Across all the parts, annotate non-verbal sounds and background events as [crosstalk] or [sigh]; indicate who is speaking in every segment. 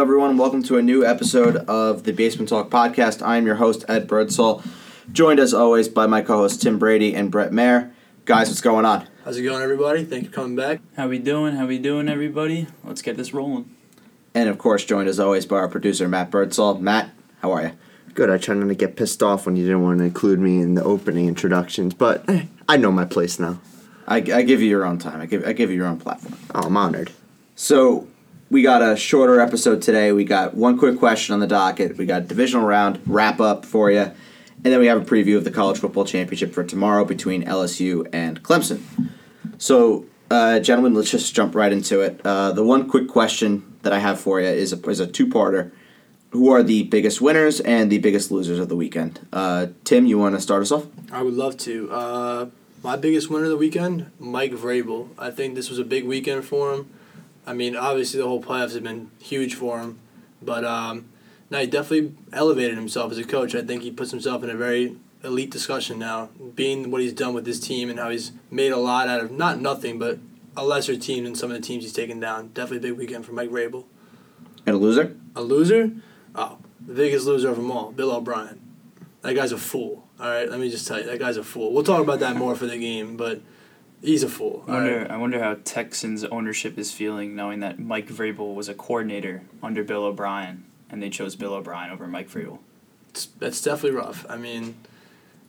Speaker 1: everyone. Welcome to a new episode of the Basement Talk podcast. I am your host, Ed Birdsall, joined as always by my co hosts, Tim Brady and Brett Mayer. Guys, what's going on?
Speaker 2: How's it going, everybody? Thank you for coming back.
Speaker 3: How we doing? How we doing, everybody? Let's get this rolling.
Speaker 1: And of course, joined as always by our producer, Matt Birdsall. Matt, how are you?
Speaker 4: Good. I tried not to get pissed off when you didn't want to include me in the opening introductions, but eh, I know my place now.
Speaker 1: I, I give you your own time, I give, I give you your own platform.
Speaker 4: Oh, I'm honored.
Speaker 1: So we got a shorter episode today. We got one quick question on the docket. We got divisional round wrap up for you, and then we have a preview of the college football championship for tomorrow between LSU and Clemson. So, uh, gentlemen, let's just jump right into it. Uh, the one quick question that I have for you is a, is a two parter. Who are the biggest winners and the biggest losers of the weekend? Uh, Tim, you want to start us off?
Speaker 2: I would love to. Uh, my biggest winner of the weekend, Mike Vrabel. I think this was a big weekend for him. I mean, obviously the whole playoffs have been huge for him, but um, no, he definitely elevated himself as a coach. I think he puts himself in a very elite discussion now, being what he's done with his team and how he's made a lot out of not nothing, but a lesser team than some of the teams he's taken down. Definitely a big weekend for Mike Vrabel.
Speaker 1: And a loser?
Speaker 2: A loser? Oh, the biggest loser of them all, Bill O'Brien. That guy's a fool. All right, let me just tell you, that guy's a fool. We'll talk about that more for the game, but he's a fool.
Speaker 3: I
Speaker 2: all
Speaker 3: wonder,
Speaker 2: right?
Speaker 3: I wonder how Texans ownership is feeling knowing that Mike Vrabel was a coordinator under Bill O'Brien and they chose Bill O'Brien over Mike Vrabel.
Speaker 2: It's, that's definitely rough. I mean,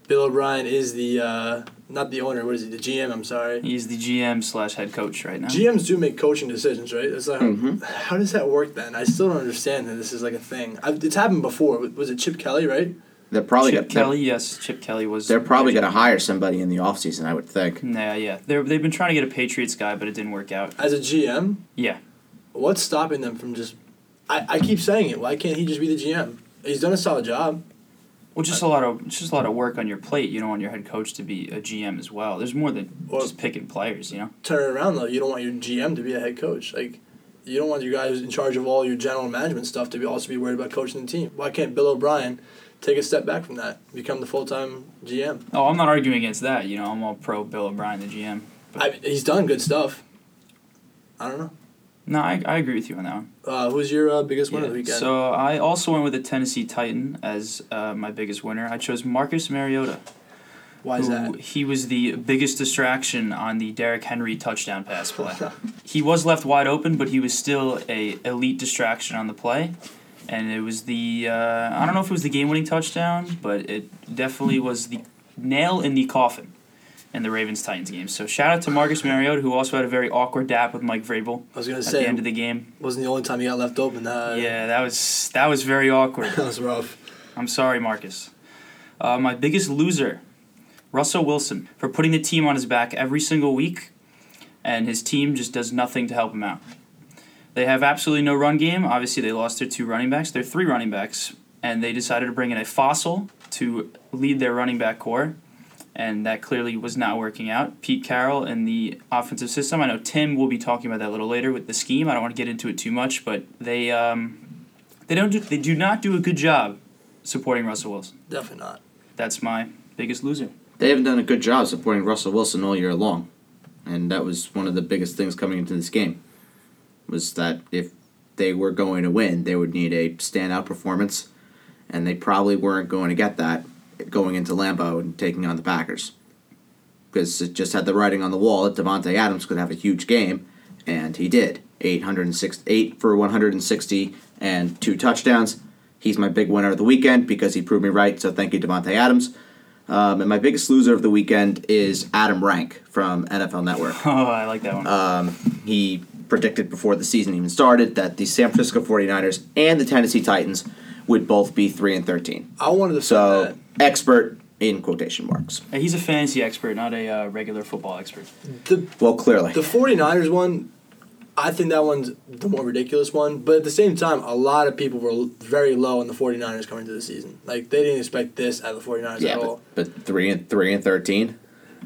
Speaker 2: Bill O'Brien is the uh, not the owner. What is he? The GM. I'm sorry.
Speaker 3: He's the GM slash head coach right now.
Speaker 2: GMs do make coaching decisions, right? That's like,
Speaker 1: Mhm.
Speaker 2: how does that work then? I still don't understand that this is like a thing. I've, it's happened before. Was it Chip Kelly, right?
Speaker 1: They're probably
Speaker 3: Chip
Speaker 1: gonna,
Speaker 3: Kelly, yes, Chip Kelly was.
Speaker 1: They're, they're probably going to hire somebody in the offseason, I would think.
Speaker 3: Nah, yeah, they're, they've been trying to get a Patriots guy, but it didn't work out.
Speaker 2: As a GM,
Speaker 3: Yeah,
Speaker 2: what's stopping them from just? I, I keep saying it. Why can't he just be the GM? He's done a solid job.
Speaker 3: well, just a lot of it's just a lot of work on your plate. You don't want your head coach to be a GM as well. There's more than
Speaker 2: Well-
Speaker 3: just picking players, you know.
Speaker 2: turn it around though. You don't want your GM to be a head coach. Like you don't want your guy who's in charge of all your general management stuff to be also be worried about coaching the team. Why can't Bill O'Brien take a step back from that, become the full time GM?
Speaker 3: Oh, I'm not arguing against that. You know, I'm all pro Bill O'Brien, the GM.
Speaker 2: I mean, he's done good stuff. I don't know.
Speaker 3: No, I, I agree with you on that one.
Speaker 2: Uh, who's your uh, biggest winner of the
Speaker 3: Yeah,
Speaker 2: weekend?
Speaker 3: So I also went with the Tennessee Titan as uh, my biggest winner. I chose Marcus Mariota.
Speaker 2: Why is that?
Speaker 3: who- He was the biggest distraction on the Derrick Henry touchdown
Speaker 2: [laughs]
Speaker 3: pass play. he was left wide open, but he was still a elite distraction on the play. And it was the uh, I don't know if it was the game winning touchdown, but it definitely was the nail in the coffin in the Ravens Titans game. So shout out to Marcus Mariota, who also had a very awkward dap with Mike Vrabel
Speaker 2: I was gonna
Speaker 3: at
Speaker 2: say
Speaker 3: the end of the game.
Speaker 2: wasn't the only time he got left open. Uh,
Speaker 3: yeah, that was that was very awkward.
Speaker 2: [laughs] that was rough.
Speaker 3: I'm sorry, Marcus. Uh, my biggest loser, Russell Wilson, for putting the team on his back every single week, and his team just does nothing to help him out. They have absolutely no run game. Obviously, they lost their two running backs, their three running backs, and they decided to bring in a fossil to lead their running back core, and that clearly was not working out. Pete Carroll and the offensive system. I know Tim will be talking about that a little later with the scheme. I don't want to get into it too much, but they um, they don't do, they do not do a good job supporting Russell Wilson.
Speaker 2: Definitely not.
Speaker 3: That's my biggest loser. [laughs]
Speaker 1: they haven't done a good job supporting Russell Wilson all year long, and that was one of the biggest things coming into this game. Was that if they were going to win, they would need a standout performance, and they probably weren't going to get that going into Lambeau and taking on the Packers, because it just had the writing on the wall that Devontae Adams could have a huge game, and he did. 868 for 160 and two touchdowns. He's my big winner of the weekend because he proved me right. So thank you, Devontae Adams. Um, and my biggest loser of the weekend is Adam Rank from NFL Network.
Speaker 3: Oh, I like that
Speaker 1: Uh,
Speaker 3: one.
Speaker 1: He predicted before the season even started that the San Francisco 49ers and the Tennessee Titans would both be 3 and 13.
Speaker 2: I wanted to so,
Speaker 1: So, expert in quotation marks.
Speaker 3: Hey, He's a fantasy expert, not a uh, regular football expert.
Speaker 2: that. The
Speaker 1: Well, clearly.
Speaker 2: The 49ers one, I think that one's the more ridiculous one. But at the same time, a lot of people were l- very low on the 49ers coming into the season. Like, they didn't expect this out of the 49ers
Speaker 1: yeah,
Speaker 2: at all.
Speaker 1: but, but 3 and 3 and 13.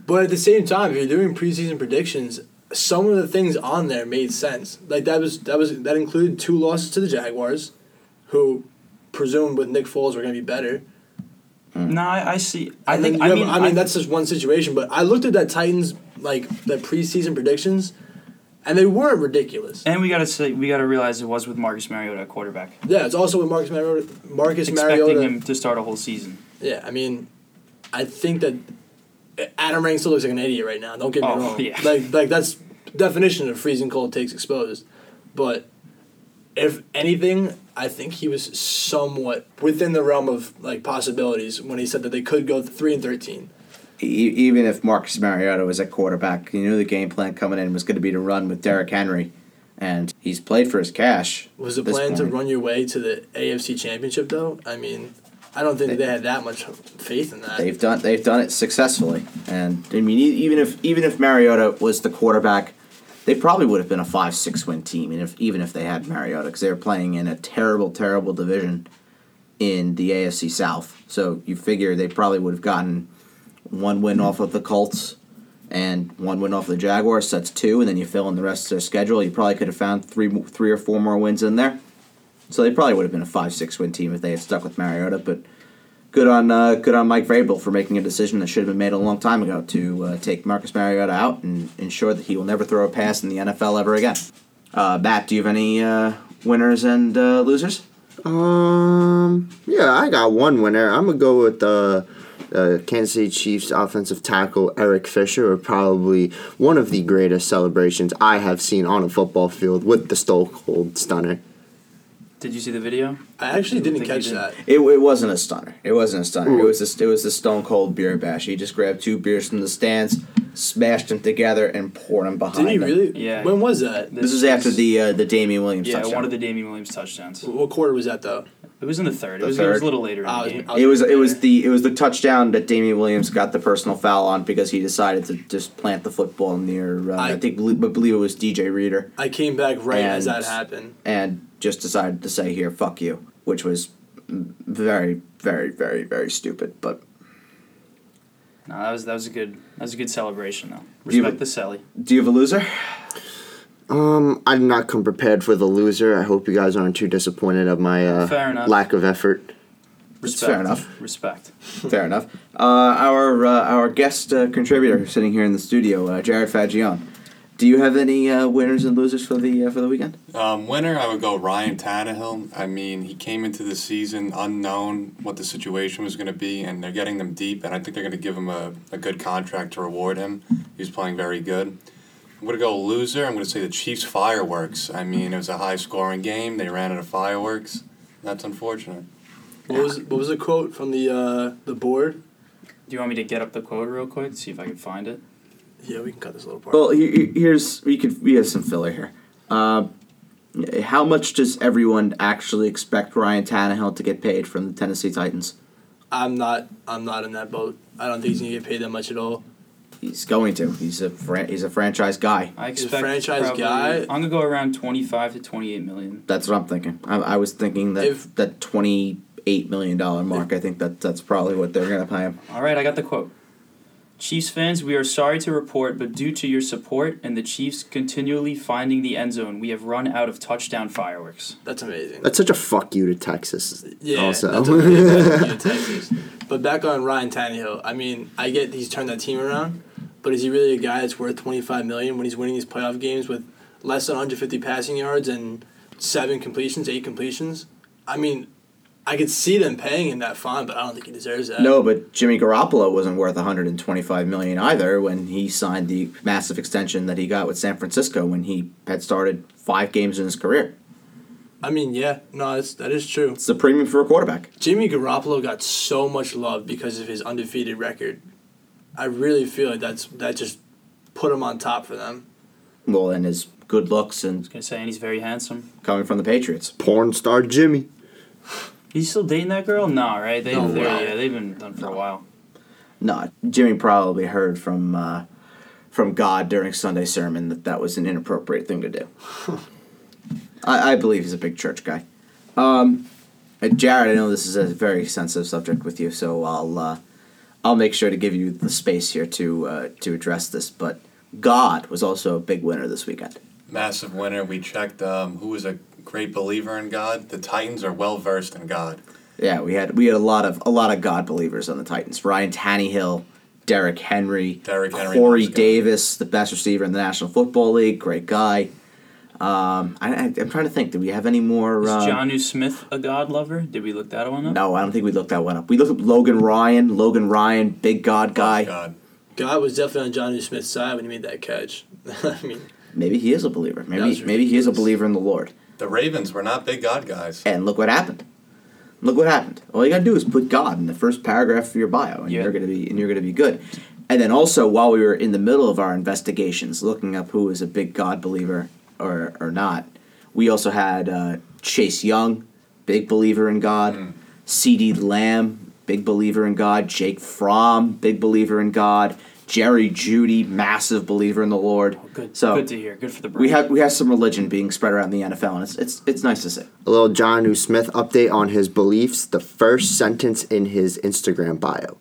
Speaker 2: But at the same time, if you're doing preseason predictions, some of the things on there made sense. Like, that was that was that included two losses to the Jaguars, who presumed with Nick Foles were going to be better.
Speaker 1: Mm.
Speaker 3: No, I, I see. I
Speaker 2: And
Speaker 3: think.
Speaker 2: then
Speaker 3: I
Speaker 2: you
Speaker 3: mean,
Speaker 2: have- I mean that's just one situation. But I looked at that Titans like the preseason predictions, and they weren't ridiculous.
Speaker 3: And we gotta say we gotta realize it was with Marcus Mariota at quarterback,
Speaker 2: Yeah, it's also with Marcus Mariota. Marcus
Speaker 3: expecting
Speaker 2: Mariota.
Speaker 3: him to start a whole season.
Speaker 2: Yeah, I mean, I think that Adam Rank still looks like an idiot right now. Don't get me
Speaker 3: Oh,
Speaker 2: wrong.
Speaker 3: yeah.
Speaker 2: Like like that's definition of freezing cold takes exposed. But if anything, I think he was somewhat within the realm of like possibilities when he said that they could go three and thirteen.
Speaker 1: E- even if Marcus Mariota was at quarterback, you knew the game plan coming in was going to be to run with Derrick Henry, and he's played for his cash.
Speaker 2: Was the
Speaker 1: at this
Speaker 2: plan to
Speaker 1: point.
Speaker 2: run your way to the AFC Championship though? I mean, I don't think
Speaker 1: They-
Speaker 2: they, had that much faith in that.
Speaker 1: They've done they've done it successfully, and I mean e- even if even if Mariota was the quarterback, they probably would have been a five six win team, and if even if they had Mariota, because they were playing in a terrible terrible division in the AFC South, so you figure they probably would have gotten one win off of the Colts and one win off the Jaguars, so that's two, and then you fill in the rest of their schedule. You probably could have found three mo- three or four more wins in there. So they probably would have been a five six win team if they had stuck with Mariota, but good on uh, good on Mike Vrabel for making a decision that should have been made a long time ago to uh, take Marcus Mariota out and ensure that he will never throw a pass in the NFL ever again. Uh, Matt, do you have any uh, winners and uh, losers?
Speaker 4: Um, yeah, I got one winner. I'm gonna go with the uh, Kansas City Chiefs offensive tackle Eric Fisher, or probably one of the greatest celebrations I have seen on a football field with the Stone Cold Stunner.
Speaker 3: Did you see the video?
Speaker 2: I actually didn't
Speaker 3: think he
Speaker 2: catch
Speaker 3: did.
Speaker 2: that.
Speaker 1: It, it wasn't a stunner. It wasn't a stunner. It
Speaker 4: Ooh.
Speaker 1: was this. It was the Stone Cold beer bash. He just grabbed two beers from the stands, smashed them together, and poured them behind.
Speaker 2: Did he
Speaker 1: him.
Speaker 2: really?
Speaker 3: Oh, Yeah.
Speaker 2: When was that?
Speaker 1: This was after the uh, the Damian Williams
Speaker 3: yeah
Speaker 1: touchdown.
Speaker 3: one of the Damian Williams touchdowns.
Speaker 2: What quarter was that though?
Speaker 3: It was in the third.
Speaker 1: The
Speaker 3: it, was, it was
Speaker 1: third.
Speaker 3: a little later in
Speaker 2: I
Speaker 3: the
Speaker 2: Oh, was-
Speaker 3: game.
Speaker 2: I
Speaker 1: It was it was the it was the touchdown that Damian Williams got the personal foul on because he decided to just plant the football near uh, I,
Speaker 2: I-
Speaker 1: think I believe it was DJ Reader
Speaker 2: I came back right as
Speaker 1: And-
Speaker 2: that happened.
Speaker 1: and just decided to say here fuck you which was very very very very stupid but
Speaker 3: no, that was that was a good that was a good celebration though.
Speaker 1: Do you-
Speaker 3: Respect the Selly.
Speaker 1: do you have a loser
Speaker 4: Um, I did not come prepared for the loser. I hope you guys aren't too disappointed of my
Speaker 3: Fair
Speaker 4: uh,
Speaker 3: enough.
Speaker 4: lack of effort.
Speaker 3: Respect.
Speaker 1: fair enough.
Speaker 3: Respect.
Speaker 1: fair enough uh, our uh, our guest uh, contributor sitting here in the studio uh, Jared Fagion do you have any uh, winners and losers for the uh, for the weekend
Speaker 5: Um, winner, I would go Ryan Tannehill. I mean, he came into the season unknown what the situation was going to be, and they're getting them deep, and I think they're going to give him a, a good contract to reward him. He was playing very good. I'm going to go loser. I'm going to say the Chiefs fireworks. I mean, it was a high scoring game. They ran out of fireworks. That's unfortunate.
Speaker 2: What was what was the quote from the uh, the board?
Speaker 3: Do you want me to get up the quote real quick? See if I can find it.
Speaker 2: Yeah, we can cut this little part.
Speaker 1: Well, he- he- here's we could we have some filler here. Uh, how much does everyone actually expect Ryan Tannehill to get paid from the Tennessee Titans?
Speaker 2: I'm not I'm not in that boat. I don't think he's gonna get paid that much at all.
Speaker 1: He's going to. He's a fran- he's a franchise guy.
Speaker 2: He's
Speaker 3: I
Speaker 2: a
Speaker 3: expect
Speaker 2: franchise
Speaker 3: probably-
Speaker 2: guy.
Speaker 3: I'm gonna go around 25 to 28 million.
Speaker 1: That's what I'm thinking. I, I was thinking that
Speaker 2: If-
Speaker 1: that twenty eight million dollar mark. I think that that's probably what they're gonna pay him.
Speaker 3: All right, I got the quote. Chiefs fans, we are sorry to report, but due to your support and the Chiefs continually finding the end zone, we have run out of touchdown fireworks.
Speaker 2: That's amazing.
Speaker 4: That's such a fuck you to Texas.
Speaker 2: yeah,
Speaker 4: also.
Speaker 2: that's amazing. That's amazing, Texas. But back on Ryan Tannehill, I mean, I get he's turned that team around, but is he really a guy that's worth twenty five million when he's winning these playoff games with less than hundred fifty passing yards and seven completions, eight completions? I mean, I could see them paying him that fine, but I don't think he deserves that.
Speaker 1: No, but Jimmy Garoppolo wasn't worth 125 million either when he signed the massive extension that he got with San Francisco when he had started five games in his career.
Speaker 2: I mean, yeah, no, that's, that is true.
Speaker 1: It's the premium for a quarterback.
Speaker 2: Jimmy Garoppolo got so much love because of his undefeated record. I really feel like that's that just put him on top for them.
Speaker 1: Well, and his good looks and
Speaker 3: Gonna say, and he's very handsome.
Speaker 1: coming from the Patriots.
Speaker 4: Porn star Jimmy.
Speaker 3: He's still dating that girl? Nah, right? They,
Speaker 1: No
Speaker 3: they're-
Speaker 1: way.
Speaker 3: yeah, they've been done for a while.
Speaker 1: No, Jimmy probably heard from uh, from God during Sunday sermon that that was an inappropriate thing to do. I, I believe he's a big church guy. Um, uh, Jared, I know this is a very sensitive subject with you, so I'll uh, I'll make sure to give you the space here to uh, to address this. But God was also a big winner this weekend.
Speaker 5: Massive winner. We checked um, who was a great believer in God. The Titans are well versed in God.
Speaker 1: Yeah, we had we had a lot of a lot of God believers on the Titans. Ryan Tannehill Derrick Henry,
Speaker 5: Derrick Henry,
Speaker 1: Corey
Speaker 5: nice guy.
Speaker 1: Davis, the best receiver in the National Football League, great guy. Um, I, I, I'm trying to think. Do we have any more?
Speaker 3: Is
Speaker 1: uh,
Speaker 3: Johnu Smith a god lover? Did we look that one up?
Speaker 1: no, I don't think we looked that one up. We looked up Logan Ryan. Logan Ryan, big God guy.
Speaker 5: God.
Speaker 2: God was definitely on Johnny Smith's side when he made that catch. [laughs] I mean,
Speaker 1: Maybe he is a believer.
Speaker 2: That
Speaker 1: Maybe
Speaker 2: was
Speaker 1: maybe he is a
Speaker 2: ridiculous.
Speaker 1: believer in the Lord.
Speaker 5: The Ravens were not big God guys.
Speaker 1: And look what happened. Look what happened. All you gotta do is put God in the first paragraph of your bio, and
Speaker 3: Yeah.
Speaker 1: you're gonna be and you're gonna be good. And then also, while we were in the middle of our investigations, looking up who is a big God believer or or not, we also had uh, Chase Young, big believer in God,
Speaker 3: Mm.
Speaker 1: C.D. Lamb, big believer in God, Jake Fromm, big believer in God, Jerry Judy, massive believer in the Lord.
Speaker 3: Oh, Good.
Speaker 1: So
Speaker 3: good to hear. Good for the brain.
Speaker 1: we have we have some religion being spread around the NFL, and it's it's it's nice to see.
Speaker 4: A little John U. Smith update on his beliefs. The first sentence in his Instagram bio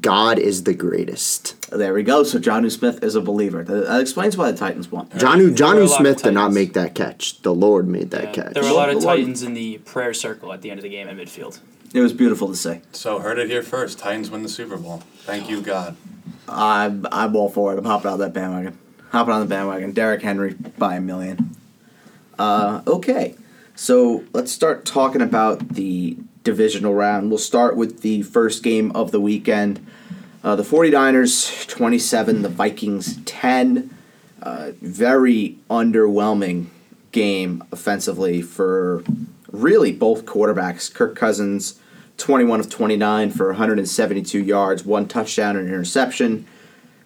Speaker 4: God is the greatest.
Speaker 1: There we go. So John Smith is a believer. That, that explains why the Titans won.
Speaker 4: John U.
Speaker 3: There
Speaker 4: John
Speaker 3: were a
Speaker 4: U.
Speaker 3: lot of
Speaker 4: Smith did not
Speaker 3: Titans.
Speaker 4: make that catch. The Lord made
Speaker 3: Yeah,
Speaker 4: that catch.
Speaker 3: There were a lot
Speaker 1: The
Speaker 3: of
Speaker 1: Lord-
Speaker 3: Titans in the prayer circle at the end of the game at midfield.
Speaker 1: It was beautiful to see.
Speaker 5: So heard it here first. Titans win the Super Bowl. Thank you, God.
Speaker 1: I'm I'm all for it. I'm hopping on that bandwagon. Hopping on the bandwagon. Derrick Henry by a million. Uh, okay, so let's start talking about the divisional round. We'll start with the first game of the weekend. Uh, the 49ers 27, the Vikings 10. Uh, very underwhelming game offensively for really both quarterbacks. Kirk Cousins, 21 of 29 for 172 yards, one touchdown and interception.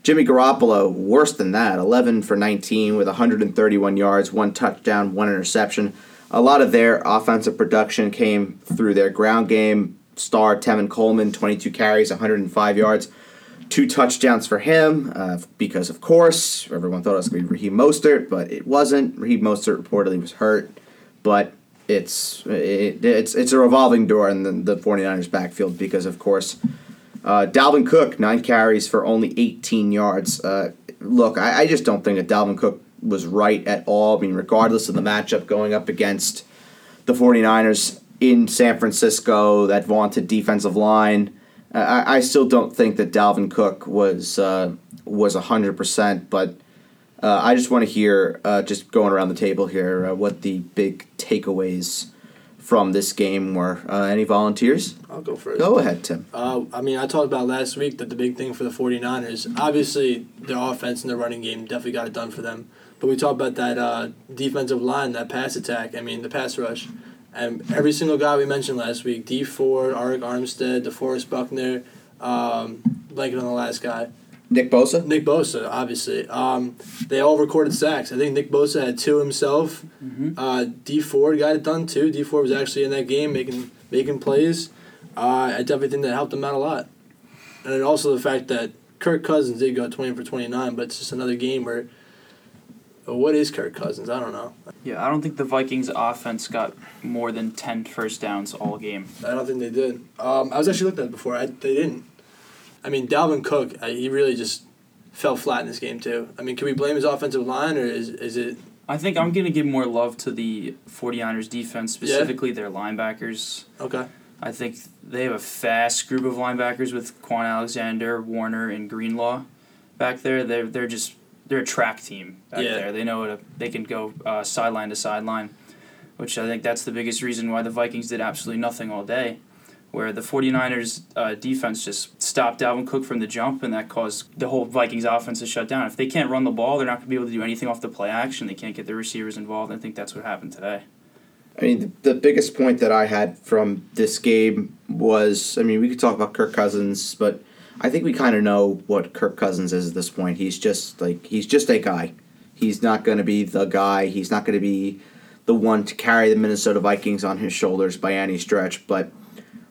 Speaker 1: Jimmy Garoppolo, worse than that, 11 for 19 with 131 yards, one touchdown, one interception. A lot of their offensive production came through their ground game. Star Tevin Coleman, 22 carries, 105 yards, two touchdowns for him uh, because, of course, everyone thought it was going to be Raheem Mostert, but it wasn't. Raheem Mostert reportedly was hurt, but it's it, it's it's a revolving door in the, the 49ers backfield because, of course, uh, Dalvin Cook, nine carries for only 18 yards. Uh, look, I, I just don't think that Dalvin Cook was right at all. I mean, regardless of the matchup going up against the 49ers in San Francisco, that vaunted defensive line, uh, I, I still don't think that Dalvin Cook was, uh, was 100%. But uh, I just want to hear, uh, just going around the table here, uh, what the big takeaways from this game were. Uh, any volunteers?
Speaker 2: I'll go first.
Speaker 1: Go ahead, Tim.
Speaker 2: Uh, I mean, I talked about last week that the big thing for the 49ers, obviously their offense and their running game definitely got it done for them. But we talked about that uh, defensive line, that pass attack, I mean, the pass rush. And every single guy we mentioned last week D Ford, Arik Armstead, DeForest Buckner, um, blanking on the last guy,
Speaker 1: Nick Bosa?
Speaker 2: Nick Bosa, obviously. Um, they all recorded sacks. I think Nick Bosa had two himself. Uh, D Ford got it done too. D Ford was actually in that game making making plays. Uh, I definitely think that helped them out a lot. And then also the fact that Kirk Cousins did go twenty for twenty nine, but it's just another game where. What is Kirk Cousins? I don't know.
Speaker 3: Yeah, I don't think the Vikings offense got more than 10 first downs all game.
Speaker 2: I don't think they did. Um, I was actually looking at it before. I, they didn't. I mean, Dalvin Cook, I, he really just fell flat in this game too. I mean, can we blame his offensive line or is is it
Speaker 3: I think I'm going to give more love to the 49ers defense, specifically their linebackers.
Speaker 2: okay?
Speaker 3: I think they have a fast group of linebackers with Quan Alexander, Warner, and Greenlaw back there. They're they're just they're a track team back
Speaker 2: Yeah.
Speaker 3: there. They know how to, they can go uh, sideline to sideline, which I think that's the biggest reason why the Vikings did absolutely nothing all day. Where the 49ers uh, defense just stopped Dalvin Cook from the jump, and that caused the whole Vikings offense to shut down. If they can't run the ball, they're not going to be able to do anything off the play action. They can't get their receivers involved. I think that's what happened today.
Speaker 1: I mean, the biggest point that I had from this game was, I mean, we could talk about Kirk Cousins, but I think we kind of know what Kirk Cousins is at this point. He's just like he's just a guy. He's not going to be the guy. He's not going to be the one to carry the Minnesota Vikings on his shoulders by any stretch. But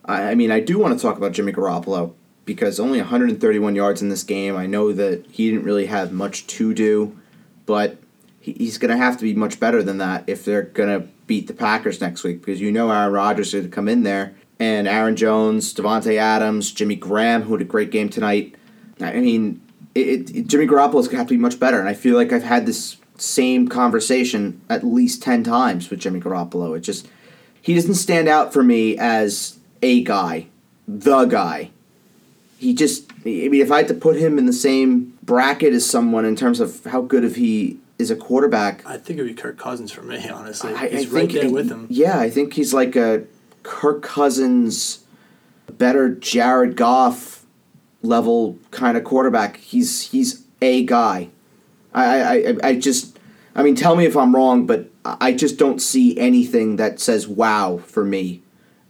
Speaker 1: I, I mean, I do want to talk about Jimmy Garoppolo because only 131 yards in this game. I know that he didn't really have much to do, but he- he's going to have to be much better than that if they're going to beat the Packers next week because you know Aaron Rodgers is going to come in there and Aaron Jones, Devontae Adams, Jimmy Graham, who had a great game tonight. I mean, it, it, Jimmy Garoppolo is going to have to be much better, and I feel like I've had this same conversation at least ten times with Jimmy Garoppolo. It just he doesn't stand out for me as a guy, the guy he just I mean if I had to put him in the same bracket as someone in terms of how good of he is a quarterback,
Speaker 2: I think it would be Kirk Cousins for me, [laughs] honestly.
Speaker 1: I,
Speaker 2: He's
Speaker 1: I
Speaker 2: right
Speaker 1: think
Speaker 2: there
Speaker 1: I-
Speaker 2: with him.
Speaker 1: Yeah, I think he's like a Kirk Cousins, better Jared Goff level kind of quarterback. He's he's a guy. I I, I- I just I mean tell me if I'm wrong, but I I just don't see anything that says wow for me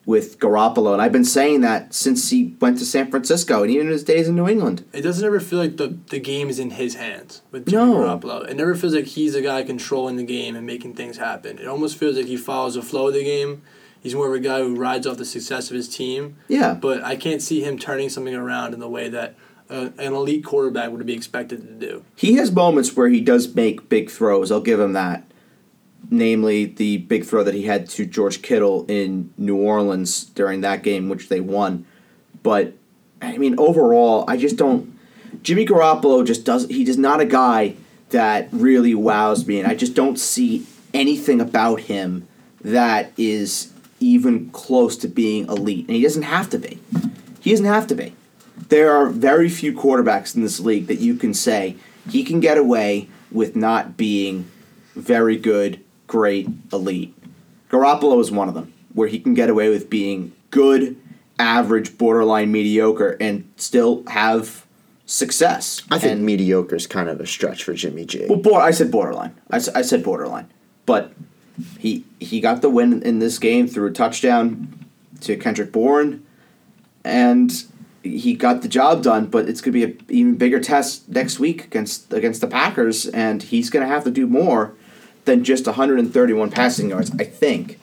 Speaker 1: with Garoppolo, and I've been saying that since he went to San Francisco and even his days in New England.
Speaker 2: It doesn't ever feel like the, the game is in his hands with Jimmy
Speaker 1: No.
Speaker 2: Garoppolo. It never feels like he's the guy controlling the game and making things happen. It almost feels like he follows the flow of the game. He's more of a guy who rides off the success of his team.
Speaker 1: Yeah,
Speaker 2: But I can't see him turning something around in the way that uh, an elite quarterback would be expected to do.
Speaker 1: He has moments where he does make big throws. I'll give him that. Namely, the big throw that he had to George Kittle in New Orleans during that game, which they won. But I mean, overall, I just don't. Jimmy Garoppolo just does. He is not a guy that really wows me, and I just don't see anything about him that is even close to being elite. And he doesn't have to be. He doesn't have to be there are very few quarterbacks in this league that you can say he can get away with not being very good, great, elite. Garoppolo is one of them, where he can get away with being good, average, borderline mediocre, and still have success.
Speaker 4: I think
Speaker 1: And-
Speaker 4: mediocre is kind of a stretch for Jimmy G.
Speaker 1: well, bor- I said borderline. I, s- I said borderline, but he he got the win in this game through a touchdown to Kendrick Bourne, and he got the job done. But it's going to be an even bigger test next week against against the Packers, and he's going to have to do more than just 131 passing yards, I think,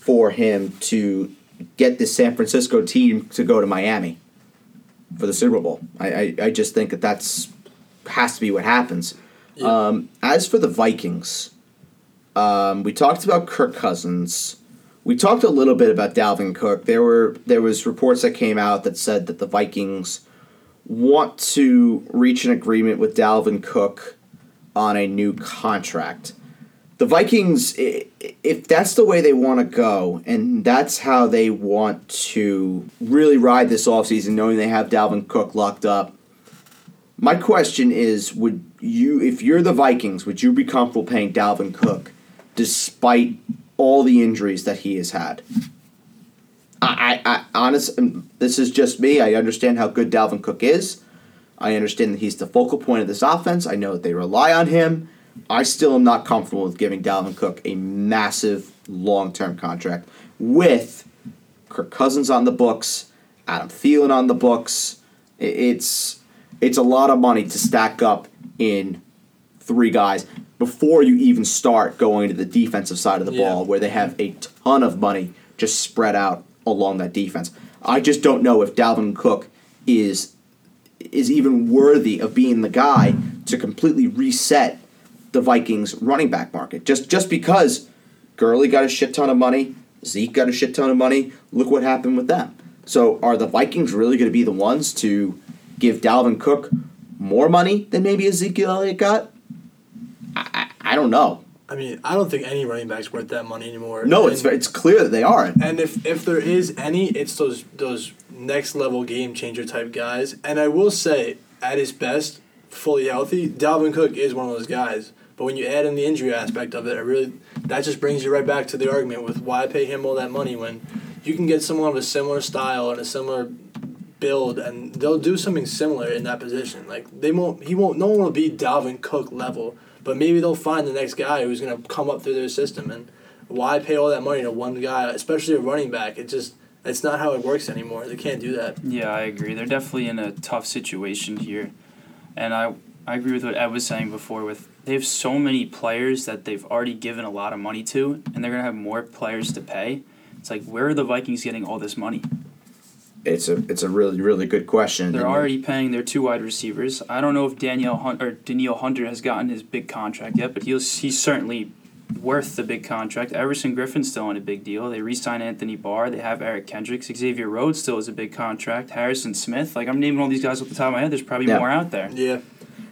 Speaker 1: for him to get this San Francisco team to go to Miami for the Super Bowl. I, I, I just think that that's has to be what happens.
Speaker 2: Yeah.
Speaker 1: Um, as for the Vikings, um, we talked about Kirk Cousins. We talked a little bit about Dalvin Cook. There were there was reports that came out that said that the Vikings want to reach an agreement with Dalvin Cook on a new contract. The Vikings, i- i- if that's the way they want to go, and that's how they want to really ride this offseason, knowing they have Dalvin Cook locked up, my question is would you, if you're the Vikings, would you be comfortable paying Dalvin Cook despite all the injuries that he has had? I, I, I honest, um, this is just me. I understand how good Dalvin Cook is. I understand that he's the focal point of this offense. I know that they rely on him. I still am not comfortable with giving Dalvin Cook a massive long term contract with Kirk Cousins on the books, Adam Thielen on the books. I- It's it's a lot of money to stack up in three guys before you even start going to the defensive side of the
Speaker 2: Yeah.
Speaker 1: ball where they have a ton of money just spread out along that defense. I just don't know if Dalvin Cook is is even worthy of being the guy to completely reset the Vikings running back market. Just just because Gurley got a shit ton of money, Zeke got a shit ton of money. Look what happened with them. So are the Vikings really going to be the ones to give Dalvin Cook more money than maybe Ezekiel Elliott got? I, I, I don't know.
Speaker 2: I mean, I don't think any running back's worth that money anymore.
Speaker 1: No,
Speaker 2: And-
Speaker 1: it's it's clear that they aren't.
Speaker 2: And if if there is any, it's those those next level game changer type guys. And I will say, at his best, fully healthy, Dalvin Cook is one of those guys. But when you add in the injury aspect of it, I really that just brings you right back to the argument with why pay him all that money when you can get someone of a similar style and a similar build, and they'll do something similar in that position. Like they won't, he won't, no one will be Dalvin Cook level, but maybe they'll find the next guy who's gonna come up through their system. And why pay all that money to one guy, especially a running back? It just it's not how it works anymore. They can't do that.
Speaker 3: Yeah, I agree. They're definitely in a tough situation here. And I, I agree with what Ed was saying before with they have so many players that they've already given a lot of money to and they're gonna have more players to pay. It's like where are the Vikings getting all this money?
Speaker 1: It's a it's a really really good question.
Speaker 3: They're
Speaker 1: And
Speaker 3: already paying their two wide receivers. I don't know if Danielle Hunt or Daniil Hunter has gotten his big contract yet, but he's he's certainly worth the big contract. Everson Griffin's still on a big deal. They re-sign Anthony Barr. They have Eric Kendricks. Xavier Rhodes still is a big contract. Harrison Smith. Like I'm naming all these guys off the top of my head. There's probably
Speaker 1: Yeah.
Speaker 3: more out there.
Speaker 2: Yeah,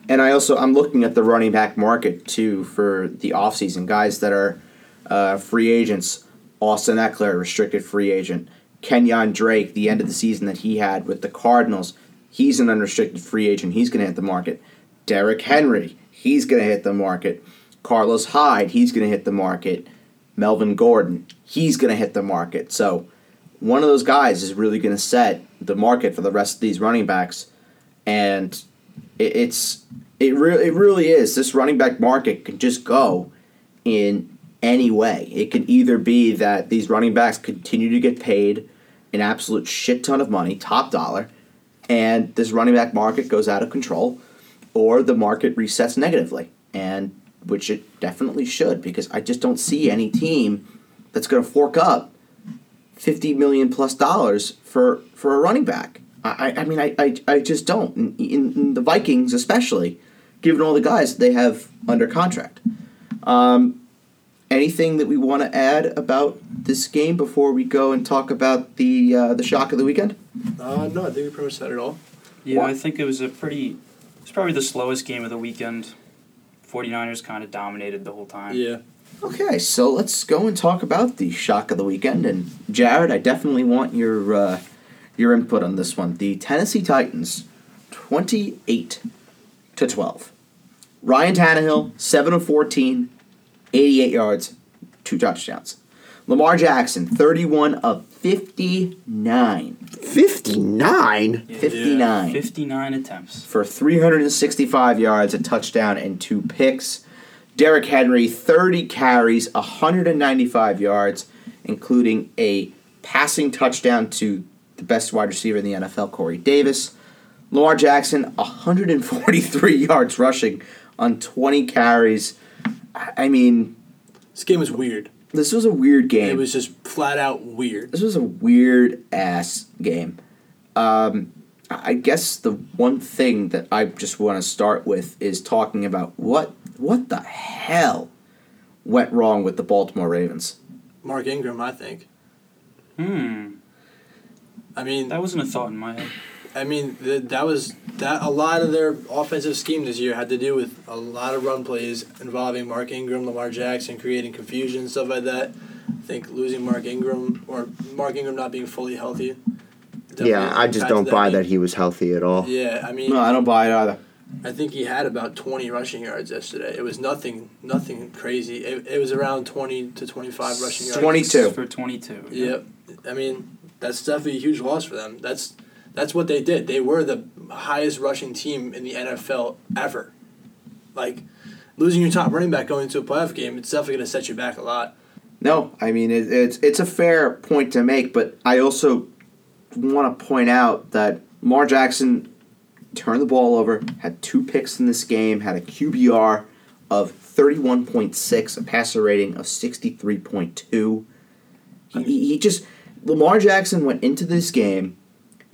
Speaker 1: And I also I'm looking at the running back market too for the offseason guys that are uh, free agents. Austin Eckler, restricted free agent. Kenyon Drake, the end of the season that he had with the Cardinals, He's an unrestricted free agent. He's going to hit the market. Derrick Henry, he's going to hit the market. Carlos Hyde, he's going to hit the market. Melvin Gordon, he's going to hit the market. So one of those guys is really going to set the market for the rest of these running backs, and it, it's it really it really is. This running back market can just go in any way. It could either be that these running backs continue to get paid an absolute shit ton of money, top dollar, and this running back market goes out of control, or the market resets negatively, and which it definitely should because I just don't see any team that's going to fork up fifty million plus dollars for for a running back. I I, I mean I, I I just don't. In, in, in the Vikings especially, given all the guys they have under contract. Um, anything that we want to add about this game before we go and talk about the uh, the shock of the weekend?
Speaker 2: Uh, no, I think we pretty much said it all.
Speaker 3: Yeah, I think it was a pretty. It's probably the slowest game of the weekend. 49ers kind of dominated the whole time.
Speaker 2: Yeah.
Speaker 1: Okay, so let's go and talk about the shock of the weekend. And Jared, I definitely want your uh, your input on this one. The Tennessee Titans, twenty eight to twelve. Ryan Tannehill, seven of 14, 88 yards, two touchdowns. Lamar Jackson, thirty one of 59,
Speaker 4: 59?
Speaker 3: Yeah.
Speaker 1: 59
Speaker 3: 59 attempts.
Speaker 1: for 365 yards, a touchdown, and two picks. Derrick Henry, 30 carries, 195 yards, including a passing touchdown to the best wide receiver in the NFL, Corey Davis. Lamar Jackson, 143 [laughs] yards rushing on 20 carries. I I mean,
Speaker 2: This game was weird.
Speaker 1: this was a weird game.
Speaker 2: It was just flat out weird.
Speaker 1: This was a weird ass game. Um, I I guess the one thing that I just want to start with is talking about what what the hell went wrong with the Baltimore Ravens.
Speaker 2: Mark Ingram, I think.
Speaker 3: Hmm.
Speaker 2: I mean,
Speaker 3: That wasn't a thought in my head.
Speaker 2: I mean, th- that was that. A lot of their offensive scheme this year had to do with a lot of run plays involving Mark Ingram, Lamar Jackson, creating confusion and stuff like that. I think losing Mark Ingram or Mark Ingram not being fully healthy. definitely
Speaker 4: Yeah, I just
Speaker 2: impacted
Speaker 4: don't buy that
Speaker 2: game.
Speaker 4: he was healthy at all.
Speaker 2: Yeah, I mean,
Speaker 1: No, I don't buy it either.
Speaker 2: I think he had about twenty rushing yards yesterday. It was nothing, nothing crazy. It, it was around twenty to twenty five rushing
Speaker 1: 20
Speaker 2: yards.
Speaker 1: 22.
Speaker 3: For 22.
Speaker 2: Yep. I mean, that's definitely a huge loss for them. That's that's what they did. They were the highest rushing team in the NFL ever. Like losing your top running back going into a playoff game, it's definitely going to set you back a lot.
Speaker 1: No, I mean it, it's it's a fair point to make, but I also want to point out that Lamar Jackson turned the ball over, had two picks in this game, had a QBR of thirty one point six, a passer rating of sixty three point two. He, he he just Lamar Jackson went into this game.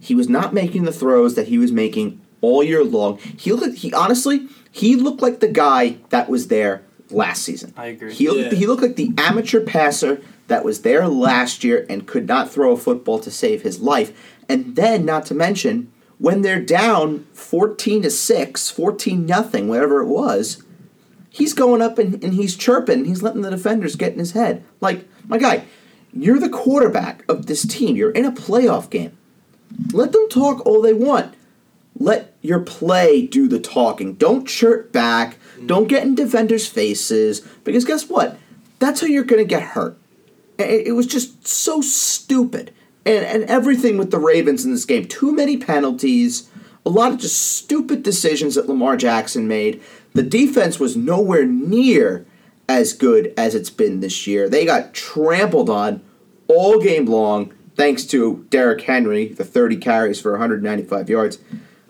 Speaker 1: He was not making the throws that he was making all year long. He looked. He honestly, he looked like the guy that was there last season.
Speaker 3: I agree.
Speaker 1: He looked,
Speaker 2: Yeah.
Speaker 1: he looked like the amateur passer that was there last year and could not throw a football to save his life. And then, not to mention, when they're down 14 to 6, 14 nothing, whatever it was, he's going up and, and he's chirping. He's letting the defenders get in his head. Like, my guy, you're the quarterback of this team. You're in a playoff game. Let them talk all they want. Let your play do the talking. Don't chirp back. Don't get in defenders' faces because guess what? That's how you're going to get hurt. I- It, it was just so stupid. And, and everything with the Ravens in this game too many penalties, a lot of just stupid decisions that Lamar Jackson made. The defense was nowhere near as good as it's been this year. They got trampled on all game long, thanks to Derrick Henry, the 30 carries for 195 yards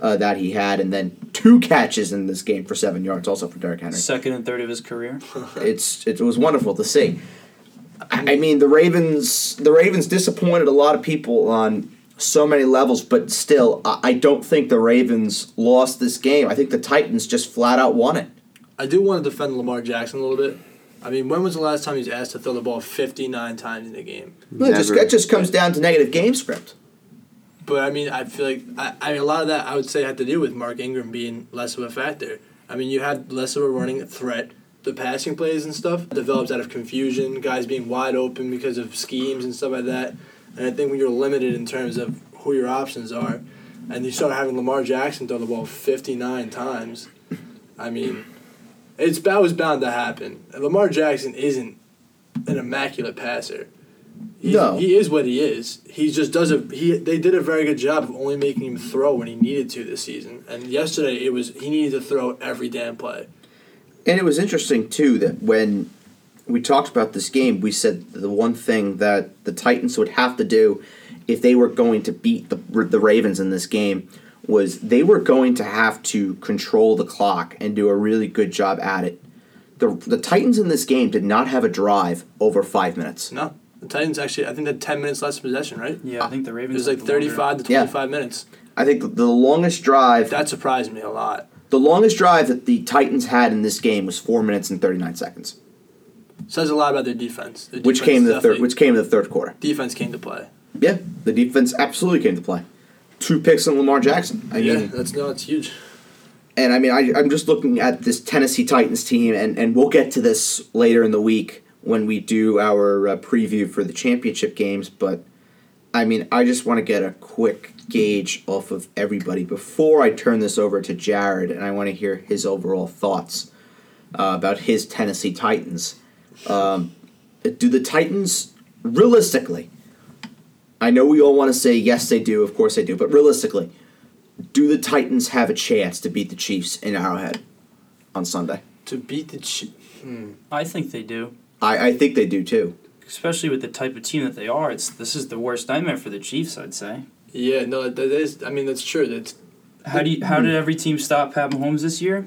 Speaker 1: uh, that he had, and then two catches in this game for seven yards, also for Derrick Henry.
Speaker 3: Second and third of his career.
Speaker 1: It's it was wonderful to see. I I mean, the Ravens the Ravens disappointed a lot of people on so many levels, but still, I, I don't think the Ravens lost this game. I think the Titans just flat out won it.
Speaker 2: I do want to defend Lamar Jackson a little bit. I mean, when was the last time he was asked to throw the ball 59 times in a game?
Speaker 1: No, it just
Speaker 4: Never.
Speaker 1: that just comes down to negative game script.
Speaker 2: But I mean, I feel like I, I mean a lot of that I would say had to do with Mark Ingram being less of a factor. I mean, you had less of a running threat. The passing plays and stuff develops out of confusion, guys being wide open because of schemes and stuff like that. And I think when you're limited in terms of who your options are, and you start having Lamar Jackson throw the ball 59 times. I mean, it's that was bound to happen. And Lamar Jackson isn't an immaculate passer. He's,
Speaker 1: No.
Speaker 2: he is what he is. He just does a he. They did a very good job of only making him throw when he needed to this season. And yesterday it was he needed to throw every damn play.
Speaker 1: And it was interesting too that when we talked about this game, we said the one thing that the Titans would have to do if they were going to beat the the Ravens in this game was they were going to have to control the clock and do a really good job at it. The the Titans in this game did not have a drive over 5 minutes.
Speaker 2: No, the Titans actually I think they had 10 minutes less possession, right?
Speaker 3: Yeah, I think the
Speaker 2: It was
Speaker 3: Ravens.
Speaker 2: like
Speaker 3: had the longer-
Speaker 2: 35 to
Speaker 1: Uh, Yeah.
Speaker 2: 25 minutes.
Speaker 1: I think the, the longest drive
Speaker 2: That surprised me a lot.
Speaker 1: the longest drive that the Titans had in this game was 4 minutes and 39 seconds,
Speaker 2: Says a lot about their defense. Their
Speaker 1: which
Speaker 2: defense
Speaker 1: came the third
Speaker 2: definitely-
Speaker 1: which came the third quarter.
Speaker 2: defense came to play.
Speaker 1: Yeah, the defense absolutely came to play. Two picks on Lamar Jackson. I
Speaker 2: yeah,
Speaker 1: mean,
Speaker 2: that's no, it's huge.
Speaker 1: and I mean, I, I'm just looking at this Tennessee Titans team, and, and we'll get to this later in the week when we do our uh, preview for the championship games. But I mean, I just want to get a quick gauge off of everybody before I turn this over to Jared, and I want to hear his overall thoughts uh, about his Tennessee Titans. Um, do the Titans realistically? I know we all want to say yes, they do. Of course, they do. But realistically, do the Titans have a chance to beat the Chiefs in Arrowhead on Sunday?
Speaker 2: To beat the Chi-
Speaker 3: I think they do,
Speaker 1: I, I think they do too.
Speaker 3: especially with the type of team that they are. It's this is the worst nightmare for the Chiefs, I'd say.
Speaker 2: Yeah, no, that that is. I mean, that's true. That's
Speaker 3: How do you, how did every team stop Pat Mahomes this year?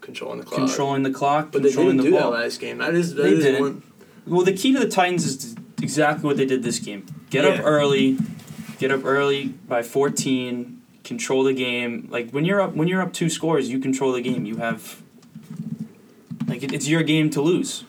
Speaker 2: controlling the clock.
Speaker 3: Controlling the clock,
Speaker 2: but they
Speaker 3: controlling
Speaker 2: didn't
Speaker 3: the
Speaker 2: do that
Speaker 3: ball.
Speaker 2: last game. That is. that
Speaker 3: They
Speaker 2: is
Speaker 3: didn't.
Speaker 2: One,
Speaker 3: Well, the key to the Titans is exactly what they did this game. Get
Speaker 2: Yeah.
Speaker 3: up early, get up early by 14, control the game. Like when you're up when you're up two scores, you control the game. You have like it, it's your game to lose.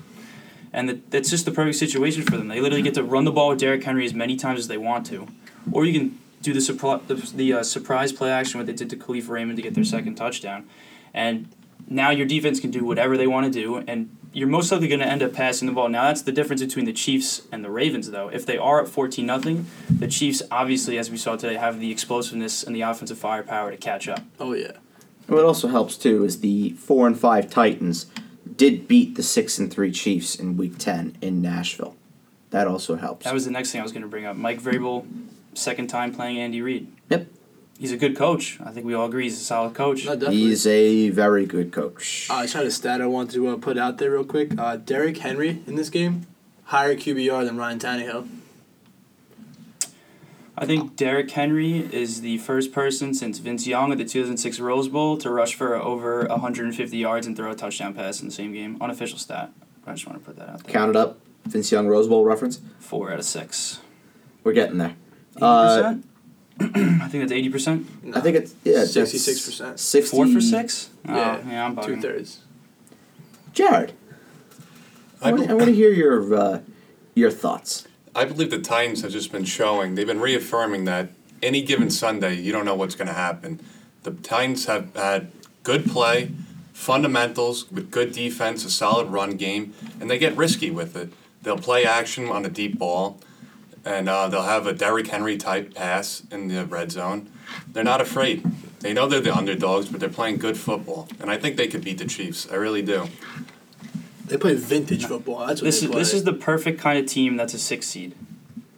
Speaker 3: And that, that's just the perfect situation for them. They literally get to run the ball with Derrick Henry as many times as they want to. Or you can do the, surpri- the, the uh, surprise play action, what they did to Khalif Raymond to get their second touchdown. And now your defense can do whatever they want to do, and you're most likely going to end up passing the ball. Now that's the difference between the Chiefs and the Ravens, though. If they are at fourteen nothing, the Chiefs obviously, as we saw today, have the explosiveness and the offensive firepower to catch up.
Speaker 2: oh yeah,
Speaker 1: What also helps too is the four and five Titans did beat the six and three Chiefs in Week Ten in Nashville. That also helps.
Speaker 3: That was the next thing I was going to bring up. Mike Vrabel, second time playing Andy Reid.
Speaker 1: Yep.
Speaker 3: He's a good coach. I think we all agree he's a solid coach.
Speaker 2: no, definitely.
Speaker 1: He's a very good coach.
Speaker 2: Uh, I just had a stat I wanted to uh, put out there real quick. Uh, Derrick Henry in this game higher QBR than Ryan Tannehill.
Speaker 3: I think Derrick Henry is the first person since Vince Young at the 2006 Rose Bowl to rush for over 150 yards and throw a touchdown pass in the same game. Unofficial stat. I just want to put that out there.
Speaker 1: Count it up. Vince Young Rose Bowl reference.
Speaker 3: Four out of six.
Speaker 1: We're getting there.
Speaker 3: 80%?
Speaker 1: Uh,
Speaker 3: I think that's 80%.
Speaker 1: I think it's yeah,
Speaker 2: 66%.
Speaker 1: Sixty
Speaker 3: Four for six? Oh,
Speaker 2: Yeah,
Speaker 3: yeah, I'm
Speaker 2: two
Speaker 3: bugging.
Speaker 2: thirds.
Speaker 1: Jared, I
Speaker 5: I,
Speaker 1: want
Speaker 5: be-
Speaker 1: to hear your uh, your thoughts.
Speaker 5: I believe the Titans have just been showing, they've been reaffirming that any given Sunday, you don't know what's going to happen. The Titans have had good play, fundamentals with good defense, a solid run game, and they get risky with it. They'll play action on a deep ball, and uh, they'll have a Derrick Henry type pass in the red zone. They're not afraid. They know they're the underdogs, but they're playing good football, and I think they could beat the Chiefs. I really do.
Speaker 2: They play vintage football. That's what
Speaker 3: This
Speaker 2: they
Speaker 3: is
Speaker 2: play.
Speaker 3: this is the perfect kind of team that's a six seed.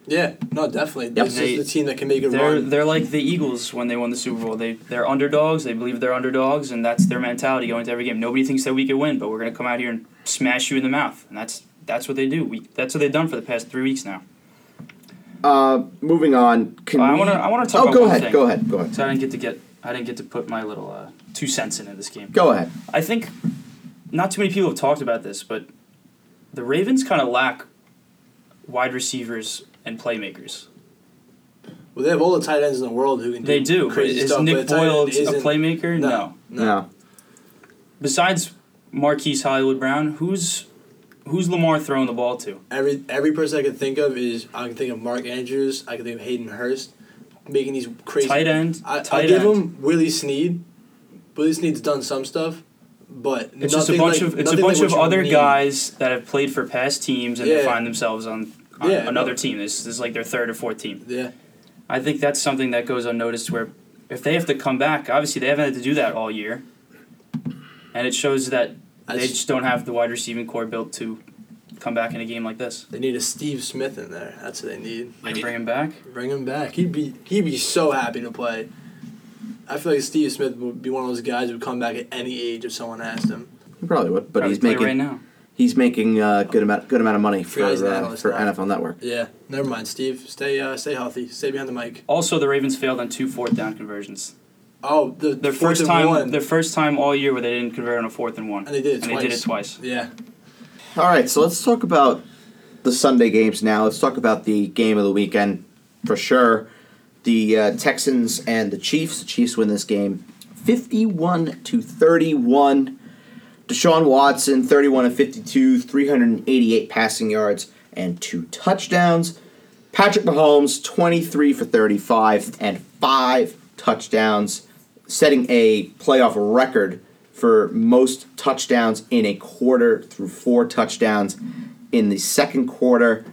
Speaker 2: yeah, no, definitely. This
Speaker 3: They-
Speaker 2: is the team that can make a
Speaker 3: They're
Speaker 2: run.
Speaker 3: they're like the Eagles when they won the Super Bowl. They they're underdogs. They believe they're underdogs, and that's their mentality going into every game. Nobody thinks that we can win, but we're gonna come out here and smash you in the mouth. And that's that's what they do. We that's what they've done for the past three weeks now.
Speaker 1: Uh, moving on. Can
Speaker 3: I
Speaker 1: we-
Speaker 3: wanna- I wanna talk
Speaker 1: Oh,
Speaker 3: about
Speaker 1: go
Speaker 3: one
Speaker 1: ahead.
Speaker 3: thing.
Speaker 1: Go ahead. Go ahead.
Speaker 3: So I didn't get to get I didn't get to put my little uh, two cents into this game.
Speaker 1: Go ahead.
Speaker 3: I think not too many people have talked about this, but the Ravens kind of lack wide receivers and playmakers.
Speaker 2: well, they have all the tight ends in the world who can do
Speaker 3: They do. but
Speaker 2: crazy
Speaker 3: is
Speaker 2: stuff. but
Speaker 3: Nick
Speaker 2: a tight end
Speaker 3: Boyle a
Speaker 2: isn't-
Speaker 3: playmaker?
Speaker 2: No.
Speaker 3: no.
Speaker 1: No.
Speaker 3: besides Marquise Hollywood Brown, who's who's Lamar throwing the ball to?
Speaker 2: Every every person I can think of is I can think of Mark Andrews, I can think of Hayden Hurst, making these crazy.
Speaker 3: Tight end.
Speaker 2: I,
Speaker 3: tight
Speaker 2: I
Speaker 3: end.
Speaker 2: give him Willie Sneed. Willie Sneed's done some stuff, but
Speaker 3: it's just a
Speaker 2: nothing
Speaker 3: bunch
Speaker 2: like-
Speaker 3: of it's a
Speaker 2: nothing
Speaker 3: bunch
Speaker 2: like
Speaker 3: of
Speaker 2: what you
Speaker 3: other
Speaker 2: need.
Speaker 3: guys that have played for past teams and they
Speaker 2: Yeah.
Speaker 3: find themselves on, on
Speaker 2: Yeah,
Speaker 3: another
Speaker 2: no.
Speaker 3: team. This, this is like their third or fourth team.
Speaker 2: Yeah,
Speaker 3: I think that's something that goes unnoticed where if they have to come back, obviously they haven't had to do that all year, and it shows that they
Speaker 2: That's-
Speaker 3: just don't have the wide receiving core built to come back in a game like this.
Speaker 2: They need a Steve Smith in there. That's what they need.
Speaker 3: They bring him back.
Speaker 2: Bring him back. He'd be he'd be so happy to play. I feel like Steve Smith would be one of those guys who would come back at any age if someone asked him.
Speaker 1: He probably would, but
Speaker 3: Probably
Speaker 1: he's
Speaker 3: play
Speaker 1: making
Speaker 3: right now.
Speaker 1: he's making uh, good amount good amount of money for
Speaker 2: Guy's an
Speaker 1: uh,
Speaker 2: analyst
Speaker 1: for
Speaker 2: now.
Speaker 1: NFL Network.
Speaker 2: Yeah, never mind, Steve. Stay uh, stay healthy. Stay behind the mic.
Speaker 3: Also, the Ravens failed on two fourth down conversions.
Speaker 2: Oh, the
Speaker 3: Their
Speaker 2: fourth
Speaker 3: first
Speaker 2: and
Speaker 3: time,
Speaker 2: one.
Speaker 3: their first time all year where they didn't convert on a fourth and one,
Speaker 2: and they did it
Speaker 3: and
Speaker 2: twice.
Speaker 3: they did it twice.
Speaker 2: Yeah,
Speaker 1: All right, so let's talk about the Sunday games now. Let's talk about the game of the weekend for sure. The uh, Texans and the Chiefs. The Chiefs win this game, fifty-one to thirty-one. Deshaun Watson, thirty-one and fifty-two, three hundred and eighty-eight passing yards and two touchdowns. Patrick Mahomes, twenty-three for thirty-five and five touchdowns, setting a playoff record for most touchdowns in a quarter through four touchdowns in the second quarter.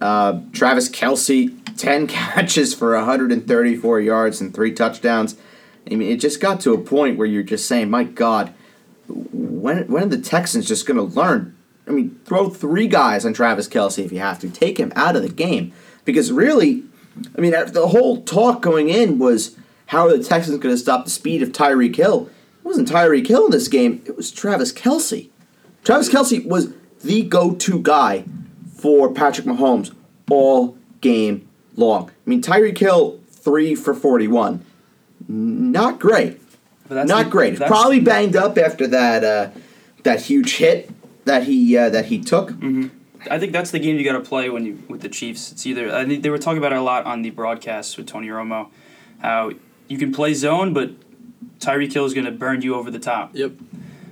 Speaker 1: Uh, Travis Kelsey, 10 [laughs] catches for 134 yards and three touchdowns. I mean, it just got to a point where you're just saying, my God, when, when are the Texans just going to learn? I mean, throw three guys on Travis Kelsey if you have to. Take him out of the game. Because really, I mean, the whole talk going in was how are the Texans going to stop the speed of Tyreek Hill? It wasn't Tyreek Hill in this game, it was Travis Kelsey. Travis Kelsey was the go to guy for Patrick Mahomes all game long. I mean, Tyreek Hill, three for 41. N- Not great.
Speaker 3: But that's
Speaker 1: Not
Speaker 3: the-
Speaker 1: great.
Speaker 3: that's-
Speaker 1: Probably banged up after that uh, that huge hit that he uh, that he took.
Speaker 3: Mm-hmm. I think that's the game you got to play when you with the Chiefs. It's either I think they were talking about it a lot on the broadcasts with Tony Romo, how you can play zone, but Tyreek Hill is going to burn you over the top.
Speaker 2: yep.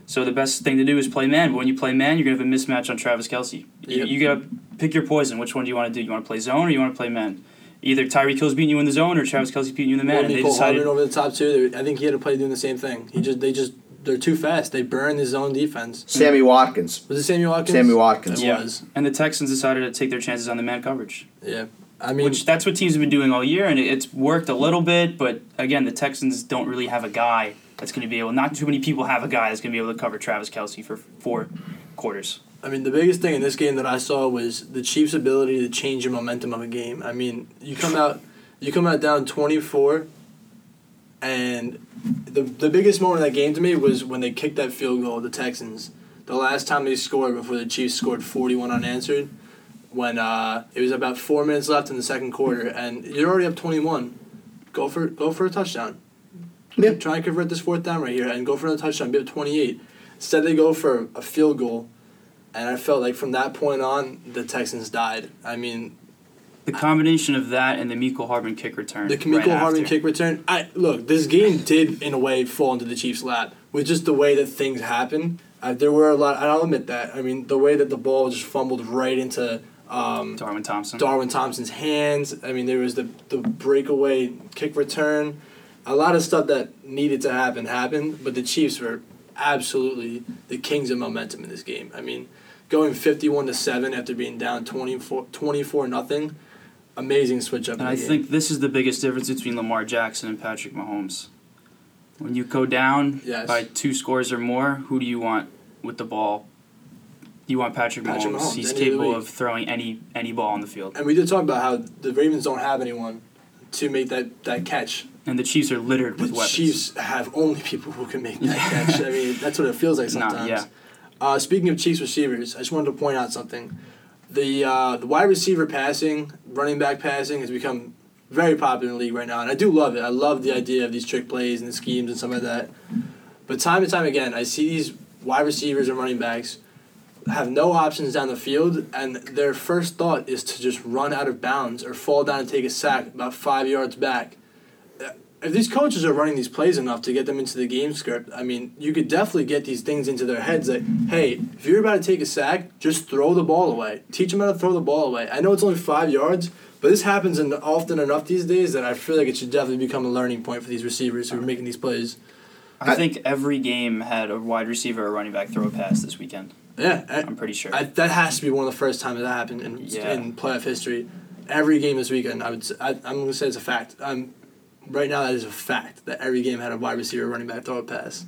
Speaker 3: So the best thing to do is play man. But when you play man, you're going to have a mismatch on Travis Kelsey. You,
Speaker 2: Yep.
Speaker 3: you got to pick your poison. Which one do you want to do? You want to play zone or you want to play man? Either Tyreek Hill's beating you in the zone or Travis Kelsey's beating you in the man.
Speaker 2: Well,
Speaker 3: and they
Speaker 2: Nicole Hardman
Speaker 3: decided
Speaker 2: over the top too. They- I think he had to play doing the same thing. He just they just they're too fast. They burn his own defense.
Speaker 1: Sammy Watkins.
Speaker 2: Was it Samuel Watkins?
Speaker 1: Sammy Watkins.
Speaker 2: It
Speaker 3: Yeah.
Speaker 2: was.
Speaker 3: and the Texans decided to take their chances on the man coverage.
Speaker 2: Yeah. I mean,
Speaker 3: which that's what teams have been doing all year, and it- it's worked a little bit. But again, the Texans don't really have a guy that's going to be able. Not too many people have a guy that's going to be able to cover Travis Kelsey for four quarters.
Speaker 2: I mean, the biggest thing in this game that I saw was the Chiefs' ability to change the momentum of a game. I mean, you come out, you come out down twenty four, and the the biggest moment of that game to me was when they kicked that field goal. The Texans, the last time they scored before the Chiefs scored forty one unanswered, when uh, it was about four minutes left in the second quarter, and you're already up twenty one. Go for go for a touchdown.
Speaker 1: Yeah.
Speaker 2: Try and convert this fourth down right here, and go for another touchdown. Be up twenty eight. Instead, they go for a field goal. And I felt like from that point on, the Texans died. I mean,
Speaker 3: The combination of that and the Miko Harbin kick return.
Speaker 2: the
Speaker 3: right
Speaker 2: Kamiko Harmon
Speaker 3: after.
Speaker 2: kick return. I look, this game did in a way fall into the Chiefs' lap with just the way that things happened. Uh, there were a lot, and I'll admit that. I mean, the way that the ball just fumbled right into um,
Speaker 3: Darwin Thompson.
Speaker 2: Darwin Thompson's hands. I mean, there was the the breakaway kick return. A lot of stuff that needed to happen happened, but the Chiefs were absolutely the kings of momentum in this game. I mean, going 51 to 7 after being down 24 24 nothing. Amazing switch up. in
Speaker 3: and
Speaker 2: the
Speaker 3: I
Speaker 2: game.
Speaker 3: think this is the biggest difference between Lamar Jackson and Patrick Mahomes. When you go down
Speaker 2: Yes.
Speaker 3: by two scores or more, who do you want with the ball? You want Patrick,
Speaker 2: Patrick
Speaker 3: Mahomes.
Speaker 2: Mahomes, any
Speaker 3: He's
Speaker 2: of the
Speaker 3: capable
Speaker 2: week.
Speaker 3: of throwing any any ball on the field.
Speaker 2: and we did talk about how the Ravens don't have anyone to make that, that catch.
Speaker 3: And the Chiefs are littered
Speaker 2: The
Speaker 3: with weapons.
Speaker 2: Chiefs have only people who can make
Speaker 3: [laughs]
Speaker 2: that catch. I mean, that's what it feels like
Speaker 3: Nah,
Speaker 2: sometimes.
Speaker 3: yeah.
Speaker 2: Uh, speaking of Chiefs receivers, I just wanted to point out something. The uh, the wide receiver passing, running back passing has become very popular in the league right now, and I do love it. I love the idea of these trick plays and the schemes and some of that. But time and time again, I see these wide receivers and running backs have no options down the field, and their first thought is to just run out of bounds or fall down and take a sack about five yards back. Uh, If these coaches are running these plays enough to get them into the game script, I mean, you could definitely get these things into their heads like, hey, if you're about to take a sack, just throw the ball away. Teach them how to throw the ball away. I know it's only five yards, but this happens en- often enough these days that I feel like it should definitely become a learning point for these receivers who are making these plays.
Speaker 3: I think every game had a wide receiver or running back throw a pass this weekend.
Speaker 2: Yeah, I-
Speaker 3: I'm pretty sure.
Speaker 2: I, that has to be one of the first times that happened in,
Speaker 3: Yeah.
Speaker 2: in playoff history. Every game this weekend, I would s- I, am gonna say it's a fact. Um, right now that is a fact that every game had a wide receiver, running back, throw a pass.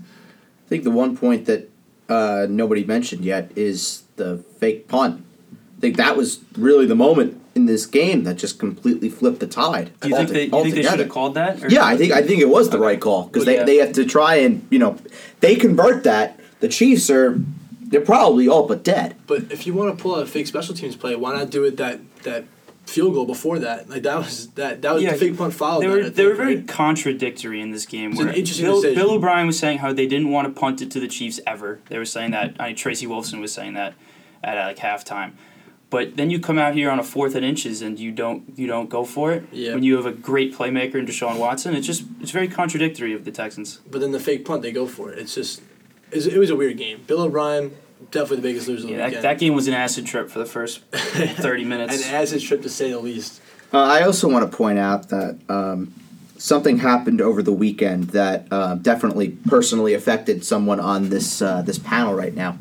Speaker 1: I think the one point that uh, nobody mentioned yet is the fake punt. I think that was really the moment in this game that just completely flipped the tide.
Speaker 3: Do you think they, you think they should have called that? Or-
Speaker 1: Yeah, I think I think it was the right call because
Speaker 3: Well,
Speaker 1: they,
Speaker 3: yeah.
Speaker 1: they have to try and you know they convert that. The Chiefs are they're probably all but dead.
Speaker 2: But if you want to pull out a fake special teams play, why not do it that that field goal before that? Like that was that that was
Speaker 3: Yeah,
Speaker 2: the fake punt foul.
Speaker 3: They
Speaker 2: that,
Speaker 3: were
Speaker 2: I
Speaker 3: they were
Speaker 2: think,
Speaker 3: very
Speaker 2: right?
Speaker 3: contradictory in this game.
Speaker 2: It's an
Speaker 3: Where
Speaker 2: interesting
Speaker 3: Bill,
Speaker 2: decision.
Speaker 3: Bill O'Brien was saying how they didn't want to punt it to the Chiefs ever. They were saying that. I mean, Tracy Wolfson was saying that at uh, like halftime. But then you come out here on a fourth and inches and you don't you don't go for it
Speaker 2: Yeah.
Speaker 3: when you have a great playmaker in Deshaun Watson. It's just it's very contradictory of the Texans.
Speaker 2: But then the fake punt, they go for it. It's just it's, it was a weird game. Bill O'Brien definitely the biggest loser of the
Speaker 3: Yeah, that,
Speaker 2: weekend.
Speaker 3: that game was an acid trip for
Speaker 2: [laughs]
Speaker 3: the first thirty minutes.
Speaker 2: An acid trip to say the least.
Speaker 1: Uh, I also want to point out that um, something happened over the weekend that uh, definitely personally affected someone on this uh, this panel right now,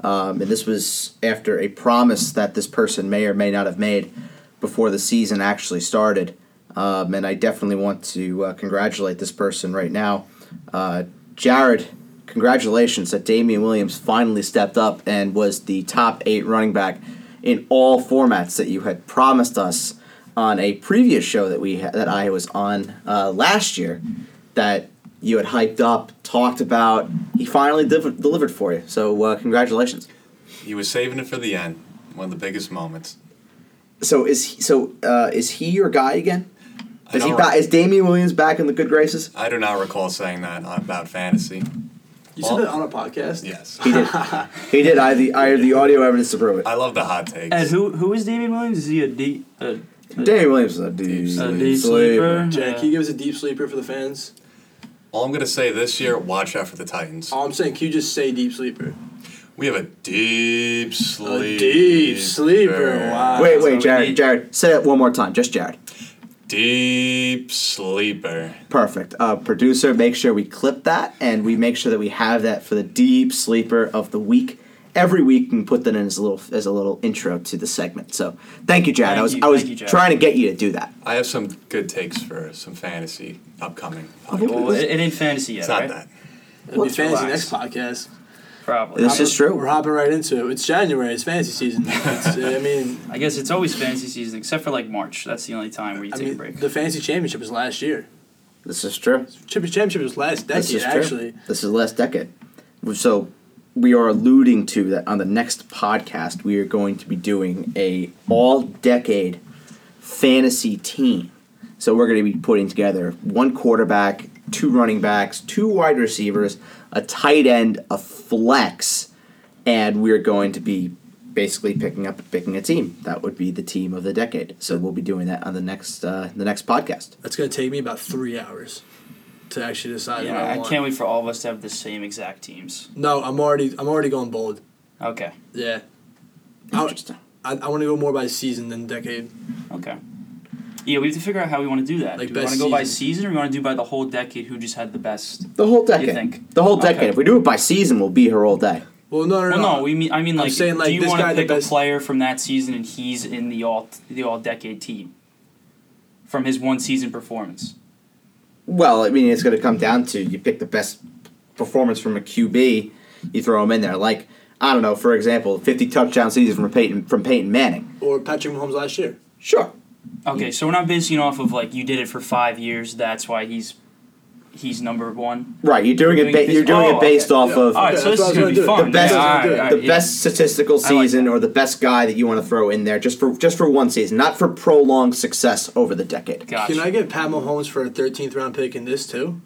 Speaker 1: um, and this was after a promise that this person may or may not have made before the season actually started, um, and I definitely want to uh, congratulate this person right now, uh, Jared. Congratulations that Damian Williams finally stepped up and was the top eight running back in all formats that you had promised us on a previous show that we ha- that I was on uh, last year that you had hyped up, talked about. He finally div- delivered for you. So uh, congratulations.
Speaker 5: He was saving it for the end, one of the biggest moments.
Speaker 1: So is he, so uh, is he your guy again?
Speaker 5: I
Speaker 1: Is he
Speaker 5: don't-
Speaker 1: ba- is Damian Williams back in the good graces?
Speaker 5: I do not recall saying that about fantasy.
Speaker 2: You
Speaker 5: Well-
Speaker 2: said that on a podcast.
Speaker 5: Yes.
Speaker 1: He
Speaker 5: [laughs]
Speaker 1: did. he did. I have the I have the audio evidence to prove it.
Speaker 5: I love the hot takes.
Speaker 3: and who who is Damian Williams? Is he a D? A,
Speaker 1: Damian Williams is a deep,
Speaker 5: He's
Speaker 3: a
Speaker 1: sleeper.
Speaker 3: D sleeper?
Speaker 2: Jack,
Speaker 3: Yeah.
Speaker 2: can you give us a deep sleeper for the fans?
Speaker 5: All I'm going to say this year, watch out for the Titans.
Speaker 2: All I'm saying, can you just say deep sleeper?
Speaker 5: We have a deep sleeper.
Speaker 2: deep sleeper, wow.
Speaker 1: Wait,
Speaker 3: That's what
Speaker 1: wait,
Speaker 3: we
Speaker 1: Jared,
Speaker 3: need.
Speaker 1: Jared, say it one more time, just Jared.
Speaker 5: Deep sleeper.
Speaker 1: Perfect. Uh, producer, make sure we clip that and we make sure that we have that for the deep sleeper of the week. Every week, and put that in as a little as a little intro to the segment. So, thank you, Jad. I
Speaker 3: Thank
Speaker 1: was
Speaker 3: you.
Speaker 1: I was
Speaker 3: Thank you, Jad.
Speaker 1: trying to get you to do that.
Speaker 5: I have some good takes for some fantasy upcoming.
Speaker 3: Well, it, it ain't fantasy yet,
Speaker 5: It's not
Speaker 3: right?
Speaker 5: that.
Speaker 2: It'll
Speaker 1: Let's
Speaker 2: be fantasy next
Speaker 3: relax.
Speaker 2: podcast.
Speaker 3: Probably.
Speaker 1: This is
Speaker 2: We're
Speaker 1: true.
Speaker 2: hopping right into it. It's January. It's fantasy season. It's, I mean,
Speaker 3: I guess it's always fantasy season, except for like March. That's the only time where you
Speaker 2: I
Speaker 3: take a
Speaker 2: mean,
Speaker 3: break.
Speaker 2: the fantasy championship was last year.
Speaker 1: This is true.
Speaker 2: Champion- Championship was last
Speaker 1: This
Speaker 2: decade,
Speaker 1: is true.
Speaker 2: actually.
Speaker 1: This is last decade. So, we are alluding to that on the next podcast. We are going to be doing a all decade fantasy team. So we're going to be putting together one quarterback, two running backs, two wide receivers, a tight end, a flex, and we're going to be basically picking up picking a team. That would be the team of the decade. So we'll be doing that on the next uh, the next podcast.
Speaker 2: That's going to take me about three hours to actually decide. what
Speaker 3: yeah, I
Speaker 2: want.
Speaker 3: can't wait for all of us to have the same exact teams.
Speaker 2: No, I'm already. I'm already going bold.
Speaker 3: Okay.
Speaker 2: Yeah, Ouch.
Speaker 1: Interesting.
Speaker 2: I, I want to go more by season than decade.
Speaker 3: Okay. Yeah, we have to figure out how we want to do that.
Speaker 2: Like
Speaker 3: do we want to
Speaker 2: best
Speaker 3: go by
Speaker 2: season.
Speaker 3: season or we want to do by the whole decade who just had the best?
Speaker 1: The whole
Speaker 3: You
Speaker 1: decade.
Speaker 3: think?
Speaker 1: The whole decade.
Speaker 3: Okay.
Speaker 1: If we do it by season, we'll be here all day.
Speaker 2: Well, no, no,
Speaker 3: Well,
Speaker 2: no.
Speaker 3: no, we mean I mean like,
Speaker 2: saying, like,
Speaker 3: do you
Speaker 2: this
Speaker 3: want
Speaker 2: guy
Speaker 3: to
Speaker 2: the
Speaker 3: pick a
Speaker 2: best-
Speaker 3: player from that season and he's in the all the all decade team from his one season performance?
Speaker 1: Well, I mean, it's going to come down to you pick the best performance from a QB, you throw him in there. Like I don't know, for example, fifty touchdown season from Peyton from Peyton Manning.
Speaker 2: or Patrick Mahomes last year.
Speaker 1: Sure.
Speaker 3: Okay, so we're not basing off of like you did it for five years. That's why he's he's number one.
Speaker 1: Right, you're doing it.
Speaker 3: Doing it
Speaker 1: Ba- you're
Speaker 3: based-
Speaker 1: doing
Speaker 3: oh,
Speaker 1: it based
Speaker 3: okay.
Speaker 1: off
Speaker 2: Yeah.
Speaker 1: of
Speaker 3: All right,
Speaker 2: Yeah,
Speaker 3: so
Speaker 2: that's
Speaker 3: this
Speaker 2: what I was
Speaker 3: is gonna
Speaker 2: gonna
Speaker 3: be
Speaker 2: do.
Speaker 3: fun.
Speaker 1: The best-
Speaker 3: Yeah, all right,
Speaker 2: the
Speaker 3: all right,
Speaker 1: the
Speaker 3: yeah.
Speaker 1: best statistical
Speaker 3: I like
Speaker 1: season
Speaker 3: that.
Speaker 1: or the best guy that you want to throw in there, just for just for one season, not for prolonged success over the decade.
Speaker 3: Gotcha.
Speaker 2: Can I get Pat Mahomes for a 13th round pick in this too?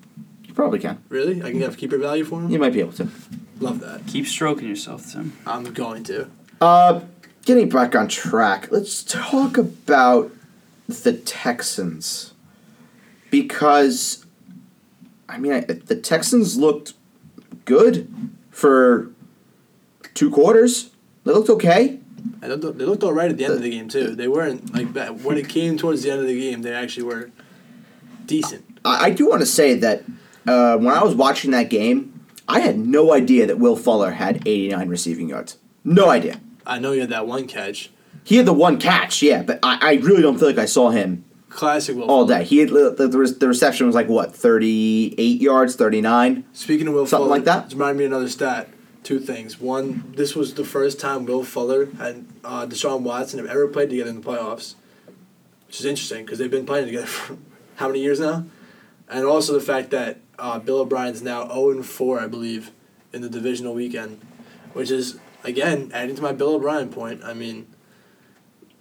Speaker 1: You probably can.
Speaker 2: Really? I can have keeper value for him.
Speaker 1: You might be able to.
Speaker 2: Love that.
Speaker 3: Keep stroking yourself, Tim.
Speaker 2: I'm going to.
Speaker 1: Uh, getting back on track, let's talk about the Texans because I mean I, the Texans looked good for two quarters. They looked okay.
Speaker 2: I don't, they looked all right at the end of the game too. They weren't like bad. when it came towards the end of the game. They actually were decent.
Speaker 1: I, I do want to say that uh, when I was watching that game, I had no idea that Will Fuller had 89 receiving yards. No idea.
Speaker 2: I know you had that one catch.
Speaker 1: He had the one catch, yeah, but I, I really don't feel like I saw him
Speaker 2: classic Will.
Speaker 1: all
Speaker 2: Fuller.
Speaker 1: day. He had, the, the re- the reception was like what thirty eight yards, thirty nine.
Speaker 2: Speaking of Will
Speaker 1: Something
Speaker 2: Fuller,
Speaker 1: like that?
Speaker 2: it reminded me of another stat. Two things. One, this was the first time Will Fuller and uh, Deshaun Watson have ever played together in the playoffs, which is interesting because they've been playing together [laughs] for how many years now? And also the fact that uh, Bill O'Brien's now 0 4, I believe, in the divisional weekend, which is, again, adding to my Bill O'Brien point. I mean,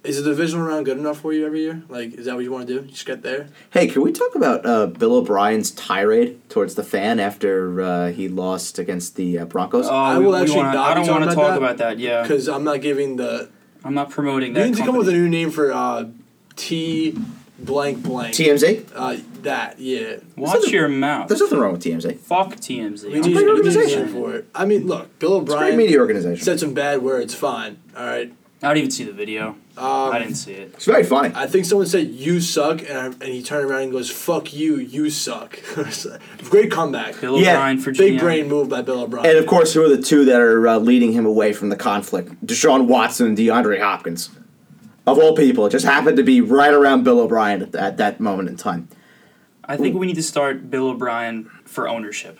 Speaker 2: is the divisional round good enough for you every year? Like, is that what you want to do? Just get there?
Speaker 1: Hey, can we talk about uh, Bill O'Brien's tirade towards the fan after uh, he lost against the uh, Broncos?
Speaker 3: Oh,
Speaker 2: I
Speaker 3: we-
Speaker 2: will
Speaker 3: we
Speaker 2: actually
Speaker 3: wanna-
Speaker 2: not
Speaker 3: I
Speaker 2: be
Speaker 3: don't
Speaker 2: talking
Speaker 3: want to
Speaker 2: about
Speaker 3: talk
Speaker 2: that.
Speaker 3: about that. Yeah,
Speaker 2: Because I'm not giving the
Speaker 3: I'm not promoting
Speaker 2: We
Speaker 3: that.
Speaker 2: need to come up with a new
Speaker 3: company.
Speaker 2: name for uh, T blank blank.
Speaker 1: TMZ.
Speaker 2: uh, that, yeah.
Speaker 3: Watch your mouth.
Speaker 1: There's nothing wrong with TMZ.
Speaker 3: Fuck TMZ.
Speaker 2: We
Speaker 3: I'm
Speaker 1: great
Speaker 2: need a
Speaker 3: just-
Speaker 1: organization.
Speaker 2: organization for it. I mean, look, Bill
Speaker 1: It's a great
Speaker 2: O'Brien
Speaker 1: media organization.
Speaker 2: said some bad words, fine. All right.
Speaker 3: I don't even see the video. I
Speaker 2: Um,
Speaker 3: didn't see it.
Speaker 1: It's very funny.
Speaker 2: I think someone said, you suck, and, I, and he turned around and goes, fuck you, you suck. [laughs] Great comeback.
Speaker 3: Bill
Speaker 1: Yeah,
Speaker 3: O'Brien for
Speaker 2: Big
Speaker 3: GM.
Speaker 2: brain move by Bill O'Brien.
Speaker 1: And of course, who are the two that are uh, leading him away from the conflict? Deshaun Watson and DeAndre Hopkins. Of all people, it just happened to be right around Bill O'Brien at, at that moment in time.
Speaker 3: I think we need to start Bill O'Brien for ownership.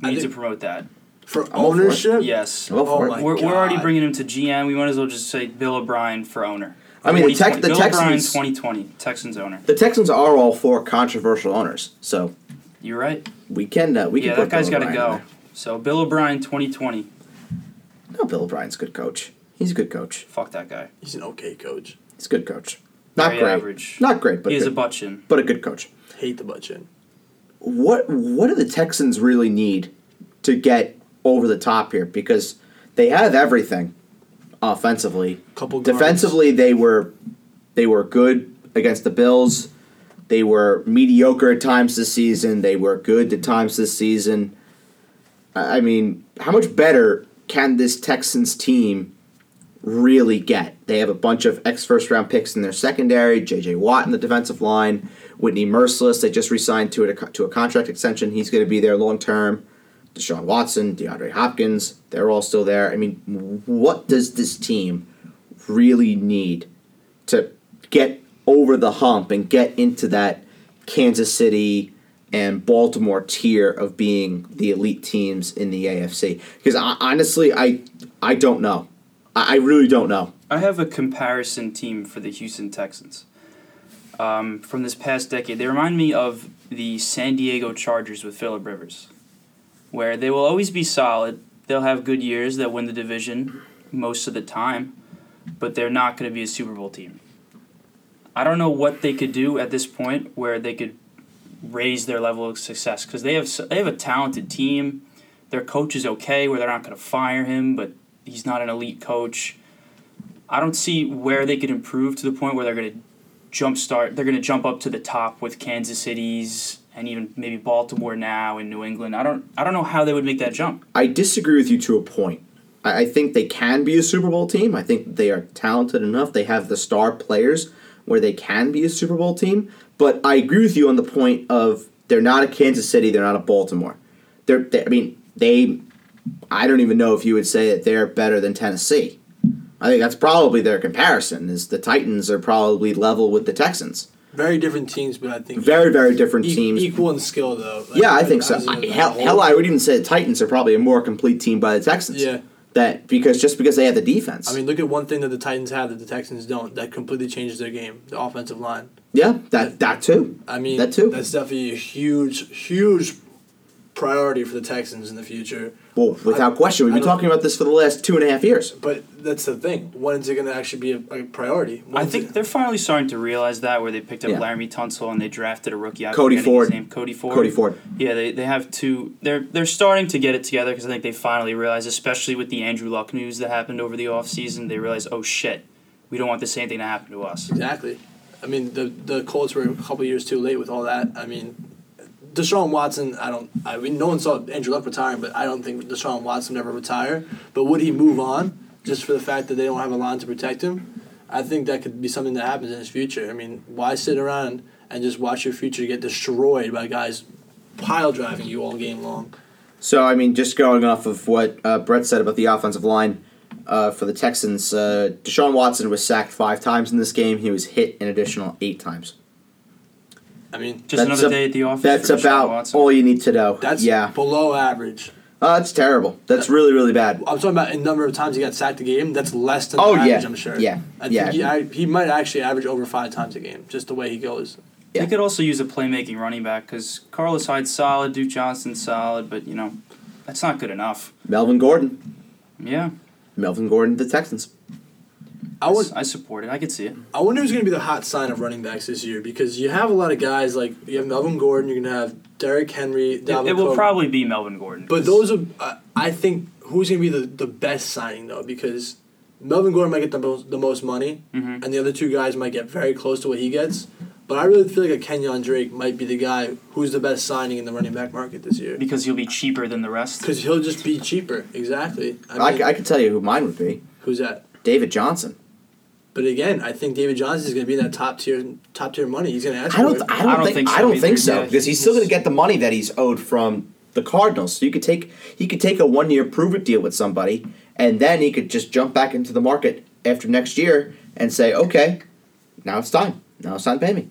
Speaker 3: We
Speaker 2: I
Speaker 3: need to
Speaker 2: think-
Speaker 3: promote that.
Speaker 2: for
Speaker 1: all for it.
Speaker 2: ownership?
Speaker 3: Yes.
Speaker 1: I'm all for
Speaker 2: Oh
Speaker 1: it.
Speaker 2: my
Speaker 3: We're, we're already
Speaker 2: God.
Speaker 3: bringing him to GM. We might as well just say Bill O'Brien for owner.
Speaker 1: I mean, the, Tex
Speaker 3: 2020
Speaker 1: the
Speaker 3: Bill O'Brien
Speaker 1: Texans.
Speaker 3: 2020 Texans owner.
Speaker 1: The Texans are all for controversial owners, so
Speaker 3: You're right.
Speaker 1: we can uh, we
Speaker 3: yeah,
Speaker 1: can. put
Speaker 3: that guy's
Speaker 1: Bill
Speaker 3: got to
Speaker 1: O'Brien in
Speaker 3: go. So Bill O'Brien 2020.
Speaker 1: there. No, Bill O'Brien's a good coach. He's a good coach.
Speaker 3: Fuck that guy.
Speaker 2: He's an okay coach.
Speaker 1: He's a good coach. Not
Speaker 3: Very
Speaker 1: great.
Speaker 3: average.
Speaker 1: Not great, but
Speaker 3: he is a
Speaker 1: good,
Speaker 3: butt chin.
Speaker 1: but a good coach.
Speaker 2: Hate the butt chin.
Speaker 1: what what do the Texans really need to get over the top here? Because they have everything offensively.
Speaker 2: Couple guards.
Speaker 1: Defensively, they were they were good against the Bills. They were mediocre at times this season. They were good at times this season. I I mean, how much better can this Texans team really get? They have a bunch of ex first round picks in their secondary. J.J. Watt in the defensive line. Whitney Merciless, they just re-signed to a to a contract extension. He's going to be there long term. Deshaun Watson, DeAndre Hopkins, they're all still there. I mean, what does this team really need to get over the hump and get into that Kansas City and Baltimore tier of being the elite teams in the AFC? Because I, honestly, I I don't know. I, I really don't know.
Speaker 3: I have a comparison team for the Houston Texans um, from this past decade. They remind me of the San Diego Chargers with Philip Rivers, where they will always be solid. They'll have good years that win the division most of the time, but they're not going to be a Super Bowl team. I don't know what they could do at this point where they could raise their level of success because they have s- they have a talented team. Their coach is okay, where they're not going to fire him, but he's not an elite coach. I don't see where they could improve to the point where they're going to jump start. They're going to jump up to the top with Kansas City's and even maybe Baltimore now and New England. I don't. I don't know how they would make that jump.
Speaker 1: I disagree with you to a point. I, I think they can be a Super Bowl team. I think they are talented enough. They have the star players where they can be a Super Bowl team. But I agree with you on the point of they're not a Kansas City. They're not a Baltimore. They're. They, I mean, they. I don't even know if you would say that they're better than Tennessee. I think that's probably their comparison. Is the Titans are probably level with the Texans.
Speaker 2: Very different teams, but I think
Speaker 1: Very very different
Speaker 2: e-
Speaker 1: teams.
Speaker 2: equal in skill, though. Like,
Speaker 1: Yeah, I think so.
Speaker 2: as a-
Speaker 1: I, hell, hell, I would even say the Titans are probably a more complete team by the Texans.
Speaker 2: Yeah.
Speaker 1: That because just because they have the defense.
Speaker 2: I mean, look at one thing that the Titans have that the Texans don't. That completely changes their game: the offensive line.
Speaker 1: yeah, that that too.
Speaker 2: I mean,
Speaker 1: That too.
Speaker 2: That's definitely a huge, huge priority for the Texans in the future.
Speaker 1: Well, without question, we've
Speaker 2: I
Speaker 1: been
Speaker 2: don't-
Speaker 1: talking about this for the last two and a half years.
Speaker 2: But that's the thing. When's it going to actually be a, a priority?
Speaker 3: I
Speaker 2: When's
Speaker 3: think
Speaker 2: it-
Speaker 3: they're finally starting to realize that where they picked up
Speaker 1: Yeah.
Speaker 3: Laramie Tunsil and they drafted a rookie. I'm
Speaker 1: Cody
Speaker 3: forgetting
Speaker 1: Ford.
Speaker 3: His name. Cody Ford.
Speaker 1: Cody Ford.
Speaker 3: Yeah, they, they have two. They're they're starting to get it together because I think they finally realize, especially with the Andrew Luck news that happened over the offseason, they realize, oh shit, we don't want the same thing to happen to us.
Speaker 2: exactly. I mean, the the Colts were a couple years too late with all that. I mean, Deshaun Watson. I don't. I mean, no one saw Andrew Luck retiring, but I don't think Deshaun Watson would ever retire. But would he move on just for the fact that they don't have a line to protect him? I think that could be something that happens in his future. I mean, why sit around and just watch your future get destroyed by guys pile driving you all game long?
Speaker 1: So I mean, just going off of what uh, Brett said about the offensive line uh, for the Texans, uh, Deshaun Watson was sacked five times in this game. He was hit an additional eight times.
Speaker 2: I mean,
Speaker 3: Just
Speaker 1: That's
Speaker 3: another
Speaker 1: a-
Speaker 3: day at the office.
Speaker 1: That's
Speaker 3: for Deshaun
Speaker 1: about
Speaker 3: Watson.
Speaker 1: all you need to know.
Speaker 2: that's
Speaker 1: yeah.
Speaker 2: below average.
Speaker 1: Oh, that's terrible. That's really, really bad.
Speaker 2: I'm talking about a number of times he got sacked a game. That's less than
Speaker 1: Oh,
Speaker 2: average,
Speaker 1: yeah.
Speaker 2: I'm sure.
Speaker 1: Yeah.
Speaker 2: I think
Speaker 1: Yeah.
Speaker 2: He, I, he might actually average over five times a game, just the way he goes.
Speaker 1: Yeah.
Speaker 3: They could also use a playmaking running back because Carlos Hyde's solid, Duke Johnson's solid, but you know, that's not good enough.
Speaker 1: Melvin Gordon.
Speaker 3: Yeah,
Speaker 1: Melvin Gordon, to the Texans.
Speaker 2: I would.
Speaker 3: I support it. I could see it.
Speaker 2: I wonder who's going to be the hot sign of running backs this year because you have a lot of guys like you have Melvin Gordon, you're going to have Derrick Henry,
Speaker 3: It,
Speaker 2: Dalvin
Speaker 3: it will
Speaker 2: Cook.
Speaker 3: probably be Melvin Gordon.
Speaker 2: But
Speaker 3: 'cause
Speaker 2: those are, uh, I think, who's going to be the, the best signing though? Because Melvin Gordon might get the most the most money,
Speaker 3: Mhm.
Speaker 2: and the other two guys might get very close to what he gets. But I really feel like a Kenyon Drake might be the guy who's the best signing in the running back market this year
Speaker 3: because he'll be cheaper than the rest.
Speaker 2: because he'll just be cheaper. Exactly.
Speaker 1: I,
Speaker 2: I mean,
Speaker 1: c- I could tell you who mine would be.
Speaker 2: who's that?
Speaker 1: David Johnson.
Speaker 2: But again, I think David Johnson is going to be in that top tier top tier money. He's going to ask.
Speaker 1: I don't.
Speaker 2: for it.
Speaker 1: I don't, think, I don't
Speaker 3: either.
Speaker 1: think so
Speaker 3: Yeah,
Speaker 1: because he's still
Speaker 3: he's-
Speaker 1: going to get the money that he's owed from the Cardinals. So you could take he could take a one year prove it deal with somebody, and then he could just jump back into the market after next year and say, okay, now it's time. Now it's time to pay me.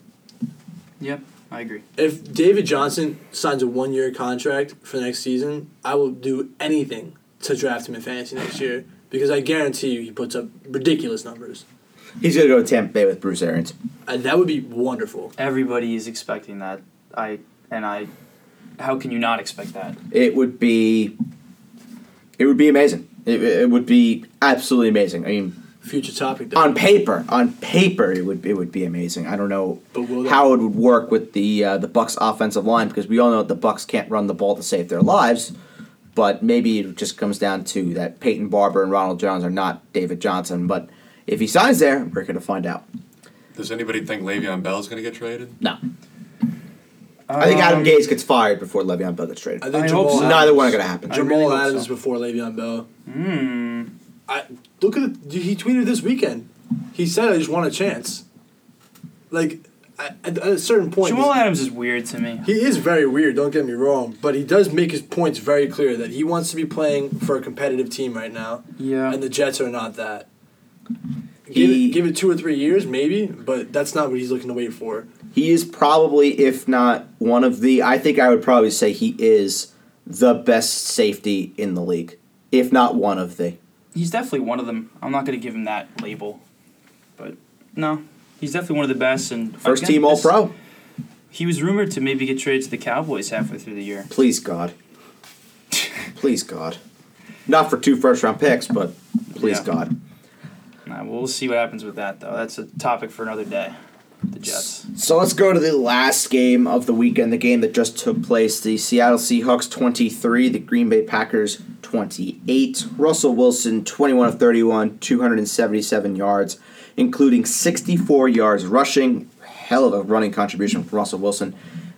Speaker 3: Yep, I agree.
Speaker 2: If David Johnson signs a one year contract for next season, I will do anything to draft him in fantasy next year because I guarantee you he puts up ridiculous numbers.
Speaker 1: He's going to go to Tampa Bay with Bruce Arians.
Speaker 2: And that would be wonderful.
Speaker 3: Everybody is expecting that. I and I. How can you not expect that?
Speaker 1: It would be. It would be amazing. It, it would be absolutely amazing. I mean,
Speaker 2: Future topic though.
Speaker 1: on paper, on paper, it would it would be amazing. I don't know
Speaker 2: But will that-
Speaker 1: how it would work with the uh, the Bucks offensive line because we all know the Bucks can't run the ball to save their lives. But maybe it just comes down to that Peyton Barber and Ronald Jones are not David Johnson. But if he signs there, we're going to find out.
Speaker 5: Does anybody think Le'Veon Bell's going to get traded?
Speaker 1: No, I think Adam
Speaker 3: Um,
Speaker 1: Gates gets fired before Le'Veon Bell gets traded.
Speaker 2: I think
Speaker 3: I
Speaker 2: Jamal
Speaker 3: hope so.
Speaker 2: Adams,
Speaker 1: Neither one are going to happen.
Speaker 3: I
Speaker 2: Jamal
Speaker 3: really hope
Speaker 2: Adams
Speaker 3: so.
Speaker 2: before Le'Veon Bell.
Speaker 3: Hmm.
Speaker 2: I look at the, he tweeted this weekend. He said I just want a chance. Like at, at a certain point,
Speaker 3: Jamal Adams is weird to me.
Speaker 2: He is very weird, don't get me wrong, but he does make his points very clear that he wants to be playing for a competitive team right now,
Speaker 3: Yeah.
Speaker 2: and the Jets are not that. Give,
Speaker 1: He-
Speaker 2: it, give it two or three years, maybe, but that's not what he's looking to wait for.
Speaker 1: He is probably, if not one of the, I think I would probably say he is the best safety in the league, if not one of the.
Speaker 3: he's definitely one of them. I'm not gonna give him that label, but no, he's definitely one of the best and
Speaker 1: First
Speaker 3: again,
Speaker 1: team All
Speaker 3: this-
Speaker 1: Pro.
Speaker 3: He was rumored to maybe get traded to the Cowboys halfway through the year.
Speaker 1: Please God. please God. Not for two first round picks, but please
Speaker 3: Yeah.
Speaker 1: God.
Speaker 3: Nah, we'll see what happens with that though. That's a topic for another day. The Jets.
Speaker 1: So let's go to the last game of the weekend, the game that just took place. The Seattle Seahawks 23, the Green Bay Packers 28. Russell Wilson 21 of 31, 277 yards, including 64 yards rushing. Hell of a running contribution from Russell Wilson.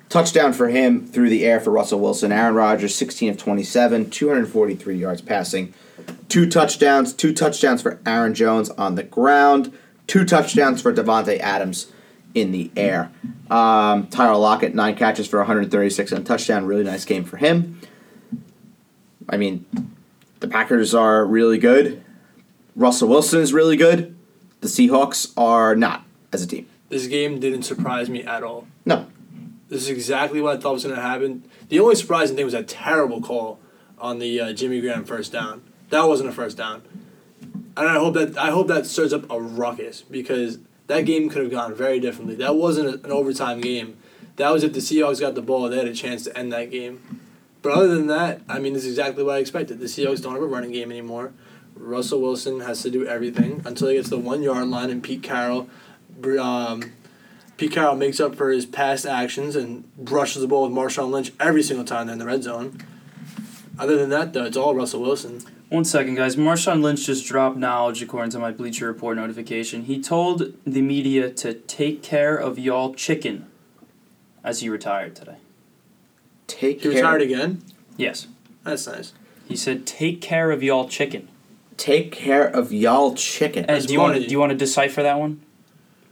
Speaker 1: Touchdown for him through the air for Russell Wilson. Aaron Rodgers 16 of 27, 243 yards passing. two touchdowns, two touchdowns for Aaron Jones on the ground, two touchdowns for Devontae Adams in the air. Um, Tyler Lockett, nine catches for 136 and a touchdown. Really nice game for him. I mean, the Packers are really good. Russell Wilson is really good. The Seahawks are not as a team.
Speaker 2: This game didn't surprise me at all.
Speaker 1: No.
Speaker 2: This is exactly what I thought was going to happen. The only surprising thing was that terrible call on the uh, Jimmy Graham first down. That wasn't a first down, and I hope that I hope that stirs up a ruckus because that game could have gone very differently. That wasn't a, an overtime game. That was if the Seahawks got the ball, they had a chance to end that game. But other than that, I mean, this is exactly what I expected. The Seahawks don't have a running game anymore. Russell Wilson has to do everything until he gets to the one yard line, and Pete Carroll. br- Um, Pete Carroll makes up for his past actions and brushes the ball with Marshawn Lynch every single time they're in the red zone. Other than that, though, it's all Russell Wilson.
Speaker 3: One second, guys. Marshawn Lynch just dropped knowledge according to my Bleacher Report notification. He told the media to take care of y'all chicken as he retired today.
Speaker 1: Take
Speaker 2: He
Speaker 1: care.
Speaker 2: retired again.
Speaker 3: Yes.
Speaker 2: That's nice.
Speaker 3: He said, "Take care of y'all chicken."
Speaker 1: Take care of y'all chicken.
Speaker 3: Ed,
Speaker 2: That's
Speaker 3: do you want to
Speaker 2: funny.
Speaker 3: do you want to decipher that one?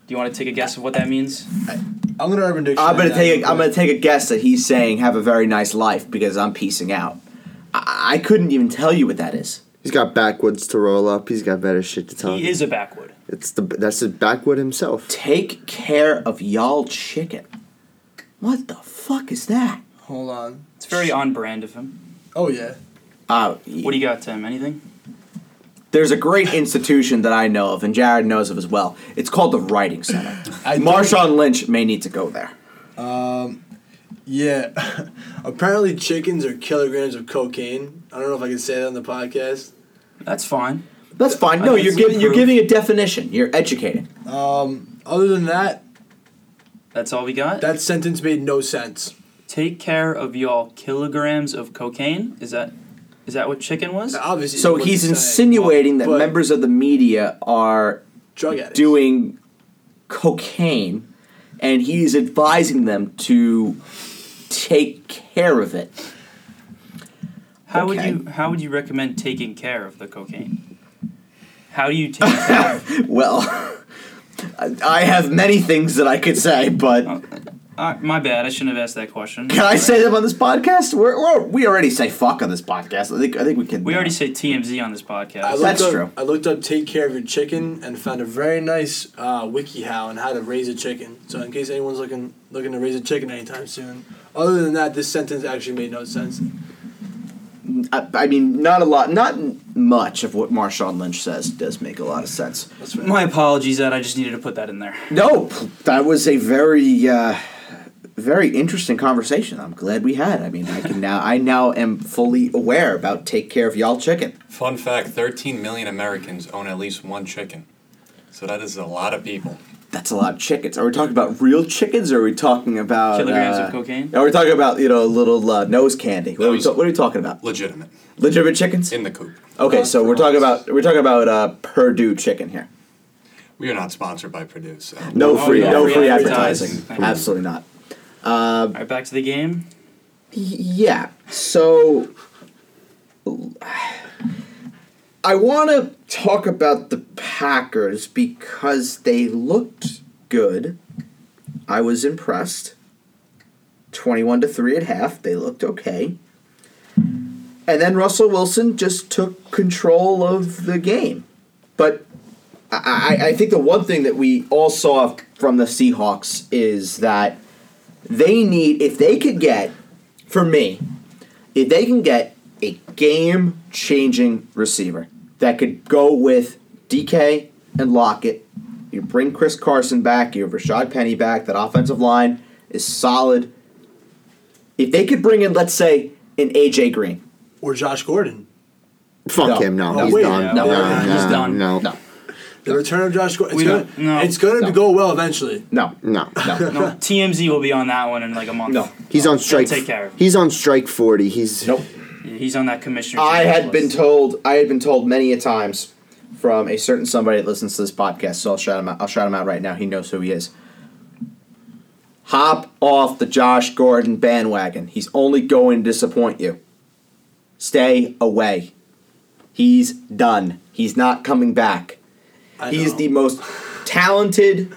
Speaker 3: Do you want to take a guess of what that means?
Speaker 2: I'm gonna Urban Dictionary.
Speaker 1: I'm gonna
Speaker 2: that
Speaker 1: take. A,
Speaker 2: real
Speaker 1: I'm gonna
Speaker 2: quick.
Speaker 1: take a guess that he's saying have a very nice life because I'm piecing out. I, I couldn't even tell you what that is.
Speaker 4: He's got backwoods to roll up. He's got better shit to tell.
Speaker 3: He
Speaker 4: him.
Speaker 3: is a backwood.
Speaker 4: It's the that's the backwood himself.
Speaker 1: Take care of y'all chicken. What the fuck is that?
Speaker 2: Hold on.
Speaker 3: It's very on brand of him.
Speaker 2: Oh yeah.
Speaker 1: Uh,
Speaker 3: What do you got, Tim? Anything?
Speaker 1: there's a great institution that I know of, and Jared knows of as well. It's called the Writing Center.
Speaker 2: I
Speaker 1: Marshawn Lynch may need to go there.
Speaker 2: Um, yeah. [laughs] Apparently, chickens are kilograms of cocaine. I don't know if I can say that on the podcast.
Speaker 3: That's fine.
Speaker 1: That's fine.
Speaker 3: I
Speaker 1: No,
Speaker 3: think
Speaker 1: you're
Speaker 3: it's
Speaker 1: giving you're
Speaker 3: improved.
Speaker 1: giving a definition. You're educating.
Speaker 2: Um, other than that,
Speaker 3: That's all we got.
Speaker 2: that sentence made no sense.
Speaker 3: Take care of y'all kilograms of cocaine. Is that is that what chicken was?
Speaker 2: Obviously,
Speaker 1: So
Speaker 2: what
Speaker 1: he's
Speaker 2: saying,
Speaker 1: insinuating that
Speaker 2: but
Speaker 1: members of the media are
Speaker 3: Oh,
Speaker 2: drug addicts.
Speaker 1: doing cocaine, and he's advising them to take care of it.
Speaker 3: How
Speaker 1: okay.
Speaker 3: would you how would you recommend taking care of the cocaine? How do you take care of
Speaker 1: Well, [laughs] I- I have many things that I could say, but
Speaker 3: uh, my bad, I shouldn't have asked that question.
Speaker 1: can I say them on this podcast? We're, we're, we already say fuck on this podcast. I think I think we can.
Speaker 3: We already say TMZ on this podcast.
Speaker 2: I looked
Speaker 1: That's
Speaker 2: up-
Speaker 1: true.
Speaker 2: I looked up "take care of your chicken" and found a very nice uh, wiki how on how to raise a chicken. So in case anyone's looking looking to raise a chicken anytime soon, other than that, this sentence actually made no sense.
Speaker 1: I, I mean, not a lot, not much of what Marshawn Lynch says does make a lot of sense.
Speaker 2: That's fair.
Speaker 3: my apologies that I just needed to put that in there.
Speaker 1: No, that was a very, uh, very interesting conversation. I'm glad we had. I mean, I can now, I now am fully aware about take care of y'all chicken.
Speaker 5: Fun fact 13 million Americans own at least one chicken. So that is a lot of people.
Speaker 1: That's a lot of chickens. Are we talking about real chickens? Or are we talking about
Speaker 3: Kilograms
Speaker 1: uh,
Speaker 3: of cocaine?
Speaker 1: Are we talking about you know little uh, nose candy? What, are we
Speaker 5: Nose-
Speaker 1: ta- what are we talking about?
Speaker 5: Legitimate.
Speaker 1: Legitimate chickens?
Speaker 5: In the coop.
Speaker 1: Okay, so we're
Speaker 2: for
Speaker 1: talking
Speaker 2: us.
Speaker 1: about we're talking about uh, Purdue chicken here.
Speaker 5: We are not sponsored by Purdue, so.
Speaker 1: No
Speaker 3: Oh,
Speaker 1: free,
Speaker 3: no
Speaker 1: no
Speaker 3: free
Speaker 1: free
Speaker 3: advertising.
Speaker 1: advertising.
Speaker 3: Thank you.
Speaker 1: Absolutely not.
Speaker 3: All right, back to the game.
Speaker 1: Yeah. So I want to talk about the Packers because they looked good. I was impressed. 21 to 3 at half. They looked okay. And then Russell Wilson just took control of the game. But I, I I think the one thing that we all saw from the Seahawks is that they need, if they could get for me, if they can get a game changing receiver that could go with DK and Lockett, you bring Chris Carson back, you have Rashad Penny back, that offensive line is solid. If they could bring in, let's say, an AJ Green,
Speaker 2: Or Josh Gordon.
Speaker 4: Fuck
Speaker 1: No.
Speaker 4: him. No,
Speaker 2: Oh,
Speaker 4: he's
Speaker 2: wait,
Speaker 4: done.
Speaker 3: no,
Speaker 4: No,
Speaker 3: no, he's
Speaker 4: no,
Speaker 3: done.
Speaker 4: No,
Speaker 1: no,
Speaker 4: no,
Speaker 2: The return of Josh Gordon. It's
Speaker 3: We
Speaker 2: gonna,
Speaker 3: don't- no.
Speaker 2: it's gonna
Speaker 1: No.
Speaker 2: go well eventually.
Speaker 1: no,
Speaker 4: no.
Speaker 3: [laughs]
Speaker 1: no.
Speaker 3: No, TMZ will be on that one in like a month.
Speaker 1: No.
Speaker 4: He's on strike.
Speaker 3: take care of him.
Speaker 4: He's on strike forty. He's
Speaker 1: nope.
Speaker 3: Yeah, He's on that commissioner.
Speaker 1: I had been
Speaker 3: list.
Speaker 1: told I had been told many a times from a certain somebody that listens to this podcast. So I'll shout him out. I'll shout him out right now. He knows who he is. Hop off the Josh Gordon bandwagon. He's only going to disappoint you. Stay away. He's done. He's not coming back.
Speaker 2: I
Speaker 1: He's
Speaker 2: know.
Speaker 1: the most talented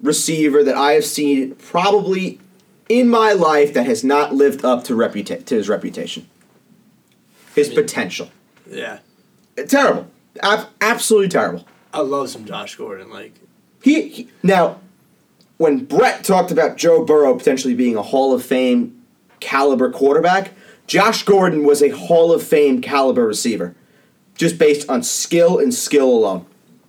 Speaker 1: receiver that I have seen probably in my life that has not lived up to reputa- to his reputation. His potential.
Speaker 2: yeah.
Speaker 1: Terrible. Ab- absolutely terrible.
Speaker 2: I love some Josh Gordon. Like
Speaker 1: He, he now when Brett talked about Joe Burrow potentially being a Hall of Fame caliber quarterback, Josh Gordon was a Hall of Fame caliber receiver just based on skill and skill alone.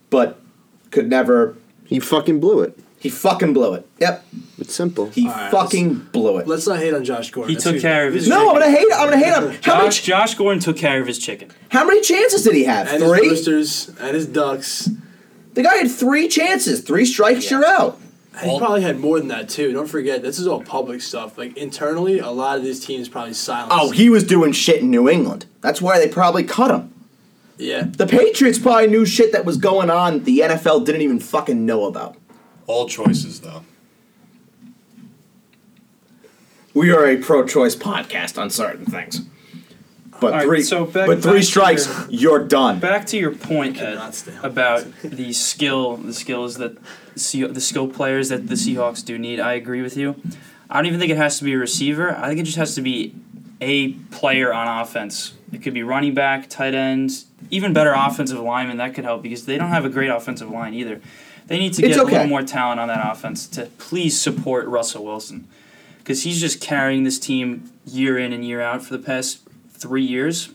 Speaker 1: But could never
Speaker 4: he fucking blew it.
Speaker 1: He fucking blew it. Yep.
Speaker 4: It's simple.
Speaker 1: He
Speaker 2: right,
Speaker 1: fucking blew it.
Speaker 2: let's not hate on Josh Gordon.
Speaker 3: He
Speaker 2: That's
Speaker 3: took
Speaker 2: who-
Speaker 3: care of his-
Speaker 1: No, I'm gonna hate. I'm gonna hate him. How many?
Speaker 3: Josh, Josh Gordon took care of his chicken.
Speaker 1: How many chances did he have?
Speaker 2: and
Speaker 1: Three.
Speaker 2: his roosters and his ducks.
Speaker 1: The guy had three chances. Three strikes, you're out.
Speaker 2: And he probably had more than that too. Don't forget, this is all public stuff. Like internally, a lot of these teams probably silenced.
Speaker 1: Oh, he was doing shit in New England. That's why they probably cut him.
Speaker 2: yeah.
Speaker 1: The Patriots probably knew shit that was going on. The NFL didn't even fucking know about.
Speaker 5: All choices, though.
Speaker 1: We are a pro-choice podcast on certain things. But
Speaker 3: right,
Speaker 1: three,
Speaker 3: so back-
Speaker 1: but three
Speaker 3: back to
Speaker 1: strikes, you're done.
Speaker 3: Back to your point Ed,
Speaker 2: cannot stand
Speaker 3: about the skill, the skills that Se- the skill players that the Seahawks do need. I agree with you. I don't even think it has to be a receiver. I think it just has to be a player on offense. It could be running back, tight end, even better offensive lineman. That could help because they don't have a great offensive line either. They need to
Speaker 1: It's
Speaker 3: get a
Speaker 1: okay.
Speaker 3: little more talent on that offense to please support Russell Wilson. because he's just carrying this team year in and year out for the past three years.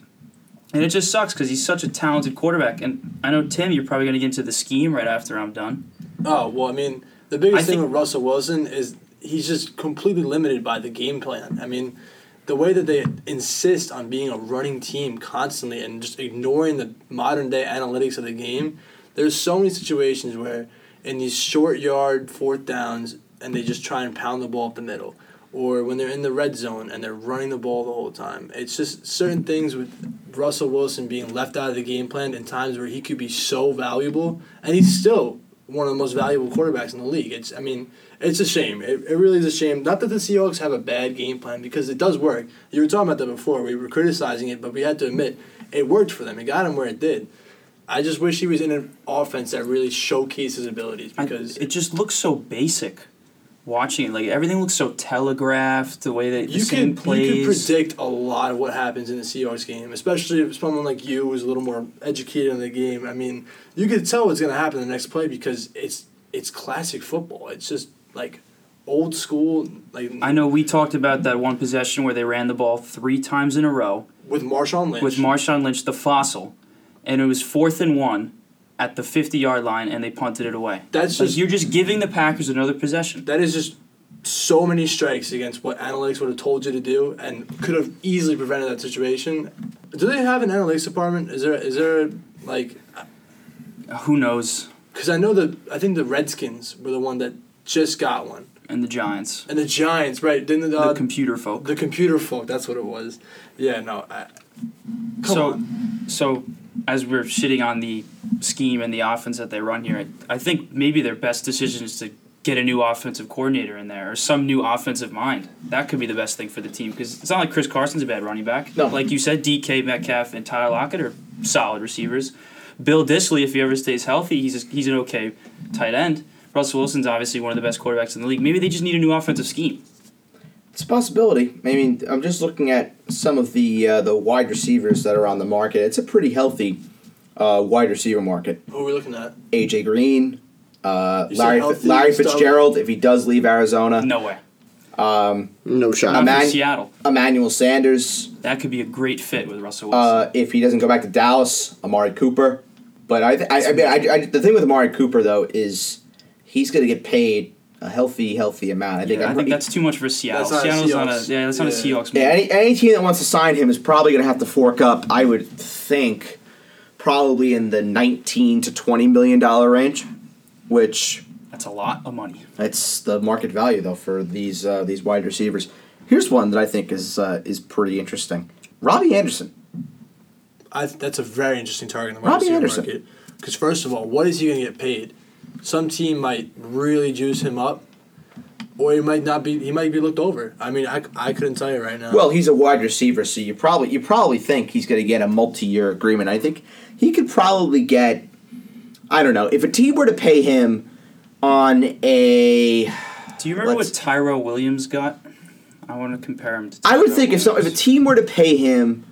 Speaker 3: And it just sucks because he's such a talented quarterback. And I know, Tim, you're probably going to get into the scheme right after I'm done.
Speaker 2: Oh well, I mean, the biggest
Speaker 3: I
Speaker 2: thing
Speaker 3: think-
Speaker 2: with Russell Wilson is he's just completely limited by the game plan. I mean, the way that they insist on being a running team constantly and just ignoring the modern day analytics of the game, there's so many situations where in these short yard fourth downs and they just try and pound the ball up the middle. Or when they're in the red zone and they're running the ball the whole time. It's just certain things with Russell Wilson being left out of the game plan in times where he could be so valuable. And he's still one of the most valuable quarterbacks in the league. It's I mean, it's a shame. It, it really is a shame. Not that the Seahawks have a bad game plan because it does work. You were talking about that before. We were criticizing it, but we had to admit it worked for them. It got him where it did. I just wish he was in an offense that really showcased his abilities
Speaker 3: I-
Speaker 2: because
Speaker 3: it just looks so basic watching it. Like everything looks so telegraphed, the way that the
Speaker 2: you
Speaker 3: same
Speaker 2: can
Speaker 3: plays.
Speaker 2: you can predict a lot of what happens in the Seahawks game, especially if someone like you who's a little more educated on the game. I mean, you could tell what's going to happen the next play because it's it's classic football. It's just like old school, like
Speaker 3: I know we talked about that one possession where they ran the ball three times in a row
Speaker 2: with Marshawn Lynch.
Speaker 3: with Marshawn Lynch, the fossil, and it was fourth and one at the 50 yard line, and they punted it away.
Speaker 2: That's
Speaker 3: Like,
Speaker 2: just-
Speaker 3: you're just giving the Packers another possession.
Speaker 2: that is just so many strikes against what analytics would have told you to do and could have easily prevented that situation. Do they have an analytics department? Is there is there like
Speaker 3: Who knows?
Speaker 2: because I know that I think the Redskins were the one that just got one.
Speaker 3: And the Giants,
Speaker 2: And the Giants, right? Didn't the, uh,
Speaker 3: the
Speaker 2: the,
Speaker 3: computer folk.
Speaker 2: computer folk? That's what it was. Yeah, no. I, come
Speaker 3: so,
Speaker 2: on.
Speaker 3: so as we're shitting on the scheme and the offense that they run here, I, I think maybe their best decision is to get a new offensive coordinator in there or some new offensive mind. That could be the best thing for the team because it's not like Chris Carson's a bad running back.
Speaker 1: No.
Speaker 3: Like you said, DK Metcalf and Tyler Lockett are solid receivers. Bill Disley, if he ever stays healthy, he's a, he's an okay tight end. Russell Wilson's obviously one of the best quarterbacks in the league. Maybe they just need a new offensive scheme.
Speaker 1: It's a possibility. I mean, I'm just looking at some of the uh, the wide receivers that are on the market. It's a pretty healthy uh, wide receiver market.
Speaker 2: Who are we looking at?
Speaker 1: AJ Green, uh,
Speaker 2: You said
Speaker 1: Larry
Speaker 2: healthy,
Speaker 1: Larry
Speaker 2: stubborn.
Speaker 1: Fitzgerald, if he does leave Arizona,
Speaker 3: No way.
Speaker 1: um,
Speaker 4: No
Speaker 3: Not
Speaker 4: shot.
Speaker 1: Uh, man-
Speaker 3: for Seattle.
Speaker 1: Emmanuel Sanders,
Speaker 3: That could be a great fit with Russell Wilson.
Speaker 1: uh, if he doesn't go back to Dallas, Amari Cooper. But I, th- I, I mean, I, I- the thing with Amari Cooper though is he's going to get paid a healthy, healthy amount. I think.
Speaker 3: Yeah,
Speaker 1: I'm
Speaker 3: I think
Speaker 1: pretty-
Speaker 3: that's too much for Seattle.
Speaker 2: That's not a
Speaker 3: Seattle's not a
Speaker 2: Seahawks.
Speaker 3: yeah, that's not a
Speaker 2: Yeah.
Speaker 3: Seahawks.
Speaker 1: Yeah,
Speaker 3: move.
Speaker 1: any, any team that wants to sign him is probably going to have to fork up. I would think probably in the nineteen to twenty million dollar range, which
Speaker 3: that's a lot of money.
Speaker 1: that's the market value though for these uh, these wide receivers. Here's one that I think is uh, is pretty interesting. Robbie Anderson.
Speaker 2: I, that's a very interesting target in the wide
Speaker 1: Robbie
Speaker 2: receiver
Speaker 1: Anderson.
Speaker 2: market. Because first of all, what is he going to get paid? Some team might really juice him up, or he might not be. He might be looked over. I mean, I, I couldn't tell you right now.
Speaker 1: Well, he's a wide receiver, so you probably you probably think he's going to get a multi year agreement. I think he could probably get. I don't know if a team were to pay him on a
Speaker 3: Do you remember
Speaker 1: Let's-
Speaker 3: what Tyro Williams got? I want to compare him to.
Speaker 1: I would
Speaker 3: Tyrell
Speaker 1: think if so, if a
Speaker 3: Williams.
Speaker 1: team were to pay him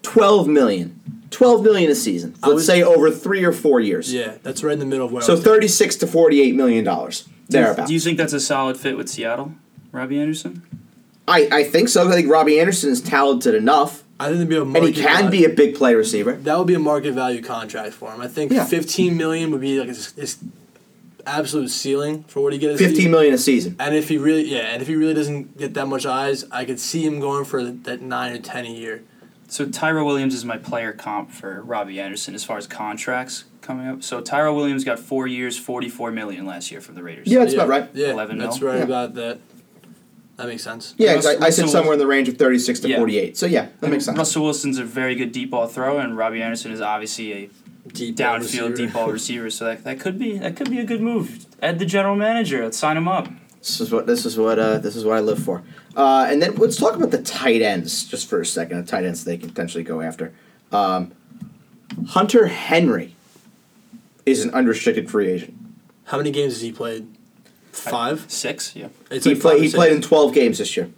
Speaker 1: twelve million, twelve million a season, let's
Speaker 2: would-
Speaker 1: say over three or four years,
Speaker 2: yeah, that's right in the middle of where. I
Speaker 1: so
Speaker 2: was thinking.
Speaker 1: thirty six to forty eight million dollars thereabouts.
Speaker 3: Do you think that's a solid fit with Seattle, Robbie Anderson?
Speaker 1: I, I think so. I think Robbie Anderson is talented enough,
Speaker 2: I think there'd be a
Speaker 1: and
Speaker 2: market
Speaker 1: he can be a big play receiver.
Speaker 2: that would be a market value contract for him. I think
Speaker 1: Yeah.
Speaker 2: fifteen million would be like his, his absolute ceiling for what he gets.
Speaker 1: Fifteen million a season.
Speaker 2: And if he really, yeah, and if he really doesn't get that much eyes, I could see him going for that nine or ten a year.
Speaker 3: So Tyro Williams is my player comp for Robbie Anderson as far as contracts coming up. So Tyro Williams got four years, forty-four million last year from the Raiders.
Speaker 1: Yeah, that's
Speaker 2: yeah,
Speaker 1: about right.
Speaker 2: Yeah,
Speaker 3: 11
Speaker 2: that's
Speaker 3: mil.
Speaker 2: right
Speaker 1: Yeah.
Speaker 2: about that. That makes sense.
Speaker 1: Yeah, 'cause
Speaker 3: Russ-
Speaker 1: I, I said
Speaker 3: Russell
Speaker 1: somewhere in the range of 36 to
Speaker 3: Yeah.
Speaker 1: 48. So, yeah, that makes sense.
Speaker 3: Russell Wilson's a very good deep ball throw, and Robbie Anderson is obviously a
Speaker 2: Deep ball receiver.
Speaker 3: downfield
Speaker 2: [laughs]
Speaker 3: deep ball receiver. So that, that could be that could be a good move. Add the general manager. Let's sign him up.
Speaker 1: This is what this is what uh, this is what I live for. Uh, and then let's talk about the tight ends just for a second. The tight ends they can potentially go after. Um, Hunter Henry is an unrestricted free agent.
Speaker 2: How many games has he played? Five.
Speaker 3: Six. Yeah.
Speaker 2: It's
Speaker 1: he
Speaker 2: like five
Speaker 1: played
Speaker 2: or
Speaker 1: he
Speaker 2: six.
Speaker 1: played in 12 games this year.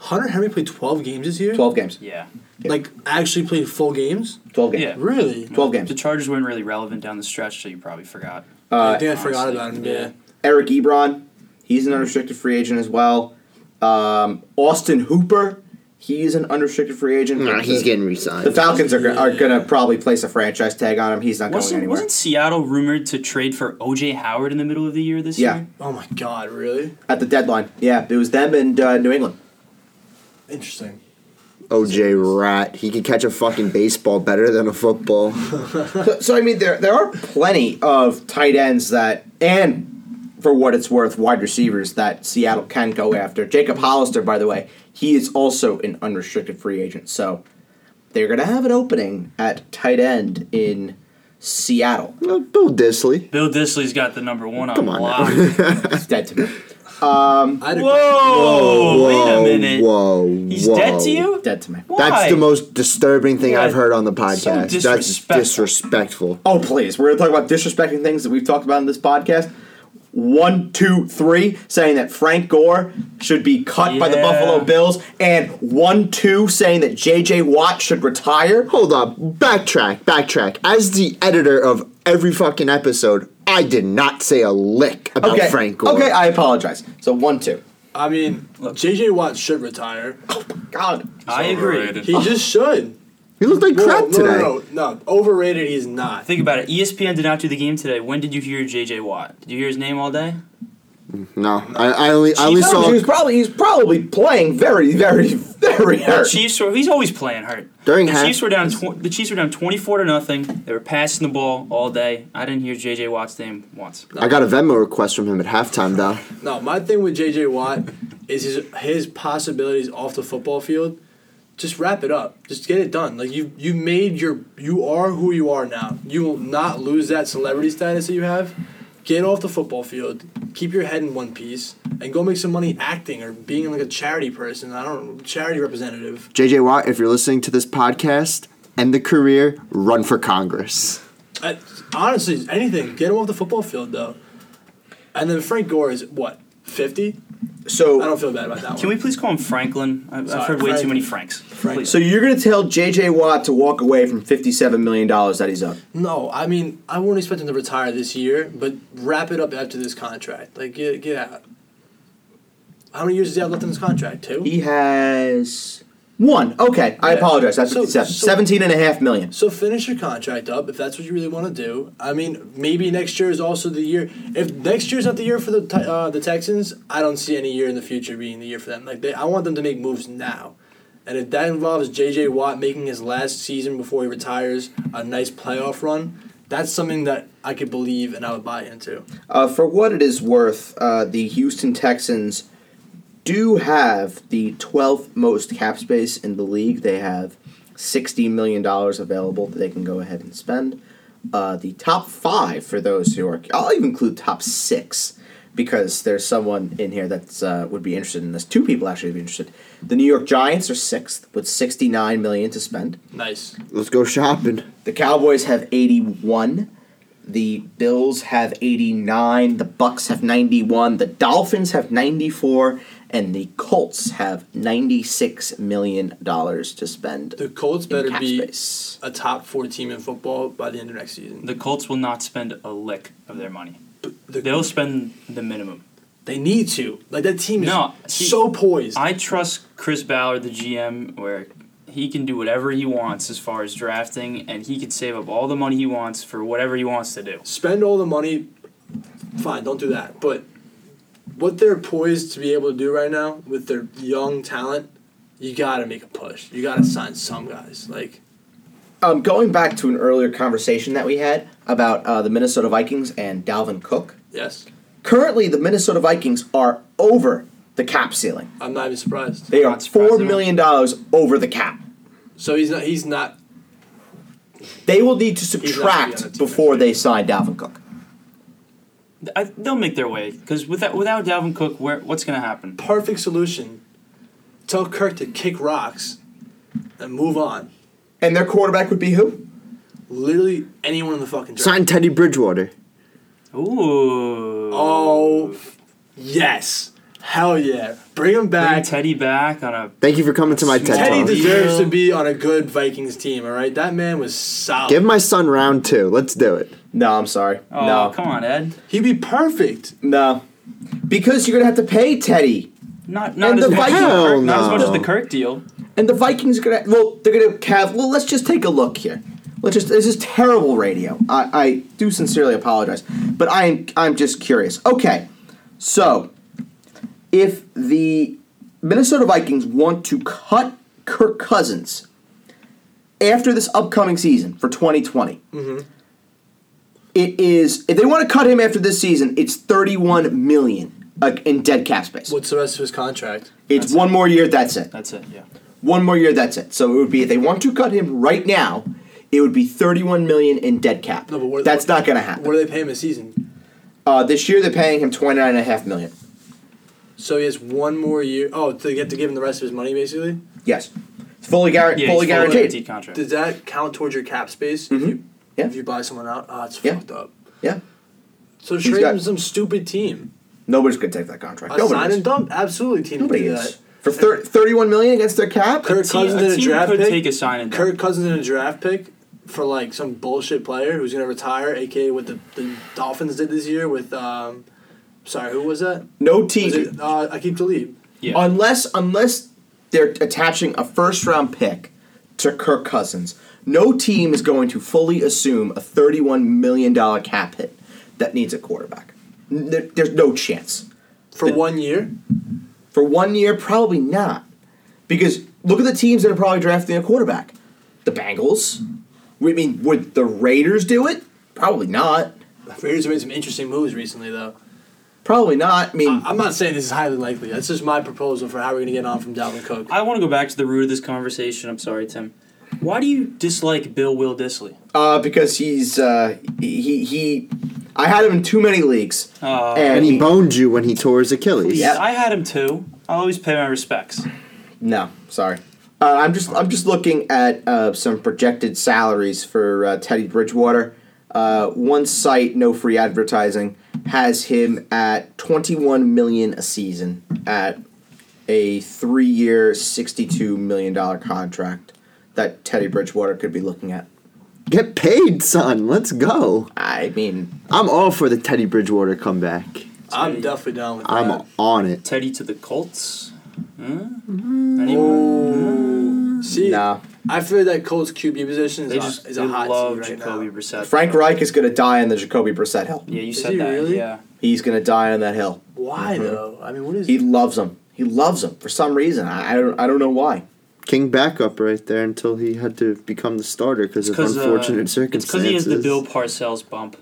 Speaker 2: Hunter Henry played twelve games this year.
Speaker 1: 12 games.
Speaker 3: Yeah.
Speaker 2: Like actually played full games.
Speaker 1: 12 games.
Speaker 3: Yeah.
Speaker 2: Really?
Speaker 1: 12 games.
Speaker 3: The Chargers weren't really relevant down the stretch, so you probably forgot.
Speaker 2: I
Speaker 1: Uh,
Speaker 2: think I forgot
Speaker 3: honestly,
Speaker 2: about him.
Speaker 3: yeah.
Speaker 2: Yeah.
Speaker 1: Eric Ebron, he's an unrestricted free agent as well. Um, Austin Hooper, he's an unrestricted free agent.
Speaker 4: Nah, he's
Speaker 1: The-
Speaker 4: getting re-signed.
Speaker 1: The Falcons are, are gonna probably place a franchise tag on him. He's not going
Speaker 3: Wasn't,
Speaker 1: anywhere.
Speaker 3: wasn't Seattle rumored to trade for OJ Howard in the middle of the year this
Speaker 1: Yeah.
Speaker 3: year?
Speaker 2: Oh my God! Really
Speaker 1: At the deadline, yeah, it was them and uh, New England.
Speaker 2: interesting.
Speaker 4: OJ Rat. He could catch a fucking baseball better than
Speaker 3: [laughs]
Speaker 4: a football. Uh,
Speaker 1: So, so I mean, there there are plenty of tight ends that, and for what it's worth, wide receivers that Seattle can go after. Jacob Hollister, by the way, he is also an unrestricted free agent. So they're gonna have an opening at tight end in Seattle.
Speaker 4: Well, Bill Disley.
Speaker 3: Bill Disley's got the number one on
Speaker 4: Come on.
Speaker 3: lock.
Speaker 4: [laughs] Now.
Speaker 1: It's dead to me.
Speaker 2: I had a-
Speaker 3: Whoa, Wait a minute.
Speaker 4: Whoa.
Speaker 3: He's
Speaker 4: whoa.
Speaker 3: dead to you?
Speaker 1: Dead to me.
Speaker 3: Why?
Speaker 4: That's the most disturbing thing
Speaker 3: Yeah,
Speaker 4: I've heard on the
Speaker 3: so
Speaker 4: podcast.
Speaker 3: disrespectful.
Speaker 4: That's disrespectful.
Speaker 1: Oh please, we're gonna talk about disrespecting things that we've talked about in this podcast. One, two, three, saying that Frank Gore should be cut by the
Speaker 3: Yeah.
Speaker 1: Buffalo Bills, and one, two, saying that J.J. Watt should retire.
Speaker 4: Hold up. Backtrack. Backtrack. As the editor of every fucking episode, I did not say a lick about
Speaker 1: Okay,
Speaker 4: Frank Gore.
Speaker 1: okay, I apologize. So one, two.
Speaker 2: I mean, J.J. Watt should retire.
Speaker 1: God,
Speaker 3: I agree.
Speaker 5: Overrated.
Speaker 1: [laughs]
Speaker 2: He just should.
Speaker 4: he looked like
Speaker 2: Whoa,
Speaker 4: crap
Speaker 2: no,
Speaker 4: today.
Speaker 2: No, no, no, overrated. He's not.
Speaker 3: Think about it. E ESPN did not do the game today. When did you hear JJ Watt? Did you hear his name all day?
Speaker 4: No, I, I only I only
Speaker 3: Chiefs
Speaker 1: no,
Speaker 4: saw
Speaker 1: he was probably he's probably playing very, very, [laughs] very
Speaker 3: The
Speaker 1: hurt.
Speaker 3: Chiefs were. He's always playing hurt.
Speaker 4: During
Speaker 3: the
Speaker 4: half-
Speaker 3: Chiefs were down. Tw- the Chiefs were down twenty four to nothing. They were passing the ball all day. I didn't hear JJ Watt's name once.
Speaker 4: I got a Venmo request from him at halftime though.
Speaker 2: No, my thing with J.J. Watt is his his possibilities off the football field. Just wrap it up. Just get it done. Like you, you made your. You are who you are now. You will not lose that celebrity status that you have. Get off the football field. Keep your head in one piece and go make some money acting or being like a charity person. I don't charity representative.
Speaker 4: JJ Watt, if you're listening to this podcast, end the career, run for Congress.
Speaker 2: I, honestly, anything. Get him off the football field though. And then Frank Gore is what fifty? I
Speaker 1: so,
Speaker 2: don't feel bad about that one.
Speaker 3: Can we please call him Franklin? I, I've
Speaker 2: Sorry,
Speaker 3: heard way too
Speaker 2: Frank-
Speaker 3: many Franks.
Speaker 2: Frank-
Speaker 1: so you're gonna tell J.J. Watt to walk away from fifty-seven million dollars that he's owed?
Speaker 2: No, I mean I wouldn't expect him to retire this year, but wrap it up after this contract. Like get get out. How many years does he have left in his contract? Two.
Speaker 1: He has one. Okay, I
Speaker 2: Yeah.
Speaker 1: apologize. That's
Speaker 2: So-
Speaker 1: 57.
Speaker 2: so-
Speaker 1: 17 and a half million.
Speaker 2: so finish your contract up if that's what you really want to do. I mean, maybe next year is also the year. If next year's not the year for the Ti- uh, the Texans, I don't see any year in the future being the year for them. Like they, I want them to make moves now, and if that involves J.J. Watt making his last season before he retires a nice playoff run, that's something that I could believe and I would buy into.
Speaker 1: Uh, for what it is worth, uh, the Houston Texans do have the 12th most cap space in the league. They have $60 million available that they can go ahead and spend. Uh, the top five for those who are, I'll even include top six because there's someone in here that uh, would be interested in this. Two people actually would be interested. The New York Giants are sixth with $69 million to spend.
Speaker 2: Nice.
Speaker 4: Let's go shopping.
Speaker 1: The Cowboys have 81. The Bills have 89. The Bucks have 91. The Dolphins have 94. And the Colts have $96 million to spend
Speaker 2: The Colts
Speaker 1: in
Speaker 2: better
Speaker 1: cap
Speaker 2: be
Speaker 1: space.
Speaker 2: a top four team in football by the end of next season.
Speaker 3: The Colts will not spend a lick of their money.
Speaker 2: The-
Speaker 3: They'll spend the minimum.
Speaker 2: they need to. Like that team is
Speaker 3: No, see,
Speaker 2: so poised.
Speaker 3: I trust Chris Ballard, the GM, where he can do whatever he wants as far as drafting, and he can save up all the money he wants for whatever he wants to do.
Speaker 2: Spend all the money. Fine, don't do that. But what they're poised to be able to do right now with their young talent, you gotta make a push. You gotta sign some guys. Like
Speaker 1: Um, going back to an earlier conversation that we had about uh, the Minnesota Vikings and Dalvin Cook,
Speaker 2: yes,
Speaker 1: currently the Minnesota Vikings are over the cap ceiling.
Speaker 2: I'm not even surprised.
Speaker 1: They are
Speaker 3: Not surprised
Speaker 1: $4
Speaker 3: at all.
Speaker 1: million over the cap.
Speaker 2: So he's not. He's not.
Speaker 1: They will need to
Speaker 2: gonna be on the
Speaker 1: subtract
Speaker 2: team
Speaker 1: before
Speaker 2: next year.
Speaker 1: they sign Dalvin Cook.
Speaker 3: I, they'll make their way because without without Dalvin Cook, where what's going to happen?
Speaker 2: Perfect solution. Tell Kirk to kick rocks, and move on.
Speaker 1: And their quarterback would be who?
Speaker 2: Literally anyone in the fucking draft.
Speaker 4: Sign Teddy Bridgewater.
Speaker 3: Ooh.
Speaker 2: Oh, yes. Hell yeah. Bring him
Speaker 3: Bring
Speaker 2: back.
Speaker 3: Teddy back on a
Speaker 4: Thank you for coming to my TED
Speaker 2: Teddy
Speaker 4: Talk.
Speaker 3: Teddy-
Speaker 2: deserves
Speaker 3: Yeah.
Speaker 2: to be on a good Vikings team, all right? That man was solid.
Speaker 4: Give my son round two. Let's do it.
Speaker 1: No, I'm sorry.
Speaker 3: oh
Speaker 1: no,
Speaker 3: come on Ed.
Speaker 2: He'd be perfect.
Speaker 1: no, because you're gonna have to pay Teddy
Speaker 3: Not not
Speaker 1: And
Speaker 3: as
Speaker 1: the
Speaker 3: much as
Speaker 1: Vikings-
Speaker 3: the Kirk,
Speaker 4: Hell
Speaker 3: not as much as
Speaker 4: no.
Speaker 3: the Kirk deal.
Speaker 1: And the Vikings are gonna well, they're gonna have well let's just take a look here. Let's just this is terrible radio. I, I do sincerely apologize. But I am I'm just curious. Okay. So if the Minnesota Vikings want to cut Kirk Cousins after this upcoming season for 2020, it is if they want to cut him after this season, it's 31 million uh, in dead cap space.
Speaker 2: What's the rest of his contract?
Speaker 1: it's one more year. That's it
Speaker 3: That's it. Yeah.
Speaker 1: one more year that's it so it would be if they want to cut him right now it would be 31 million in dead cap
Speaker 2: No, but what-
Speaker 1: that's not going to happen
Speaker 2: What do they pay him a season?
Speaker 1: uh, this year they're paying him 29.5 million
Speaker 2: So he has one more year. Oh, to get to give him the rest of his money, basically.
Speaker 1: yes it's fully, gar-
Speaker 3: Yeah,
Speaker 1: fully
Speaker 3: he's fully
Speaker 1: guaranteed
Speaker 3: guaranteed contract.
Speaker 2: Does that count towards your cap space if you
Speaker 1: Mm-hmm. Yeah.
Speaker 2: if you buy someone out? Oh, it's
Speaker 1: Yeah.
Speaker 2: fucked up.
Speaker 1: yeah
Speaker 2: So
Speaker 1: He's
Speaker 2: trade him
Speaker 1: got-
Speaker 2: to some stupid team.
Speaker 1: nobody's going to take that contract
Speaker 2: A sign
Speaker 1: nobody
Speaker 2: and
Speaker 1: is.
Speaker 2: dump. Absolutely, team
Speaker 1: nobody
Speaker 2: would do
Speaker 1: is
Speaker 2: that.
Speaker 1: for thir- 31 million against their cap
Speaker 2: Kirk
Speaker 3: Team-
Speaker 2: Cousins in
Speaker 3: a
Speaker 2: a
Speaker 3: team
Speaker 2: draft
Speaker 3: could
Speaker 2: pick.
Speaker 3: take a sign and
Speaker 2: Kirk Cousins in a draft pick for like some bullshit player who's gonna retire, aka what the, the Dolphins did this year with um, sorry, who was that?
Speaker 1: no
Speaker 2: Was
Speaker 1: team
Speaker 2: it, uh, I keep to leave.
Speaker 3: Yeah.
Speaker 1: unless unless they're attaching a first round pick to Kirk Cousins, no team is going to fully assume a thirty-one million dollar cap hit that needs a quarterback. N- there- there's no chance
Speaker 2: For
Speaker 1: The-
Speaker 2: one year,
Speaker 1: for one year, probably not, because look at the teams that are probably drafting a quarterback. The Bengals. I mean, would the Raiders do it? Probably not.
Speaker 2: Raiders have made some interesting moves recently, though.
Speaker 1: Probably not. I mean,
Speaker 2: I'm not saying this is highly likely. That's just my proposal for how we're gonna get on from Dalvin Cook.
Speaker 3: I want to go back to the root of this conversation. I'm sorry, Tim. Why do you dislike Bill Will Disley?
Speaker 1: uh, because he's uh, he he. I had him in too many leagues,
Speaker 3: Uh,
Speaker 1: and
Speaker 4: And he
Speaker 1: he
Speaker 4: boned you when he tore his Achilles.
Speaker 1: Yeah.
Speaker 3: I had him too. I'll always pay my respects.
Speaker 1: No, sorry. Uh, I'm just I'm just looking at uh, some projected salaries for uh, Teddy Bridgewater. Uh, one site, no free advertising, has him at 21 million a season at a three-year, 62 million dollar contract that Teddy Bridgewater could be looking at.
Speaker 4: Get paid, son. Let's go.
Speaker 1: I mean,
Speaker 4: I'm all for the Teddy Bridgewater comeback.
Speaker 2: I'm definitely down with
Speaker 4: I'm
Speaker 2: that.
Speaker 4: on it.
Speaker 3: Teddy to the Colts. Huh?
Speaker 2: Mm-hmm. Oh,
Speaker 3: Anyone?
Speaker 2: See,
Speaker 1: nah.
Speaker 2: I feel that Colts QB position is,
Speaker 3: They
Speaker 2: a,
Speaker 3: just
Speaker 2: is
Speaker 3: they
Speaker 2: a hot
Speaker 3: love
Speaker 2: seat right
Speaker 3: Jacoby
Speaker 2: now.
Speaker 3: Brissett.
Speaker 1: Frank Reich is gonna die on the Jacoby Brissett hill.
Speaker 3: Yeah, you
Speaker 2: Is
Speaker 3: said
Speaker 2: he
Speaker 3: that.
Speaker 2: really?
Speaker 3: Yeah.
Speaker 1: He's gonna die on that hill.
Speaker 2: Why though? I mean, what is
Speaker 1: He loves him. He loves him for some reason. I, I don't I don't know why.
Speaker 4: King backup right there until he had to become the starter because of
Speaker 3: 'Cause, uh,
Speaker 4: unfortunate
Speaker 3: It's
Speaker 4: circumstances.
Speaker 3: because he has the Bill Parcells bump.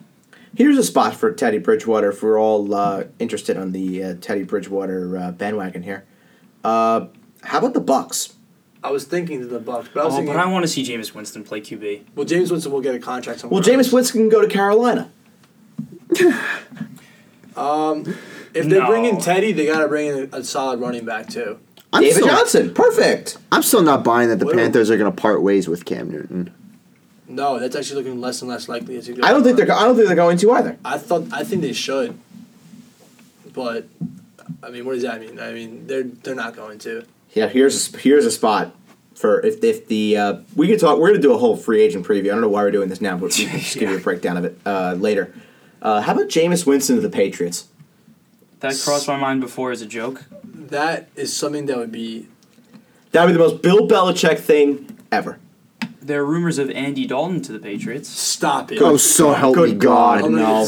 Speaker 1: Here's a spot for Teddy Bridgewater if we're all uh, interested on the uh, Teddy Bridgewater uh, bandwagon here. Uh, how about the Bucks?
Speaker 2: I was thinking to the Bucks, but I was
Speaker 3: Oh,
Speaker 2: thinking,
Speaker 3: but I want to see Jameis Winston play QB.
Speaker 2: well, James Winston will get a contract somewhere.
Speaker 1: Well, Jameis
Speaker 2: else.
Speaker 1: Winston can go to Carolina.
Speaker 2: If they bring in
Speaker 3: No.
Speaker 2: Teddy, they got to bring in a, a solid running back too.
Speaker 4: I'm
Speaker 1: David
Speaker 4: still,
Speaker 1: Johnson, perfect.
Speaker 4: I'm still not buying that the
Speaker 2: Whoa.
Speaker 4: Panthers are going to part ways with Cam Newton.
Speaker 2: No, that's actually looking less and less likely. As you go
Speaker 1: I don't think they're.
Speaker 2: on.
Speaker 1: go- I don't think they're going to either.
Speaker 2: I thought. I think they should. But, I mean, what does that mean? I mean, they're they're not going to.
Speaker 1: Yeah, here's a, sp- here's a spot for if if the uh, we could talk. We're gonna do a whole free agent preview. I don't know why we're doing this now, but [laughs] we can just give you a breakdown of it uh, later. Uh, how about Jameis Winston to the Patriots?
Speaker 3: That crossed my mind before as a joke.
Speaker 2: That is something that would be.
Speaker 1: That would be the most Bill Belichick thing ever.
Speaker 3: There are rumors of Andy Dalton to the Patriots.
Speaker 2: Stop it.
Speaker 4: Oh, so help me
Speaker 1: Good
Speaker 4: God.
Speaker 1: God,
Speaker 3: Oh,
Speaker 2: I'm gonna
Speaker 1: no!
Speaker 2: get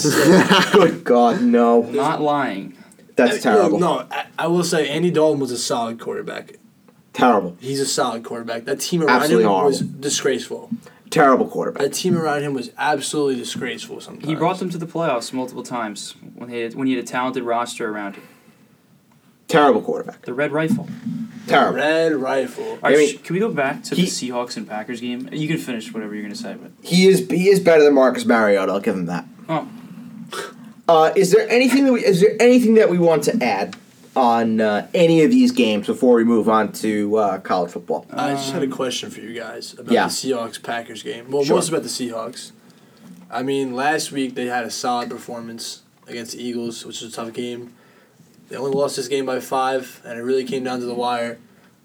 Speaker 1: [laughs]
Speaker 2: sick.
Speaker 1: Good God, no!
Speaker 3: Not lying.
Speaker 1: That's
Speaker 2: No,
Speaker 1: terrible.
Speaker 2: No, I, I will say Andy Dalton was a solid quarterback.
Speaker 1: Terrible.
Speaker 2: He's a solid quarterback. That team around
Speaker 1: Absolutely
Speaker 2: him
Speaker 1: horrible.
Speaker 2: was disgraceful.
Speaker 1: Terrible quarterback.
Speaker 2: That team around him was absolutely disgraceful. Sometimes
Speaker 3: He brought them to the playoffs multiple times when he had, when he had a talented roster around him.
Speaker 1: Terrible quarterback.
Speaker 3: The Red Rifle.
Speaker 1: Terrible.
Speaker 2: red rifle.
Speaker 3: All right,
Speaker 1: I
Speaker 3: sh-
Speaker 1: mean,
Speaker 3: can we go back to
Speaker 1: he-
Speaker 3: the Seahawks and Packers game? You can finish whatever you're going to say, but
Speaker 1: He is he is better than Marcus Mariota. I'll give him that.
Speaker 3: oh,
Speaker 1: Uh, is there anything that we is there anything that we want to add on uh, any of these games before we move on to uh, college football?
Speaker 2: I just had a question for you guys about
Speaker 1: Um, Yeah.
Speaker 2: the Seahawks Packers game. Well,
Speaker 1: Sure.
Speaker 2: most about the Seahawks. I mean, last week they had a solid performance against the Eagles, which was a tough game. They only lost this game by five, and it really came down to the wire.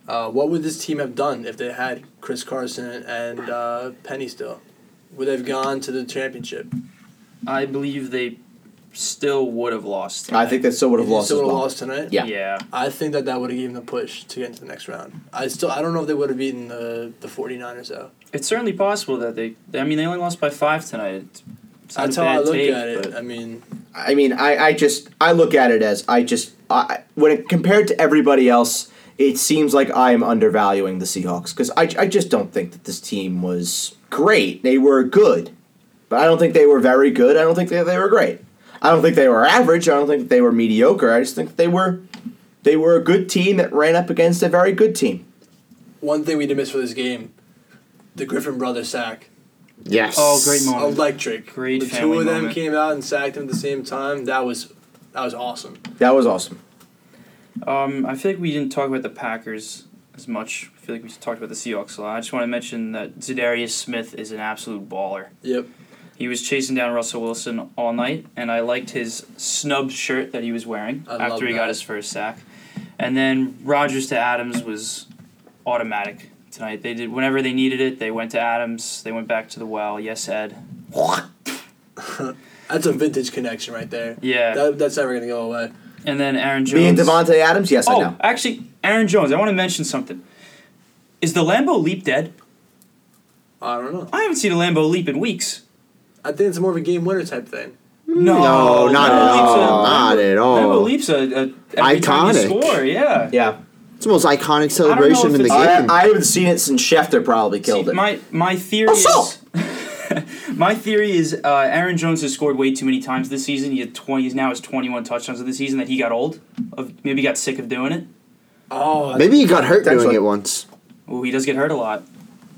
Speaker 2: Uh, what would this team have done if they had Chris Carson and uh, Penny still? Would they have gone to the championship?
Speaker 3: I believe they still would have lost.
Speaker 1: I think they still would have
Speaker 2: They
Speaker 1: lost as
Speaker 2: still
Speaker 1: well.
Speaker 2: would've lost tonight.
Speaker 1: Yeah.
Speaker 3: Yeah.
Speaker 2: I think that that would have given them a push to get into the next round. I still I don't know if they would have beaten the the 49ers though.
Speaker 3: It's certainly possible that they. I mean, they only lost by five tonight. It's- It's not
Speaker 2: That's
Speaker 3: a
Speaker 2: how I
Speaker 3: bad
Speaker 2: look
Speaker 3: take,
Speaker 2: at it.
Speaker 3: but-
Speaker 2: I mean,
Speaker 1: I mean, I, I just I look at it as I just I when it compared to everybody else, it seems like I am undervaluing the Seahawks because I I just don't think that this team was great. They were good, but I don't think they were very good. I don't think they, they were great. I don't think they were average. I don't think they were mediocre. I just think they were they were a good team that ran up against a very good team.
Speaker 2: one thing we did miss for this game, the Griffin brother sack,
Speaker 4: [laughs] Yes.
Speaker 3: Oh, great moment.
Speaker 2: electric.
Speaker 3: Great
Speaker 2: The two
Speaker 3: family
Speaker 2: of them
Speaker 3: moment.
Speaker 2: came out and sacked him at the same time. That was that was awesome.
Speaker 1: That was awesome.
Speaker 3: Um, I feel like we didn't talk about the Packers as much. I feel like we talked about the Seahawks a lot. I just want to mention that Zadarius Smith is an absolute baller.
Speaker 2: Yep.
Speaker 3: He was chasing down Russell Wilson all night, and I liked his snubbed shirt that he was wearing
Speaker 2: I love
Speaker 3: after he
Speaker 2: that.
Speaker 3: got his first sack. And then Rogers to Adams was automatic tonight. They did whenever they needed it. They went to Adams. They went back to the well. Yes, Ed.
Speaker 2: That's a vintage connection right there.
Speaker 3: Yeah.
Speaker 2: That, that's never gonna go away.
Speaker 3: and then Aaron Jones.
Speaker 1: Me and Devontae Adams, yes, I
Speaker 3: Oh,
Speaker 1: know.
Speaker 3: actually, Aaron Jones. I want to mention something. Is the Lambo leap dead?
Speaker 2: I don't know.
Speaker 3: I haven't seen a Lambo leap in weeks.
Speaker 2: I think it's more of a game winner type thing.
Speaker 4: No, not at
Speaker 3: Lambeau leap's
Speaker 4: all.
Speaker 3: a-
Speaker 4: Not at all.
Speaker 3: Lambeau leap's a, a every time you
Speaker 4: Iconic.
Speaker 3: score. Yeah.
Speaker 1: Yeah,
Speaker 4: It's the most iconic
Speaker 3: don't know
Speaker 4: celebration
Speaker 3: if
Speaker 4: in the
Speaker 3: it's-
Speaker 1: I,
Speaker 4: game.
Speaker 1: I haven't seen it since Schefter probably killed Oh,
Speaker 3: See,
Speaker 1: it.
Speaker 3: My my theory
Speaker 1: Assault!
Speaker 3: is [laughs] my theory is uh, Aaron Jones has scored way too many times this season. He had twenty. He's now has twenty one touchdowns of the season. That he got old. Of maybe got sick of doing it.
Speaker 2: Oh,
Speaker 4: Maybe he got hurt doing
Speaker 1: Potentially.
Speaker 4: it once.
Speaker 3: Well, he does get hurt a lot.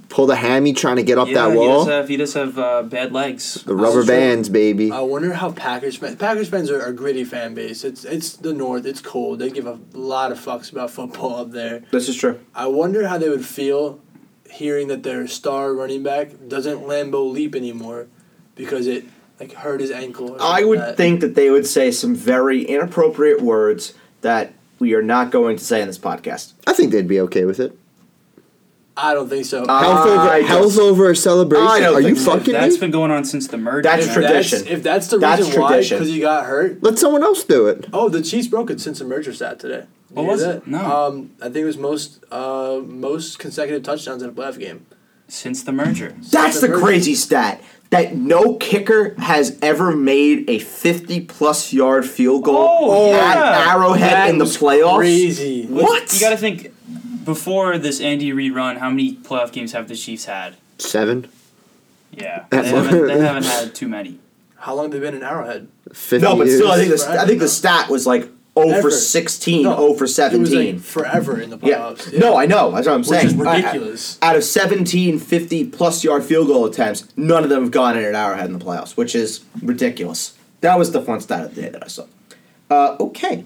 Speaker 4: Pulled a hammy trying to get up
Speaker 3: yeah,
Speaker 4: that
Speaker 3: he
Speaker 4: wall.
Speaker 3: does have he does have uh, bad legs.
Speaker 4: the rubber
Speaker 2: That's true. Uh,
Speaker 4: bands, baby.
Speaker 2: I wonder how Packers fans. Packers fans are a gritty fan base. It's it's the North. It's cold. They give a lot of fucks about football up there.
Speaker 1: This is true.
Speaker 2: I wonder how they would feel hearing that their star running back doesn't Lambo leap anymore because it like hurt his ankle. or
Speaker 1: I
Speaker 2: something
Speaker 1: would
Speaker 2: like that.
Speaker 1: think that they would say some very inappropriate words that we are not going to say in this podcast.
Speaker 4: I think they'd be okay with it.
Speaker 2: I don't think so.
Speaker 1: Uh,
Speaker 4: Health
Speaker 1: I
Speaker 4: over, health
Speaker 1: just-
Speaker 4: over a celebration.
Speaker 1: I don't
Speaker 4: Are you
Speaker 1: think so.
Speaker 4: fucking
Speaker 3: That's
Speaker 4: me?
Speaker 3: been going on since the merger.
Speaker 1: That's
Speaker 2: if
Speaker 1: true.
Speaker 2: that's-
Speaker 1: tradition.
Speaker 2: if that's the
Speaker 1: That's
Speaker 2: reason why,
Speaker 1: tradition.
Speaker 2: because he got hurt.
Speaker 4: Let someone else do it.
Speaker 2: Oh, the Chiefs broke it since the merger stat today. Did
Speaker 3: What
Speaker 2: you hear
Speaker 3: Oh, was
Speaker 2: that?
Speaker 3: it? No.
Speaker 2: Um, I think it was most uh most consecutive touchdowns in a playoff game.
Speaker 3: Since the merger.
Speaker 1: That's the
Speaker 2: Merger.
Speaker 1: crazy stat that no kicker has ever made a 50 plus yard field goal
Speaker 3: Oh,
Speaker 1: at
Speaker 3: yeah.
Speaker 1: Arrowhead
Speaker 2: That
Speaker 1: in the
Speaker 2: was
Speaker 1: playoffs.
Speaker 2: Crazy.
Speaker 1: What?
Speaker 3: You got to think before this Andy Reid run. How many playoff games have the Chiefs had?
Speaker 4: Seven.
Speaker 3: Yeah,
Speaker 4: [laughs] That's
Speaker 3: they haven't, they
Speaker 4: what-
Speaker 3: haven't had too many.
Speaker 2: How long have they been in Arrowhead?
Speaker 4: 50
Speaker 1: no, but still, I
Speaker 4: years.
Speaker 1: think the, st- I think the stat was like 0
Speaker 2: Ever.
Speaker 1: for 16, 0
Speaker 2: No,
Speaker 1: for
Speaker 2: It was
Speaker 1: 17.
Speaker 2: like forever in the
Speaker 1: yeah.
Speaker 2: playoffs.
Speaker 1: No, I know. That's what I'm
Speaker 2: which
Speaker 1: saying.
Speaker 2: is
Speaker 1: I- I-
Speaker 2: ridiculous.
Speaker 1: out of 17 50 plus yard field goal attempts, none of them have gone in an arrowhead in the playoffs, which is ridiculous. That was the fun stat of the day that I saw. Uh, okay,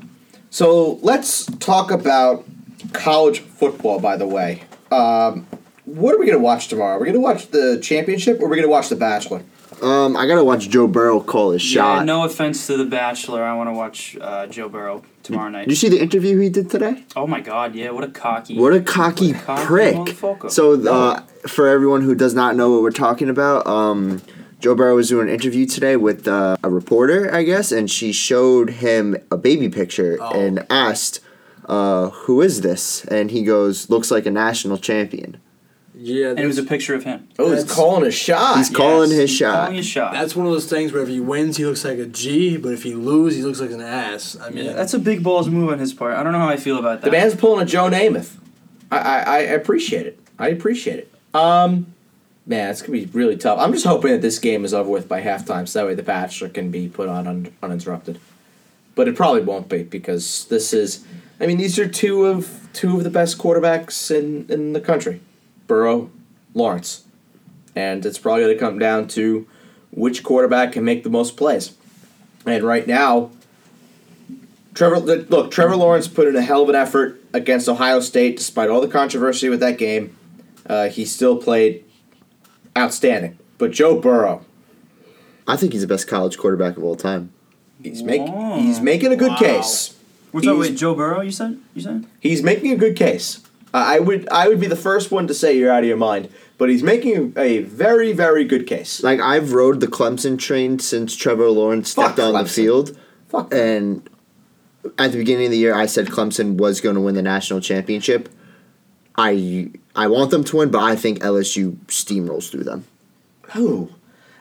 Speaker 1: so let's talk about college football, by the way. Um, what are we going to watch tomorrow? Are we going to watch the championship or are we going to watch The Bachelor?
Speaker 4: Um, I gotta watch Joe Burrow call his
Speaker 3: Yeah,
Speaker 4: shot.
Speaker 3: no offense to The Bachelor. I want to watch uh, Joe Burrow tomorrow night.
Speaker 4: You see the interview he did today?
Speaker 3: Oh my God! Yeah, what a cocky.
Speaker 4: What a cocky,
Speaker 3: What a cocky
Speaker 4: prick.
Speaker 3: motherfucker.
Speaker 4: So, uh, for everyone who does not know what we're talking about, um, Joe Burrow was doing an interview today with uh, a reporter, I guess, and she showed him a baby picture
Speaker 2: Oh.
Speaker 4: and asked, uh, Who is this? And he goes, Looks like a national champion.
Speaker 2: Yeah,
Speaker 3: and it was a picture of him.
Speaker 1: Oh, he's
Speaker 2: That's-
Speaker 1: calling a shot.
Speaker 4: He's calling his
Speaker 3: he's
Speaker 4: shot.
Speaker 3: Calling his shot. That's,
Speaker 2: That's one of those things where if he wins, he looks like a G, but if he loses, he looks like an ass. I mean,
Speaker 3: that's a big balls move on his part. I don't know how I feel about that.
Speaker 1: The man's pulling a Joe Namath. I, I, I appreciate it. I appreciate it. Um, man, it's gonna be really tough. I'm just hoping that this game is over with by halftime, so that way the Bachelor can be put on un- uninterrupted. But it probably won't be because this is. I mean, these are two of two of the best quarterbacks in in the country, Burrow, Lawrence, and it's probably gonna come down to which quarterback can make the most plays. And right now, Trevor, look, Trevor Lawrence put in a hell of an effort against Ohio State, despite all the controversy with that game. Uh, he still played outstanding. But Joe Burrow,
Speaker 4: I think he's the best college quarterback of all time.
Speaker 1: he's making
Speaker 3: Wow.
Speaker 1: he's making a good
Speaker 2: Wow.
Speaker 1: case.
Speaker 3: What's up?
Speaker 1: he's-
Speaker 3: Wait, Joe Burrow? You said? You said?
Speaker 1: He's making a good case. I I would I would be the first one to say you're out of your mind. but he's making a very, very good case.
Speaker 4: Like I've rode the Clemson train since Trevor Lawrence
Speaker 1: Fuck
Speaker 4: stepped on the
Speaker 1: Clemson.
Speaker 4: field,
Speaker 1: Fuck.
Speaker 4: and at the beginning of the year, I said Clemson was going to win the national championship. I I want them to win, but I think LSU steamrolls through them.
Speaker 1: Who?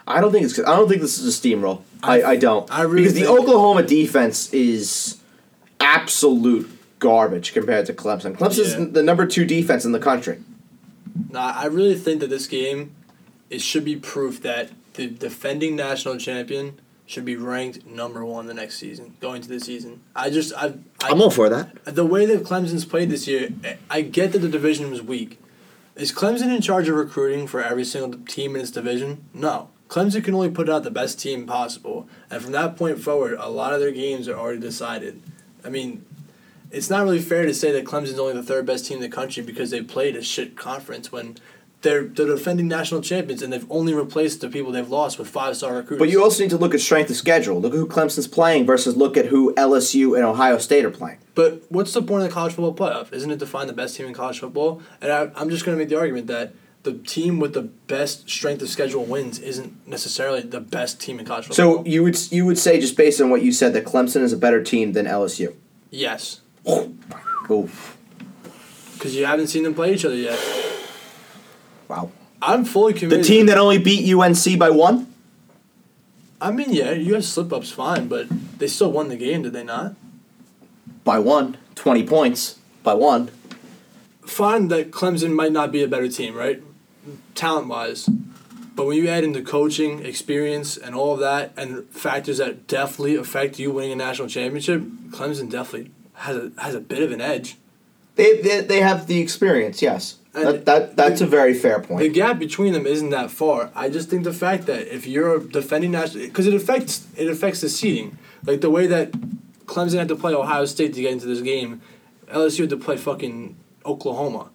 Speaker 1: I don't think it's. I don't think this is a steamroll. I, I don't.
Speaker 2: I really
Speaker 1: because the
Speaker 2: think-
Speaker 1: Oklahoma defense is absolute garbage compared to Clemson. Clemson's
Speaker 2: Yeah.
Speaker 1: the number two defense in the country.
Speaker 2: Nah, I really think that this game, it should be proof that the defending national champion should be ranked number one the next season, going to the season. I just, I, I
Speaker 4: I'm all for that.
Speaker 2: the way that Clemson's played this year, I get that the division was weak. Is Clemson in charge of recruiting for every single team in its division? No. Clemson can only put out the best team possible, and from that point forward, a lot of their games are already decided. I mean, it's not really fair to say that Clemson's only the third best team in the country because they played a shit conference when they're the defending national champions and they've only replaced the people they've lost with five star recruits.
Speaker 1: But you also need to look at strength of schedule. Look at who Clemson's playing versus look at who LSU and Ohio State are playing.
Speaker 2: But what's the point of the college football playoff? Isn't it to find the best team in college football? And I, I'm just going to make the argument that the team with the best strength of schedule wins isn't necessarily the best team in college
Speaker 1: So
Speaker 2: football.
Speaker 1: you would you would say just based on what you said that Clemson is a better team than LSU.
Speaker 2: yes,
Speaker 1: Oh
Speaker 2: because you haven't seen them play each other yet.
Speaker 1: wow!
Speaker 2: I'm fully
Speaker 1: The
Speaker 2: committed.
Speaker 1: team that only beat UNC by one.
Speaker 2: I mean, yeah, you have slip ups, fine, but they still won the game, did they not?
Speaker 1: By one. 20 points. By one.
Speaker 2: Fine that Clemson might not be a better team, right? Talent wise. But when you add into coaching, experience, and all of that, and factors that definitely affect you winning a national championship, Clemson definitely has a, has a bit of an edge.
Speaker 1: They, they, they have the experience, yes.
Speaker 2: And
Speaker 1: That, that, that's a very fair
Speaker 2: The
Speaker 1: point.
Speaker 2: gap between them isn't that far. I just think the fact that if you're a defending national, because it affects it affects the seeding, like the way that Clemson had to play Ohio State to get into this game, LSU had to play fucking Oklahoma.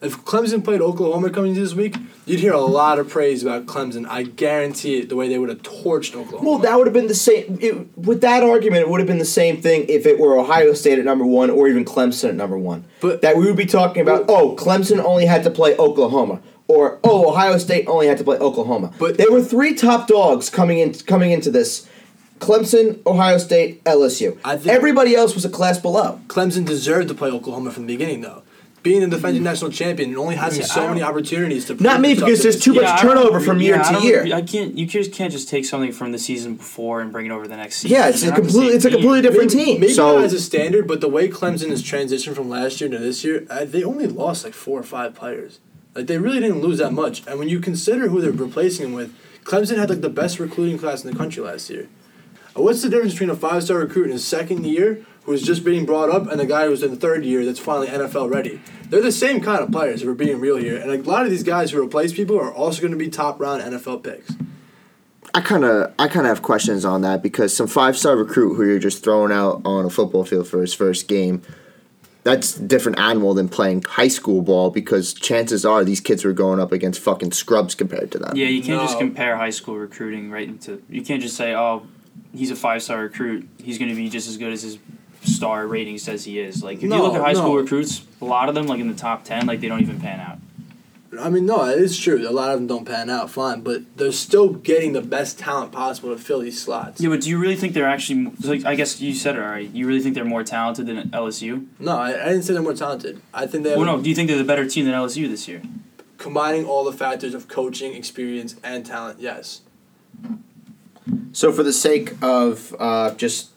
Speaker 2: If Clemson played Oklahoma coming into this week, you'd hear a lot of praise about Clemson. I guarantee it. The way they would have torched Oklahoma.
Speaker 1: Well, that would have been the same. It, with that argument, it would have been the same thing if it were Ohio State at number one or even Clemson at number one.
Speaker 2: But-
Speaker 1: that we would be talking about, oh, Clemson only had to play Oklahoma. Or, oh, Ohio State only had to play Oklahoma.
Speaker 2: But-
Speaker 1: they were three top dogs coming in coming into this. Clemson, Ohio State, LSU.
Speaker 2: I think-
Speaker 1: Everybody else was a class below.
Speaker 2: Clemson deserved to play Oklahoma from the beginning, though. Being the defending
Speaker 1: Mm.
Speaker 2: national champion and only having so many opportunities to
Speaker 1: Not
Speaker 2: prove
Speaker 1: me,
Speaker 2: yourself
Speaker 1: because
Speaker 2: to
Speaker 1: there's
Speaker 2: the
Speaker 1: too
Speaker 2: team.
Speaker 1: much
Speaker 3: I
Speaker 1: turnover
Speaker 3: don't-
Speaker 1: from
Speaker 3: yeah,
Speaker 1: year
Speaker 3: I
Speaker 1: to
Speaker 3: don't-
Speaker 1: year.
Speaker 3: I can't. You just can't just take something from the season before and bring it over the next season.
Speaker 1: Yeah, it's
Speaker 3: They're
Speaker 1: a
Speaker 3: not the
Speaker 1: completely
Speaker 3: same
Speaker 1: it's a
Speaker 3: team.
Speaker 1: completely different team.
Speaker 2: Maybe
Speaker 4: So-
Speaker 2: not as a standard, but the way Clemson has transitioned from last year to this year, uh, they only lost like four or five players. Like they really didn't lose that much. And when you consider who they're replacing them with, Clemson had like the best recruiting class in the country last year. Uh, What's the difference between a five-star recruit in his second year who's just being brought up and the guy who's in the third year that's finally NFL ready? They're the same kind of players if we're being real here. And a lot of these guys who replace people are also going to be top-round NFL picks.
Speaker 4: I kind of I kind of have questions on that because some five star recruit who you're just throwing out on a football field for his first game, that's a different animal than playing high school ball because chances are these kids were going up against fucking scrubs compared to them.
Speaker 3: Yeah, you can't just
Speaker 2: No.
Speaker 3: compare high school recruiting right into. You can't just say, "Oh, he's a five star recruit. He's going to be just as good as his star rating says he is." Like if you look
Speaker 2: No,
Speaker 3: at high school
Speaker 2: no.
Speaker 3: recruits, a lot of them, like in the top ten, like they don't even pan out.
Speaker 2: I mean, no, it is true. A lot of them don't pan out fine, but they're still getting the best talent possible to fill these slots.
Speaker 3: Yeah, but do you really think they're actually? Like, I guess you said it already. You really think they're more talented than LSU?
Speaker 2: No, I, I didn't say they're more talented. I think they have
Speaker 3: Well, no. Do you think they're the better team than LSU this year?
Speaker 2: combining all the factors of coaching, experience, and talent. Yes.
Speaker 1: So, for the sake of uh, just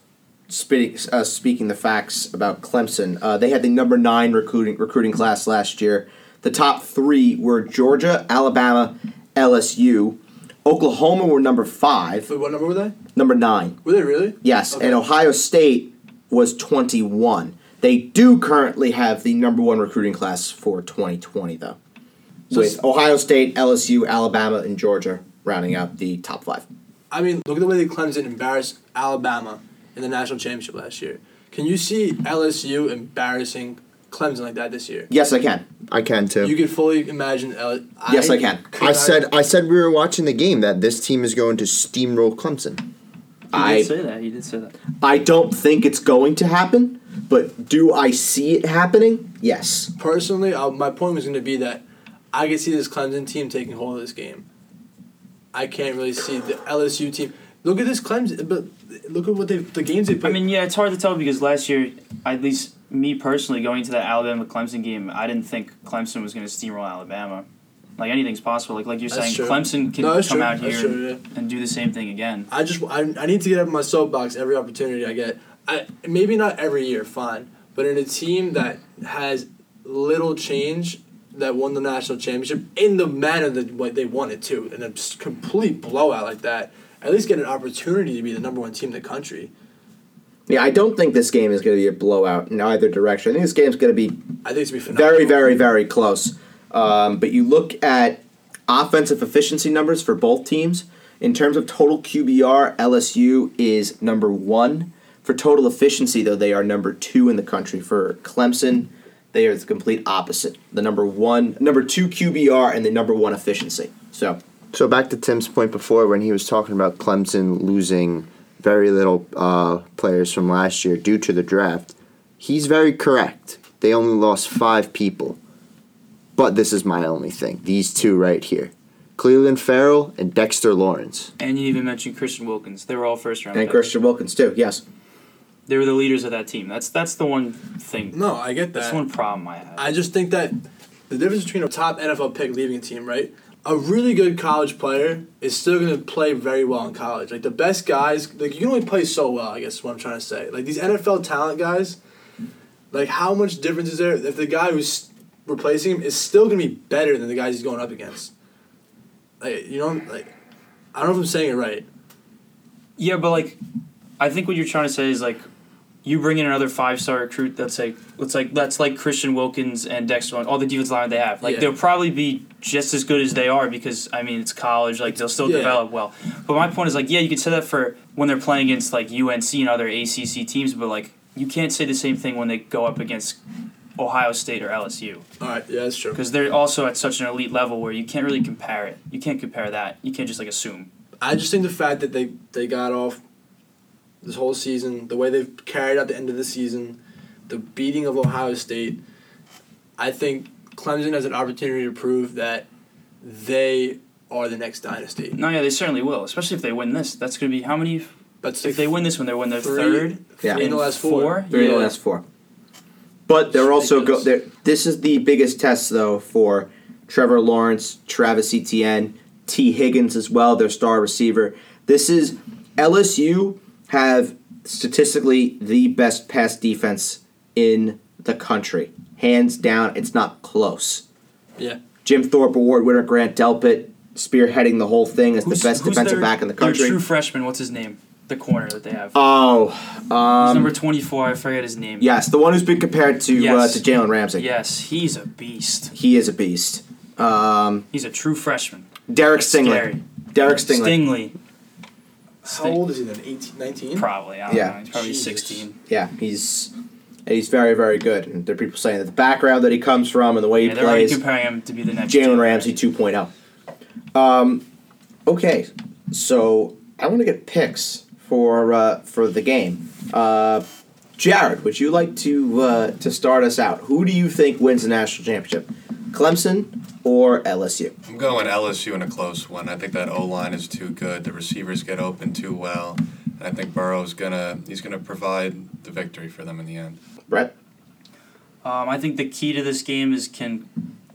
Speaker 1: speaking, uh, speaking the facts about Clemson, uh, they had the number nine recruiting recruiting class last year. The top three were Georgia, Alabama, LSU. Oklahoma were number five,
Speaker 2: Wait, what number were they?
Speaker 1: number nine.
Speaker 2: Were they really?
Speaker 1: Yes,
Speaker 2: Okay.
Speaker 1: and Ohio State was twenty one. They do currently have the number one recruiting class for twenty twenty, though. With Ohio State, LSU, Alabama, and Georgia rounding out the top five.
Speaker 2: I mean, look at the way that Clemson embarrassed Alabama in the national championship last year. Can you see LSU embarrassing Clemson like that this year?
Speaker 1: Yes, I can.
Speaker 4: I can too.
Speaker 2: You could fully imagine. L-
Speaker 1: Yes, I can.
Speaker 2: could
Speaker 4: I
Speaker 2: not-
Speaker 4: said I said we were watching the game that this team is going to steamroll Clemson.
Speaker 3: You
Speaker 1: I
Speaker 3: did say that. You did say that.
Speaker 1: I don't think it's going to happen, but do I see it happening? Yes.
Speaker 2: personally, I, my point was going to be that I could see this Clemson team taking hold of this game. I can't really see the LSU team. Look at this Clemson, but look at what they the games they
Speaker 3: I
Speaker 2: played.
Speaker 3: mean, yeah, it's hard to tell because last year, at least me personally, going to that Alabama Clemson game, I didn't think Clemson was going to steamroll Alabama. Like anything's possible. Like like you're
Speaker 2: That's
Speaker 3: saying,
Speaker 2: true.
Speaker 3: Clemson can
Speaker 2: No,
Speaker 3: come
Speaker 2: that's true.
Speaker 3: out
Speaker 2: That's
Speaker 3: here
Speaker 2: true, yeah.
Speaker 3: and do the same thing again.
Speaker 2: I just I, I need to get up my soapbox every opportunity I get. I maybe not every year, fine, but in a team that has little change that won the national championship in the manner that what they won it to, in a s- complete blowout like that, at least get an opportunity to be the number one team in the country.
Speaker 1: Yeah, I don't think this game is going to be a blowout in either direction. I think this game's going to be
Speaker 2: I think it's gonna be phenomenal.
Speaker 1: very, very, very close. Um, but you look at offensive efficiency numbers for both teams. In terms of total QBR, LSU is number one. For total efficiency, though, they are number two in the country. For Clemson, they are the complete opposite. The number one, number two QBR, and the number one efficiency. So
Speaker 4: So back to Tim's point before when he was talking about Clemson losing very little uh, players from last year due to the draft. He's very correct. They only lost five people. But this is my only thing. These two right here. Cleveland Farrell and Dexter Lawrence.
Speaker 3: And you even mentioned Christian Wilkins. They were all first round.
Speaker 1: and
Speaker 3: picks.
Speaker 1: Christian Wilkins too. Yes,
Speaker 3: They were the leaders of that team. That's that's the one thing.
Speaker 2: No, I get
Speaker 3: That's
Speaker 2: that.
Speaker 3: one problem I have.
Speaker 2: I just think that the difference between a top NFL pick leaving a team, right? A really good college player is still going to play very well in college. Like the best guys, like you can only play so well. I guess is what I'm trying to say. Like these NFL talent guys, like how much difference is there if the guy who's replacing him is still going to be better than the guys he's going up against? Like you know, like I don't know if I'm saying it right.
Speaker 3: Yeah, but like, I think what you're trying to say is like, you bring in another five star recruit. That's like, let's like that's like Christian Wilkins and Dexter, Lawrence, all the defense line they have. Like
Speaker 2: Yeah.
Speaker 3: they'll probably be just as good as they are because I mean it's college. Like they'll still
Speaker 2: Yeah.
Speaker 3: develop well. But my point is like, yeah, you could say that for when they're playing against like UNC and other ACC teams, but like you can't say the same thing when they go up against Ohio State or LSU
Speaker 2: All right, yeah, that's true.
Speaker 3: because they're also at such an elite level where you can't really compare it. You can't compare that. You can't just like assume.
Speaker 2: I just think the fact that they they got off this whole season, the way they've carried out the end of the season, the beating of Ohio State, I think Clemson has an opportunity to prove that they are the next dynasty.
Speaker 3: No, yeah, they certainly will, especially if they win this. That's going to be how many
Speaker 2: But
Speaker 3: If they win this one, they win their
Speaker 2: Three.
Speaker 3: third.
Speaker 1: Yeah.
Speaker 2: in the last four,
Speaker 1: three of the
Speaker 3: Yeah.
Speaker 1: last four. But they're also go.
Speaker 2: Ridiculous.
Speaker 1: They're, this is the biggest test though for Trevor Lawrence, Travis Etienne, T. Higgins as well, their star receiver. This is LSU have statistically the best pass defense in the country, hands down. It's not close.
Speaker 2: yeah,
Speaker 1: Jim Thorpe Award winner Grant Delpit spearheading the whole thing as the
Speaker 3: Who's-
Speaker 1: best
Speaker 3: who's
Speaker 1: defensive
Speaker 3: their-
Speaker 1: back in the
Speaker 3: their
Speaker 1: country.
Speaker 3: true freshman, what's his name? The corner that they have.
Speaker 1: oh,
Speaker 3: he's
Speaker 1: um,
Speaker 3: number 24. I forget his name.
Speaker 1: yes, the one who's been compared to
Speaker 3: Yes.
Speaker 1: uh, to Jalen Ramsey.
Speaker 3: Yes, he's a beast.
Speaker 1: He is a beast. Um,
Speaker 3: He's a true freshman.
Speaker 1: Derek
Speaker 3: That's
Speaker 1: Stingley.
Speaker 3: scary.
Speaker 1: Derek Stingley.
Speaker 2: how old is he then? 18, 19?
Speaker 3: Probably. I don't
Speaker 1: Yeah.
Speaker 3: know. He's probably
Speaker 2: Jesus.
Speaker 3: 16.
Speaker 1: Yeah, he's he's very very good. And there are people saying that the background that he comes from and the way
Speaker 3: Yeah,
Speaker 1: he
Speaker 3: they're already
Speaker 1: plays,
Speaker 3: comparing him to be the next.
Speaker 1: Jalen Ramsey 2.0. Um, okay, so I want to get picks for uh, for the game. Uh, Jared, would you like to uh, to start us out? Who do you think wins the national championship, Clemson or LSU?
Speaker 5: I'm going LSU in a close one. I think that O line is too good. The receivers get open too well. And I think Burrow's gonna he's gonna provide the victory for them in the end.
Speaker 1: Brett.
Speaker 3: Um, I think the key to this game is can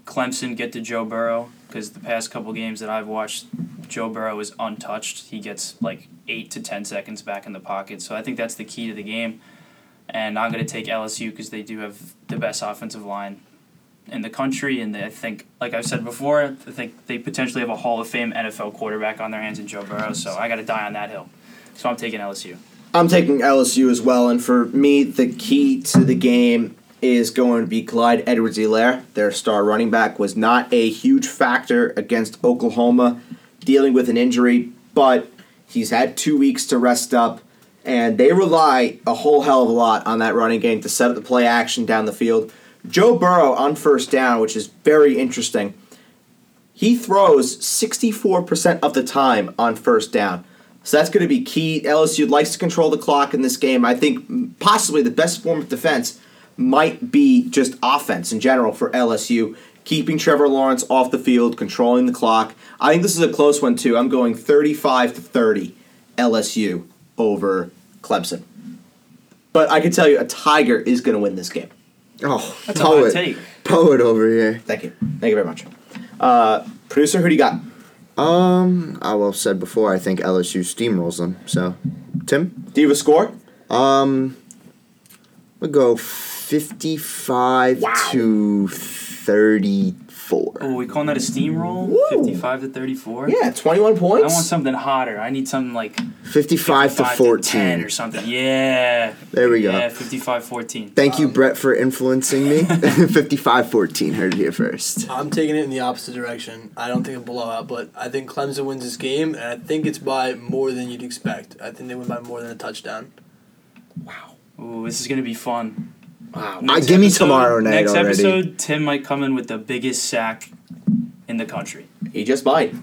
Speaker 3: Clemson get to Joe Burrow? Because the past couple games that I've watched, Joe Burrow is untouched. He gets like eight to ten seconds back in the pocket. So I think that's the key to the game. And I'm going to take LSU because they do have the best offensive line in the country. And they, I think, like I've said before, I think they potentially have a Hall of Fame NFL quarterback on their hands in Joe Burrow. So I got to die on that hill. So I'm taking LSU.
Speaker 1: I'm taking LSU as well, and for me, the key to the game is going to be Clyde Edwards Elaire. Their star running back was not a huge factor against Oklahoma, dealing with an injury, but he's had two weeks to rest up, and they rely a whole hell of a lot on that running game to set up the play action down the field. Joe Burrow on first down, which is very interesting. He throws 64% of the time on first down. So that's going to be key. LSU likes to control the clock in this game. I think m- possibly the best form of defense might be just offense in general for LSU. keeping Trevor Lawrence off the field, controlling the clock. I think this is a close one too. I'm going 35 to 30 LSU over Clemson. But I can tell you a Tiger is going to win this game.
Speaker 4: Oh,
Speaker 3: That's a hot
Speaker 4: poet,
Speaker 3: take.
Speaker 4: poet over here.
Speaker 1: Thank you. Thank you very much. Uh, producer, who do you got?
Speaker 4: Um, I well said before. I think LSU steamrolls them. So, Tim,
Speaker 1: Do you have a score?
Speaker 4: um, we go fifty-five to thirty-four.
Speaker 3: Oh, we calling that a steamroll?
Speaker 1: Woo.
Speaker 3: 55 to 34?
Speaker 1: Yeah, 21
Speaker 3: I
Speaker 1: points.
Speaker 3: want something hotter. I need something like
Speaker 4: Fifty-five to
Speaker 3: 55
Speaker 4: fourteen.
Speaker 3: 10 or something. Yeah.
Speaker 4: There we go.
Speaker 3: Yeah, 55 14.
Speaker 4: Thank you, Brett, for influencing me. [laughs] 55 14, heard it here first.
Speaker 2: I'm taking it in the opposite direction. I don't think a blowout, but I think Clemson wins this game, and I think it's by more than you'd expect. I think they win by more than a touchdown.
Speaker 3: Ooh, this is going to be fun.
Speaker 1: Wow.
Speaker 4: Uh, give me tomorrow night
Speaker 3: Next
Speaker 4: already.
Speaker 3: episode, Tim might come in with the biggest sack in the country.
Speaker 1: He just might.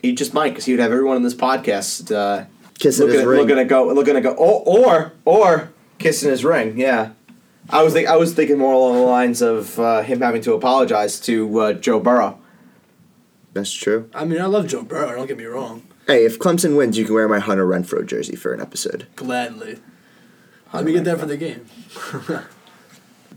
Speaker 1: He just might because he would have everyone in this podcast uh,
Speaker 4: Kissing
Speaker 1: looking
Speaker 4: his
Speaker 1: at
Speaker 4: ring.
Speaker 1: looking at go looking at go or or or kissing his ring. Yeah, I was think, I was thinking more along the lines of uh, him having to apologize to uh, Joe Burrow.
Speaker 4: That's true.
Speaker 2: I mean, I love Joe Burrow. Don't get me wrong.
Speaker 4: Hey, if Clemson wins, you can wear my Hunter Renfro jersey for an episode.
Speaker 2: Gladly. Let me get that for the game.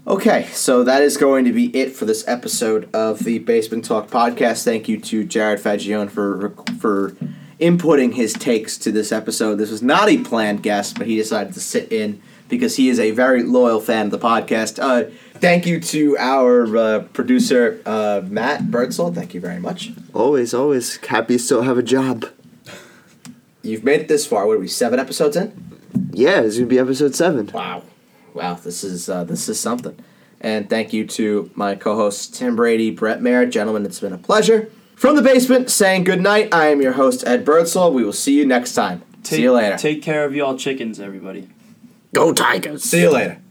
Speaker 1: Okay, so that is going to be it for this episode of the Basement Talk podcast. Thank you to Jared Fagione for for inputting his takes to this episode. This was not a planned guest, but he decided to sit in because he is a very loyal fan of the podcast. Uh, thank you to our uh, producer uh, Matt Birdsall. Thank you very much.
Speaker 4: Always, always happy you still have a job.
Speaker 1: You've made it this far. What are we? Seven episodes in.
Speaker 4: Yeah, it's going to be episode 7.
Speaker 1: Wow, wow, this is uh, this is something. And thank you to my co-hosts Tim Brady, Brett Mayer, gentlemen. It's been a pleasure. From the basement, saying good night. I am your host Ed Birdsall. We will see you next time.
Speaker 3: Take,
Speaker 1: see you later.
Speaker 3: Take care of y'all chickens, everybody.
Speaker 4: Go Tigers!
Speaker 1: see you later.